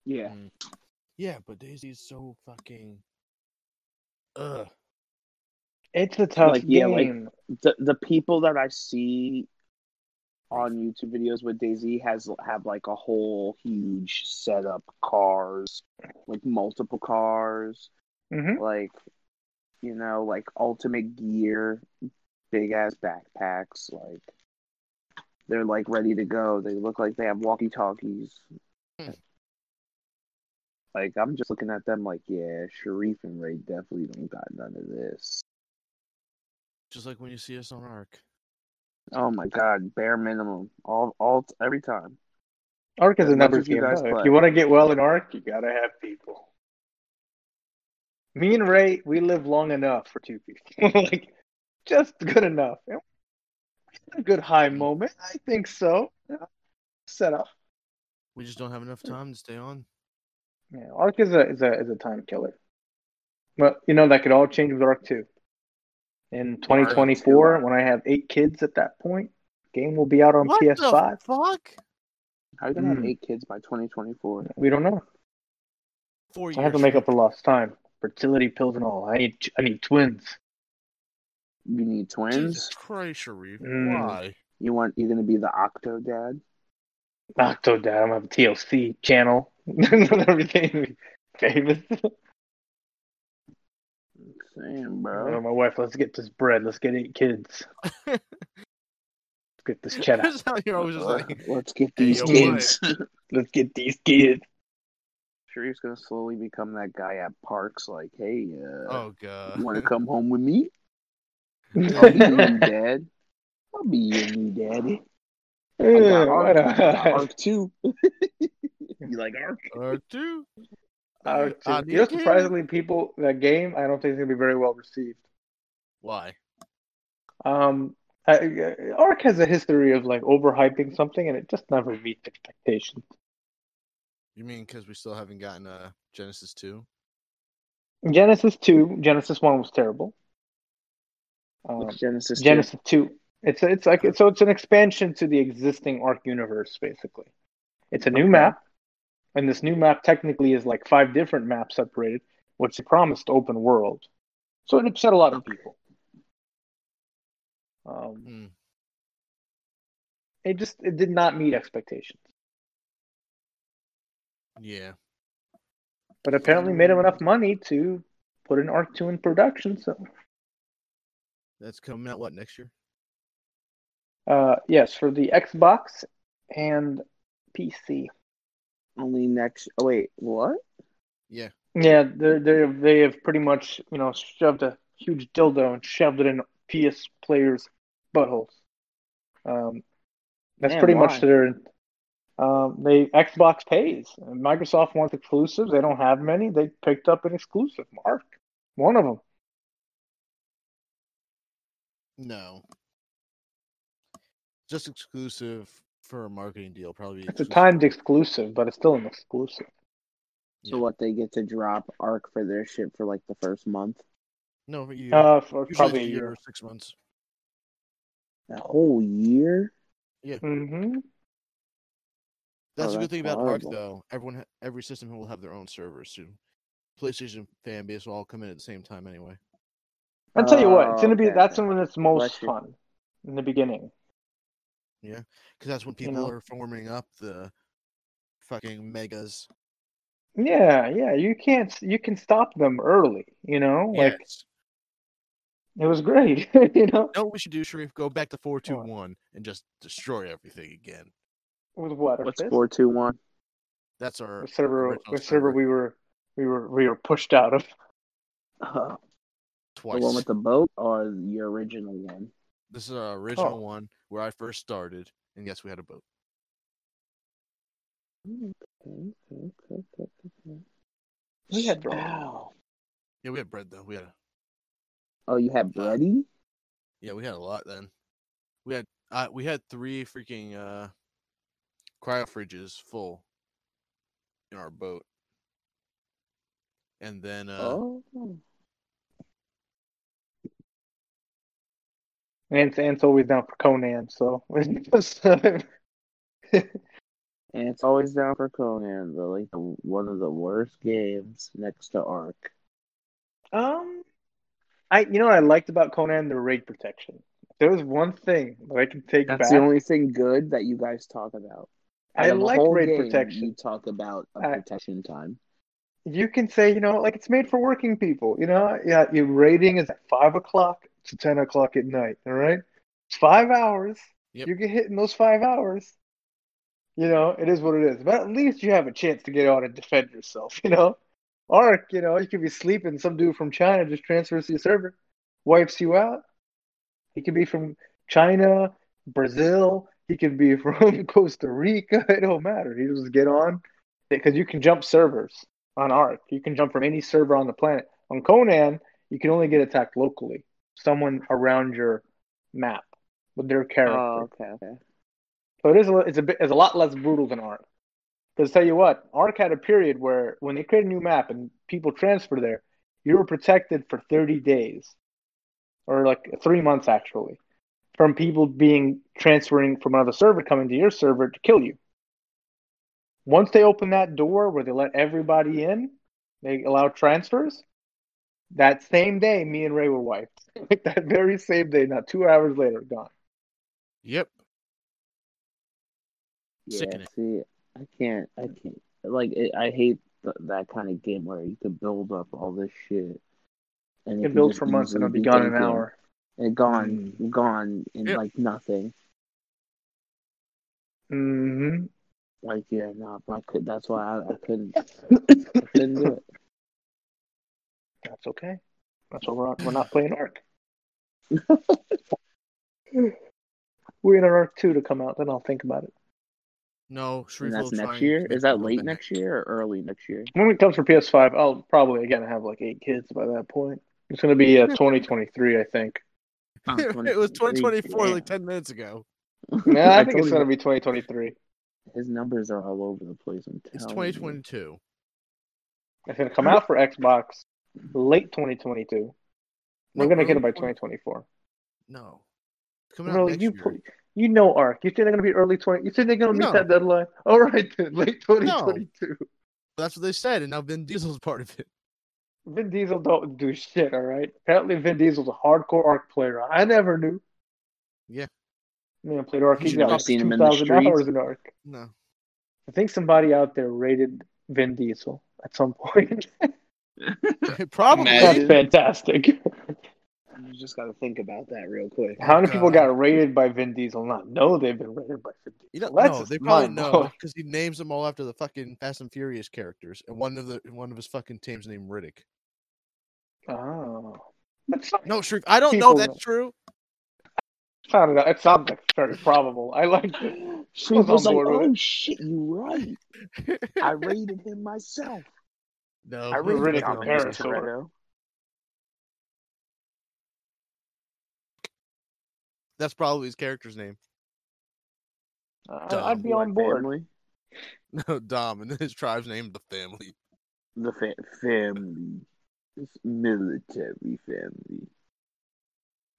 Speaker 3: yeah.
Speaker 2: Yeah, but Daisy's so fucking. Ugh.
Speaker 4: It's a tough
Speaker 3: Like,
Speaker 4: game.
Speaker 3: yeah, like- the the people that I see on YouTube videos with Daisy has have like a whole huge setup cars, like multiple cars,
Speaker 4: Mhm.
Speaker 3: like you know, like ultimate gear, big ass backpacks, like they're like ready to go. They look like they have walkie talkies.
Speaker 2: Hmm.
Speaker 3: Like I'm just looking at them like, yeah, Sharif and Ray definitely don't got none of this.
Speaker 2: Just like when you see us on Arc.
Speaker 3: Oh my god, bare minimum. All all every time.
Speaker 4: Arc is
Speaker 3: as
Speaker 4: a
Speaker 3: much
Speaker 4: numbers
Speaker 3: as you
Speaker 4: game.
Speaker 3: guys
Speaker 4: though. If
Speaker 3: play.
Speaker 4: you want to get well in Arc, you gotta have people. Me and Ray, we live long enough for two people, like just good enough. And A good high moment, I think so. Yeah. Set up.
Speaker 2: We just don't have enough time to stay on.
Speaker 4: Yeah, Arc is a is a is a time killer. But you know that could all change with Arc two. In 2024, when I have eight kids at that point, game will be out on
Speaker 2: What
Speaker 4: PS5.
Speaker 2: the fuck?
Speaker 3: How are you gonna
Speaker 4: Mm.
Speaker 1: Hmm.
Speaker 3: have eight kids by twenty twenty four?
Speaker 4: We don't know.
Speaker 2: Four years.
Speaker 4: I have to make up for lost time. Fertility pills and all. I need I need twins.
Speaker 3: You need twins?
Speaker 2: Jesus Christ, Sharif.
Speaker 4: Mm.
Speaker 2: Why?
Speaker 3: You want you're gonna be the octo dad?
Speaker 4: Octodad. I'm gonna have a TLC channel. Not everything famous.
Speaker 3: Same,
Speaker 4: I know
Speaker 3: bro.
Speaker 4: my wife, let's get this bread. Let's get eight kids. let's get this cheddar.
Speaker 2: That's how you're always just like,
Speaker 3: Let's get
Speaker 2: Hey,
Speaker 3: these
Speaker 2: yo,
Speaker 3: kids.
Speaker 4: Letlet's get these kids.
Speaker 3: sure, he's gonna slowly become that guy at parks. Like, hey, uh,
Speaker 2: oh god.
Speaker 3: you want to come home with me? I'll be your new
Speaker 4: Yeah,
Speaker 3: dad. I'll be your new daddy. I got
Speaker 4: why
Speaker 3: Ark, I got
Speaker 4: not?
Speaker 3: Ark too. you like Ark?
Speaker 2: Or two.
Speaker 4: Uh,
Speaker 2: Uh,
Speaker 4: you know,
Speaker 2: yeah.
Speaker 4: surprisingly, people that game I don't think it's gonna be very well received.
Speaker 2: Why?
Speaker 4: Um, I, I- Ark has a history of like overhyping something, and it just never meets expectations.
Speaker 2: You mean because we still haven't gotten uh Genesis two?
Speaker 4: Genesis two, Genesis one was terrible. Um,
Speaker 3: What's Uh, Genesis.
Speaker 4: Genesis two, it's it's like so it's an expansion to the existing Ark universe, basically. It's a new
Speaker 3: Okay.
Speaker 4: map, and this new map technically is like five different maps separated, which they promised open world. So it upset a lot of people. Um,
Speaker 2: Hmm.
Speaker 4: it just it did not meet expectations,
Speaker 2: Yeah.
Speaker 4: but apparently made him enough money to put an Arc two in production. So
Speaker 2: That's coming out what next year?
Speaker 4: uh, yes, for the Xbox and PC.
Speaker 3: Only next. Oh wait, what?
Speaker 2: Yeah.
Speaker 4: Yeah, they they they have pretty much you know shoved a huge dildo and shoved it in PS players' buttholes. Um, that's
Speaker 3: Man,
Speaker 4: pretty much
Speaker 3: why?
Speaker 4: their. Um, they Xbox pays. Microsoft wants exclusives. They don't have many. They picked up an exclusive, Mark, one of them.
Speaker 2: No. Just exclusive for a marketing deal, probably.
Speaker 4: It's a
Speaker 2: exclusive.
Speaker 4: timed exclusive, but it's still an exclusive.
Speaker 2: Yeah.
Speaker 3: So what? They get to drop Ark for their shit for like the first month.
Speaker 2: No, for you.
Speaker 4: Uh, for
Speaker 2: Usually
Speaker 4: probably a
Speaker 2: it's
Speaker 4: year.
Speaker 2: or six months.
Speaker 3: A whole year.
Speaker 4: hmm
Speaker 2: That's a
Speaker 3: Oh,
Speaker 2: good
Speaker 3: that's
Speaker 2: thing about
Speaker 3: horrible.
Speaker 2: Arc, though. Everyone, ha- every system will have their own server soon. PlayStation fan base will all come in at the same time anyway.
Speaker 4: I'll tell you what, it's
Speaker 3: Oh,
Speaker 4: gonna be
Speaker 3: okay.
Speaker 4: that's when it's most
Speaker 3: Bless you.
Speaker 4: fun in the beginning.
Speaker 2: Because that's when
Speaker 4: You
Speaker 2: people
Speaker 4: know?
Speaker 2: are forming up the fucking megas.
Speaker 4: Yeah, yeah, you can't you can stop them early. You know, like
Speaker 2: Yes.
Speaker 4: it was great. you know,
Speaker 2: No, we should do, Sharif. Go back to four two one and just destroy everything again.
Speaker 4: with what? our
Speaker 3: What's
Speaker 4: fifth?
Speaker 3: four two one?
Speaker 2: That's our
Speaker 4: The server,
Speaker 2: original
Speaker 4: the server we were we were we were pushed out of.
Speaker 3: Uh, the
Speaker 2: twice.
Speaker 3: one with the boat or your original one?
Speaker 2: This is our original
Speaker 4: Oh.
Speaker 2: one where I first started, and yes, we had a boat.
Speaker 3: Okay, okay, okay, okay, okay.
Speaker 4: We had
Speaker 3: Ah,
Speaker 4: bread.
Speaker 3: Wow.
Speaker 2: Yeah, we had bread though. We had a,
Speaker 3: Oh, you had bready?
Speaker 2: yeah, we had a lot then. We had uh, we had three freaking uh, cryo fridges full in our boat, and then uh,
Speaker 3: oh.
Speaker 4: Ant's Ant's always down for Conan, so
Speaker 3: And it's always down for Conan, the like the, one of the worst games next to Ark.
Speaker 4: Um, I you know what I liked about Conan the raid protection. If There was one thing that I could take
Speaker 3: That's
Speaker 4: back.
Speaker 3: the only thing good that you guys talk about. Out
Speaker 4: I
Speaker 3: of the
Speaker 4: like
Speaker 3: whole
Speaker 4: raid
Speaker 3: game, You
Speaker 4: protection.
Speaker 3: talk about a
Speaker 4: I-
Speaker 3: protection time.
Speaker 4: You can say you know like it's made for working people. You know yeah, your raiding is at five o'clock to ten o'clock at night. All right, it's five hours.
Speaker 2: Yep.
Speaker 4: You get hit in those five hours. You know it is what it is, but at least you have a chance to get out and defend yourself. You know, Ark. You know you could be sleeping. Some dude from China just transfers to your server, wipes you out. He could be from China, Brazil. He could be from Costa Rica. It don't matter. He just get on because you can jump servers on Ark. You can jump from any server on the planet. On Conan, you can only get attacked locally, someone around your map with their character.
Speaker 3: Oh, okay, okay.
Speaker 4: So it is a, it's a bit, it's a lot less brutal than Ark. Because tell you what, Ark had a period where when they created a new map and people transferred there, you were protected for 30 days, or like three months actually, from people being transferring from another server coming to your server to kill you. Once they open that door where they let everybody in, they allow transfers. That same day, me and Ray were wiped. Like that very same day, not two hours later, gone.
Speaker 2: yep,
Speaker 3: Yeah,
Speaker 2: Sickening.
Speaker 3: see, I can't, I can't, like it, I hate th- that kind of game where you can build up all this shit. And
Speaker 4: You
Speaker 3: it
Speaker 4: can build
Speaker 3: just
Speaker 4: for months and
Speaker 3: easily
Speaker 4: it'll be gone in an
Speaker 3: taken
Speaker 4: hour. Hmm.
Speaker 3: And gone, gone in
Speaker 2: Yeah.
Speaker 3: like nothing.
Speaker 4: Mm-hmm.
Speaker 3: Like yeah, no, I could. That's why I, I couldn't. I couldn't do it.
Speaker 4: That's okay. That's why we're not, we're not playing Ark. we're in Ark two to come out. Then I'll think about it.
Speaker 2: No,
Speaker 3: And
Speaker 2: Sharif
Speaker 3: that's
Speaker 2: will try
Speaker 3: next
Speaker 2: and
Speaker 3: year.
Speaker 2: make
Speaker 3: Is that
Speaker 2: me go
Speaker 3: late
Speaker 2: back.
Speaker 3: next year or early next year?
Speaker 4: When it comes for PS five, I'll probably again have like eight kids by that point. It's gonna be uh, 2023, I think.
Speaker 3: Oh,
Speaker 2: it was 2024, like
Speaker 3: damn.
Speaker 2: 10 minutes ago.
Speaker 4: Yeah, I, think
Speaker 3: told
Speaker 4: it's
Speaker 3: you,
Speaker 4: gonna be 2023.
Speaker 3: his numbers are all over the place. I'm
Speaker 2: It's
Speaker 3: telling you.
Speaker 2: 2022.
Speaker 4: It's gonna come out for Xbox late 2022. We're
Speaker 2: No,
Speaker 4: gonna get
Speaker 2: early
Speaker 4: it by
Speaker 2: 20
Speaker 4: 2024.
Speaker 2: No. It's coming out
Speaker 4: Really,
Speaker 2: next
Speaker 4: you
Speaker 2: year.
Speaker 4: pl- you know Ark. You think they're gonna be early 20? You think they're gonna meet
Speaker 2: No.
Speaker 4: that deadline? All right, then, late 2022.
Speaker 2: That's what they said, and now Vin Diesel's part of it.
Speaker 4: Vin Diesel don't do shit, all right? Apparently Vin Diesel's a hardcore ARC player. I never knew.
Speaker 2: Yeah.
Speaker 4: Man, played ARC.
Speaker 3: You
Speaker 4: He's
Speaker 3: should
Speaker 4: got
Speaker 3: have
Speaker 4: like
Speaker 3: seen him in the
Speaker 4: 2,000
Speaker 3: streets.
Speaker 4: hours in ARC.
Speaker 2: No.
Speaker 4: I think somebody out there rated Vin Diesel at some point.
Speaker 2: Probably.
Speaker 4: That's
Speaker 3: Imagine.
Speaker 4: fantastic.
Speaker 3: You just got to think about that real quick.
Speaker 4: How many people
Speaker 2: God.
Speaker 4: got rated by Vin Diesel? Not know they've been rated by Vin Diesel.
Speaker 2: You don't
Speaker 4: Well, that's
Speaker 2: know.
Speaker 4: just
Speaker 2: They probably
Speaker 4: mind
Speaker 2: know
Speaker 4: blowing.
Speaker 2: because he names them all after the fucking Fast and Furious characters, and one of the one of his fucking teams named Riddick.
Speaker 4: Oh. That's not,
Speaker 2: No, Sharif, I don't know
Speaker 4: People
Speaker 2: if that's true.
Speaker 4: sounded, it sounded very probable. I like it.
Speaker 3: She
Speaker 4: I was
Speaker 3: was,
Speaker 4: on
Speaker 3: like,
Speaker 4: board with
Speaker 3: "Oh shit, you right? I rated him myself.
Speaker 2: no,
Speaker 3: I
Speaker 2: it was
Speaker 3: rated
Speaker 4: Riddick
Speaker 3: him
Speaker 2: fucking
Speaker 4: on
Speaker 2: Vin
Speaker 4: Paris.
Speaker 2: Diesel.
Speaker 3: Toretto.
Speaker 2: That's probably his character's name.
Speaker 4: I,
Speaker 2: Dumb.
Speaker 4: I'd be
Speaker 3: You like
Speaker 4: on board.
Speaker 3: family?
Speaker 2: No, Dom, and then his tribe's named the family.
Speaker 3: The fa- family, It's military family.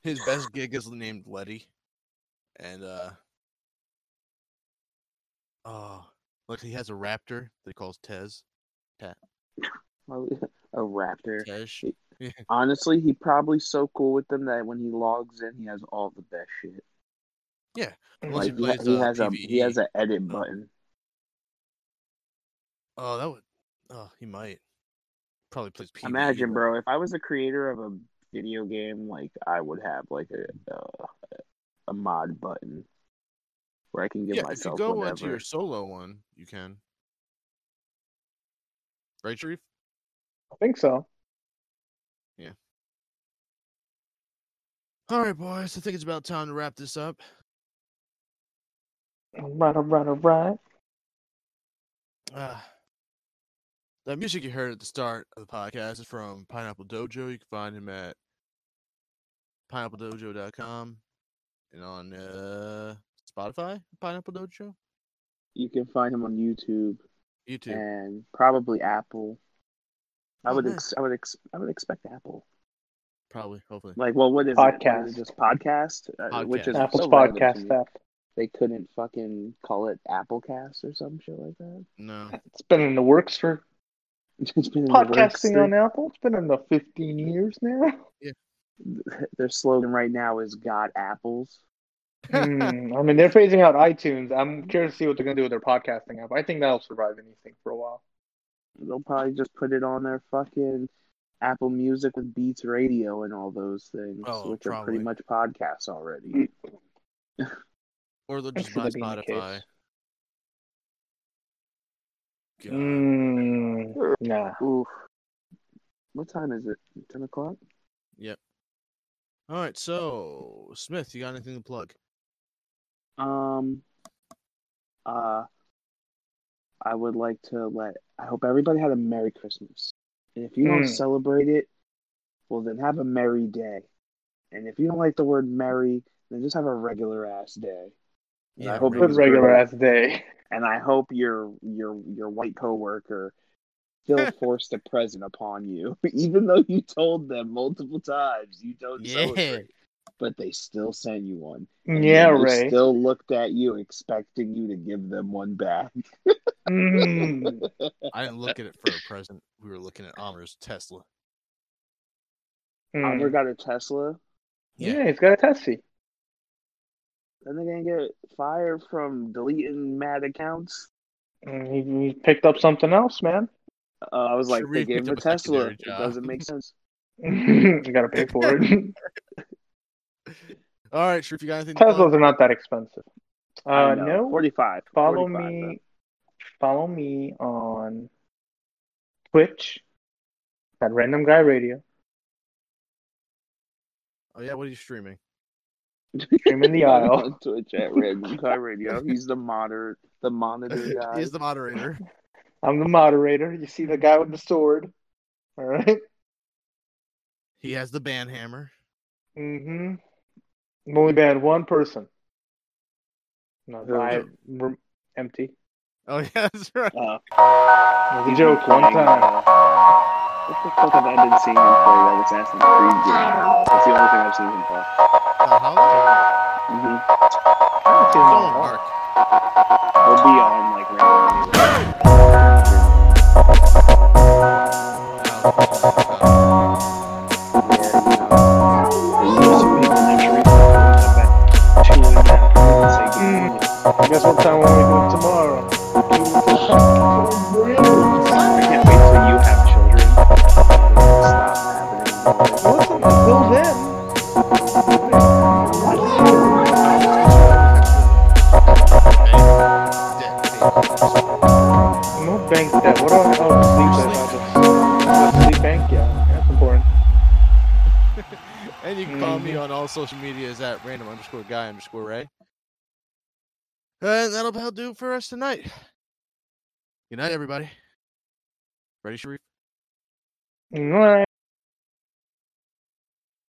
Speaker 2: His best gig is named Letty, and uh, oh, look, he has a raptor that he calls Tez.
Speaker 3: Oh, A raptor.
Speaker 2: Tej.
Speaker 3: Shit. Honestly, he probably so cool with them that when he logs in, he has all the best shit.
Speaker 2: Unless
Speaker 3: Like
Speaker 2: he plays,
Speaker 3: he, ha- he
Speaker 2: uh,
Speaker 3: has a he
Speaker 2: PvE.
Speaker 3: has an edit button.
Speaker 2: Oh, that would. Oh, he might. Probably plays E, PvE.
Speaker 3: Imagine,
Speaker 2: though.
Speaker 3: bro, if I was the creator of a video game, like I would have like a uh, a mod button where I can give
Speaker 2: Yeah, if you
Speaker 3: myself
Speaker 2: go
Speaker 3: whatever.
Speaker 2: into your solo one, you can. Right, Sharif?
Speaker 4: I think so.
Speaker 2: All right, boys. I think it's about time to wrap this up.
Speaker 4: All right, all right, all right.
Speaker 2: Uh, that music you heard at the start of the podcast is from Pineapple Dojo. You can find him at pineappledojo.com and on uh, Spotify, Pineapple Dojo,
Speaker 3: You can find him on YouTube
Speaker 2: YouTube.
Speaker 3: and probably Apple. I
Speaker 2: Oh,
Speaker 3: would
Speaker 2: nice.
Speaker 3: ex- I would ex- I would expect Apple.
Speaker 2: Probably, hopefully.
Speaker 3: Like, well, what is
Speaker 4: Podcast.
Speaker 3: it? Is it just podcast, Uh, which is
Speaker 2: Podcast.
Speaker 4: Apple's
Speaker 3: so random to
Speaker 4: podcast
Speaker 3: me.
Speaker 4: app.
Speaker 3: They couldn't fucking call it Applecast or some shit like that.
Speaker 2: No.
Speaker 4: It's been in the works for
Speaker 3: It's been in the works
Speaker 4: podcasting
Speaker 3: for-
Speaker 4: on Apple. It's been in the 15 years now.
Speaker 3: Their slogan right now is "Got apples."
Speaker 4: Hmm, I mean, they're phasing out iTunes. I'm curious to see what they're going to do with their podcasting app. I think that'll survive anything for a while.
Speaker 3: They'll probably just put it on their fucking Apple Music with Beats Radio and all those things,
Speaker 2: Oh,
Speaker 3: which are
Speaker 2: probably.
Speaker 3: pretty much podcasts already.
Speaker 2: Or they'll just
Speaker 4: Thanks for
Speaker 2: buy
Speaker 4: the bean
Speaker 2: Spotify. God.
Speaker 4: Mm, nah.
Speaker 3: Oof. What time is it? Ten o'clock.
Speaker 2: All right, so, Smith, you got anything to plug?
Speaker 3: Um. Uh. I would like to let. I hope everybody had a Merry Christmas, and if you don't
Speaker 4: Mm.
Speaker 3: celebrate it, well then have a merry day, and if you don't like the word merry, then just have a regular ass day. I hope it
Speaker 4: Good
Speaker 3: was
Speaker 4: regular
Speaker 3: great.
Speaker 4: ass day.
Speaker 3: and I hope your your your white coworker still forced a present upon you, even though you told them multiple times you don't
Speaker 2: Yeah.
Speaker 3: celebrate. But they still sent you one. And
Speaker 4: Yeah,
Speaker 3: they
Speaker 4: Ray.
Speaker 3: Still looked at you, expecting you to give them one back.
Speaker 4: Mm.
Speaker 2: I didn't look at it for a present. We were looking at Amir's Tesla.
Speaker 3: I never
Speaker 4: Mm.
Speaker 3: got a Tesla,
Speaker 4: Yeah. he's got a testy.
Speaker 3: and they're gonna get fired from deleting mad accounts.
Speaker 4: And Hmm, He, he picked up something else, man.
Speaker 3: Uh, I was like,
Speaker 2: Sharif
Speaker 3: they gave
Speaker 2: picked
Speaker 3: him a
Speaker 2: up a secondary
Speaker 3: Tesla. It
Speaker 2: job.
Speaker 3: doesn't make sense.
Speaker 4: you gotta pay for it.
Speaker 2: All right, sure. If you got anything, to plug?
Speaker 4: Teslas are not that expensive. Uh,
Speaker 3: I
Speaker 4: no.
Speaker 3: know. 45.
Speaker 4: Follow
Speaker 3: 45,
Speaker 4: me.
Speaker 3: though.
Speaker 4: Follow me on Twitch at Random Guy Radio,
Speaker 2: Oh yeah, what are you streaming?
Speaker 4: Stream in the aisle.
Speaker 3: On Twitch at Random Guy Radio. He's the monitor, the monitor guy.
Speaker 2: He's the moderator.
Speaker 4: I'm the moderator. You see the guy with the sword. All right.
Speaker 2: He has the ban hammer.
Speaker 4: Mm-hmm. I've only banned one person. No,
Speaker 3: Who?
Speaker 4: I rem- empty.
Speaker 2: Oh yeah, that's right.
Speaker 3: Uh,
Speaker 4: It was a joke one time.
Speaker 3: what the fuck have I been seeing him play that was Assassin's Creed game? That's the only thing I've seen him play.
Speaker 2: Uh, how
Speaker 3: Mhm.
Speaker 4: I don't see him.
Speaker 2: Mark.
Speaker 3: He'll be on like randomly. Yeah, you know, there's some people named Sharif that are chewing that and say good morning.
Speaker 4: I guess what time when we do it tomorrow?
Speaker 3: I can't wait till you have children. It'll stop happening.
Speaker 4: Listen, until then. No bank debt. What do I have to sleep at? I'll just sleep bank, yeah. That's important.
Speaker 2: And you can follow me on all social medias at random underscore guy underscore ray. And that'll about do it for us tonight. Good night, everybody. Ready, Sharif?
Speaker 4: All right.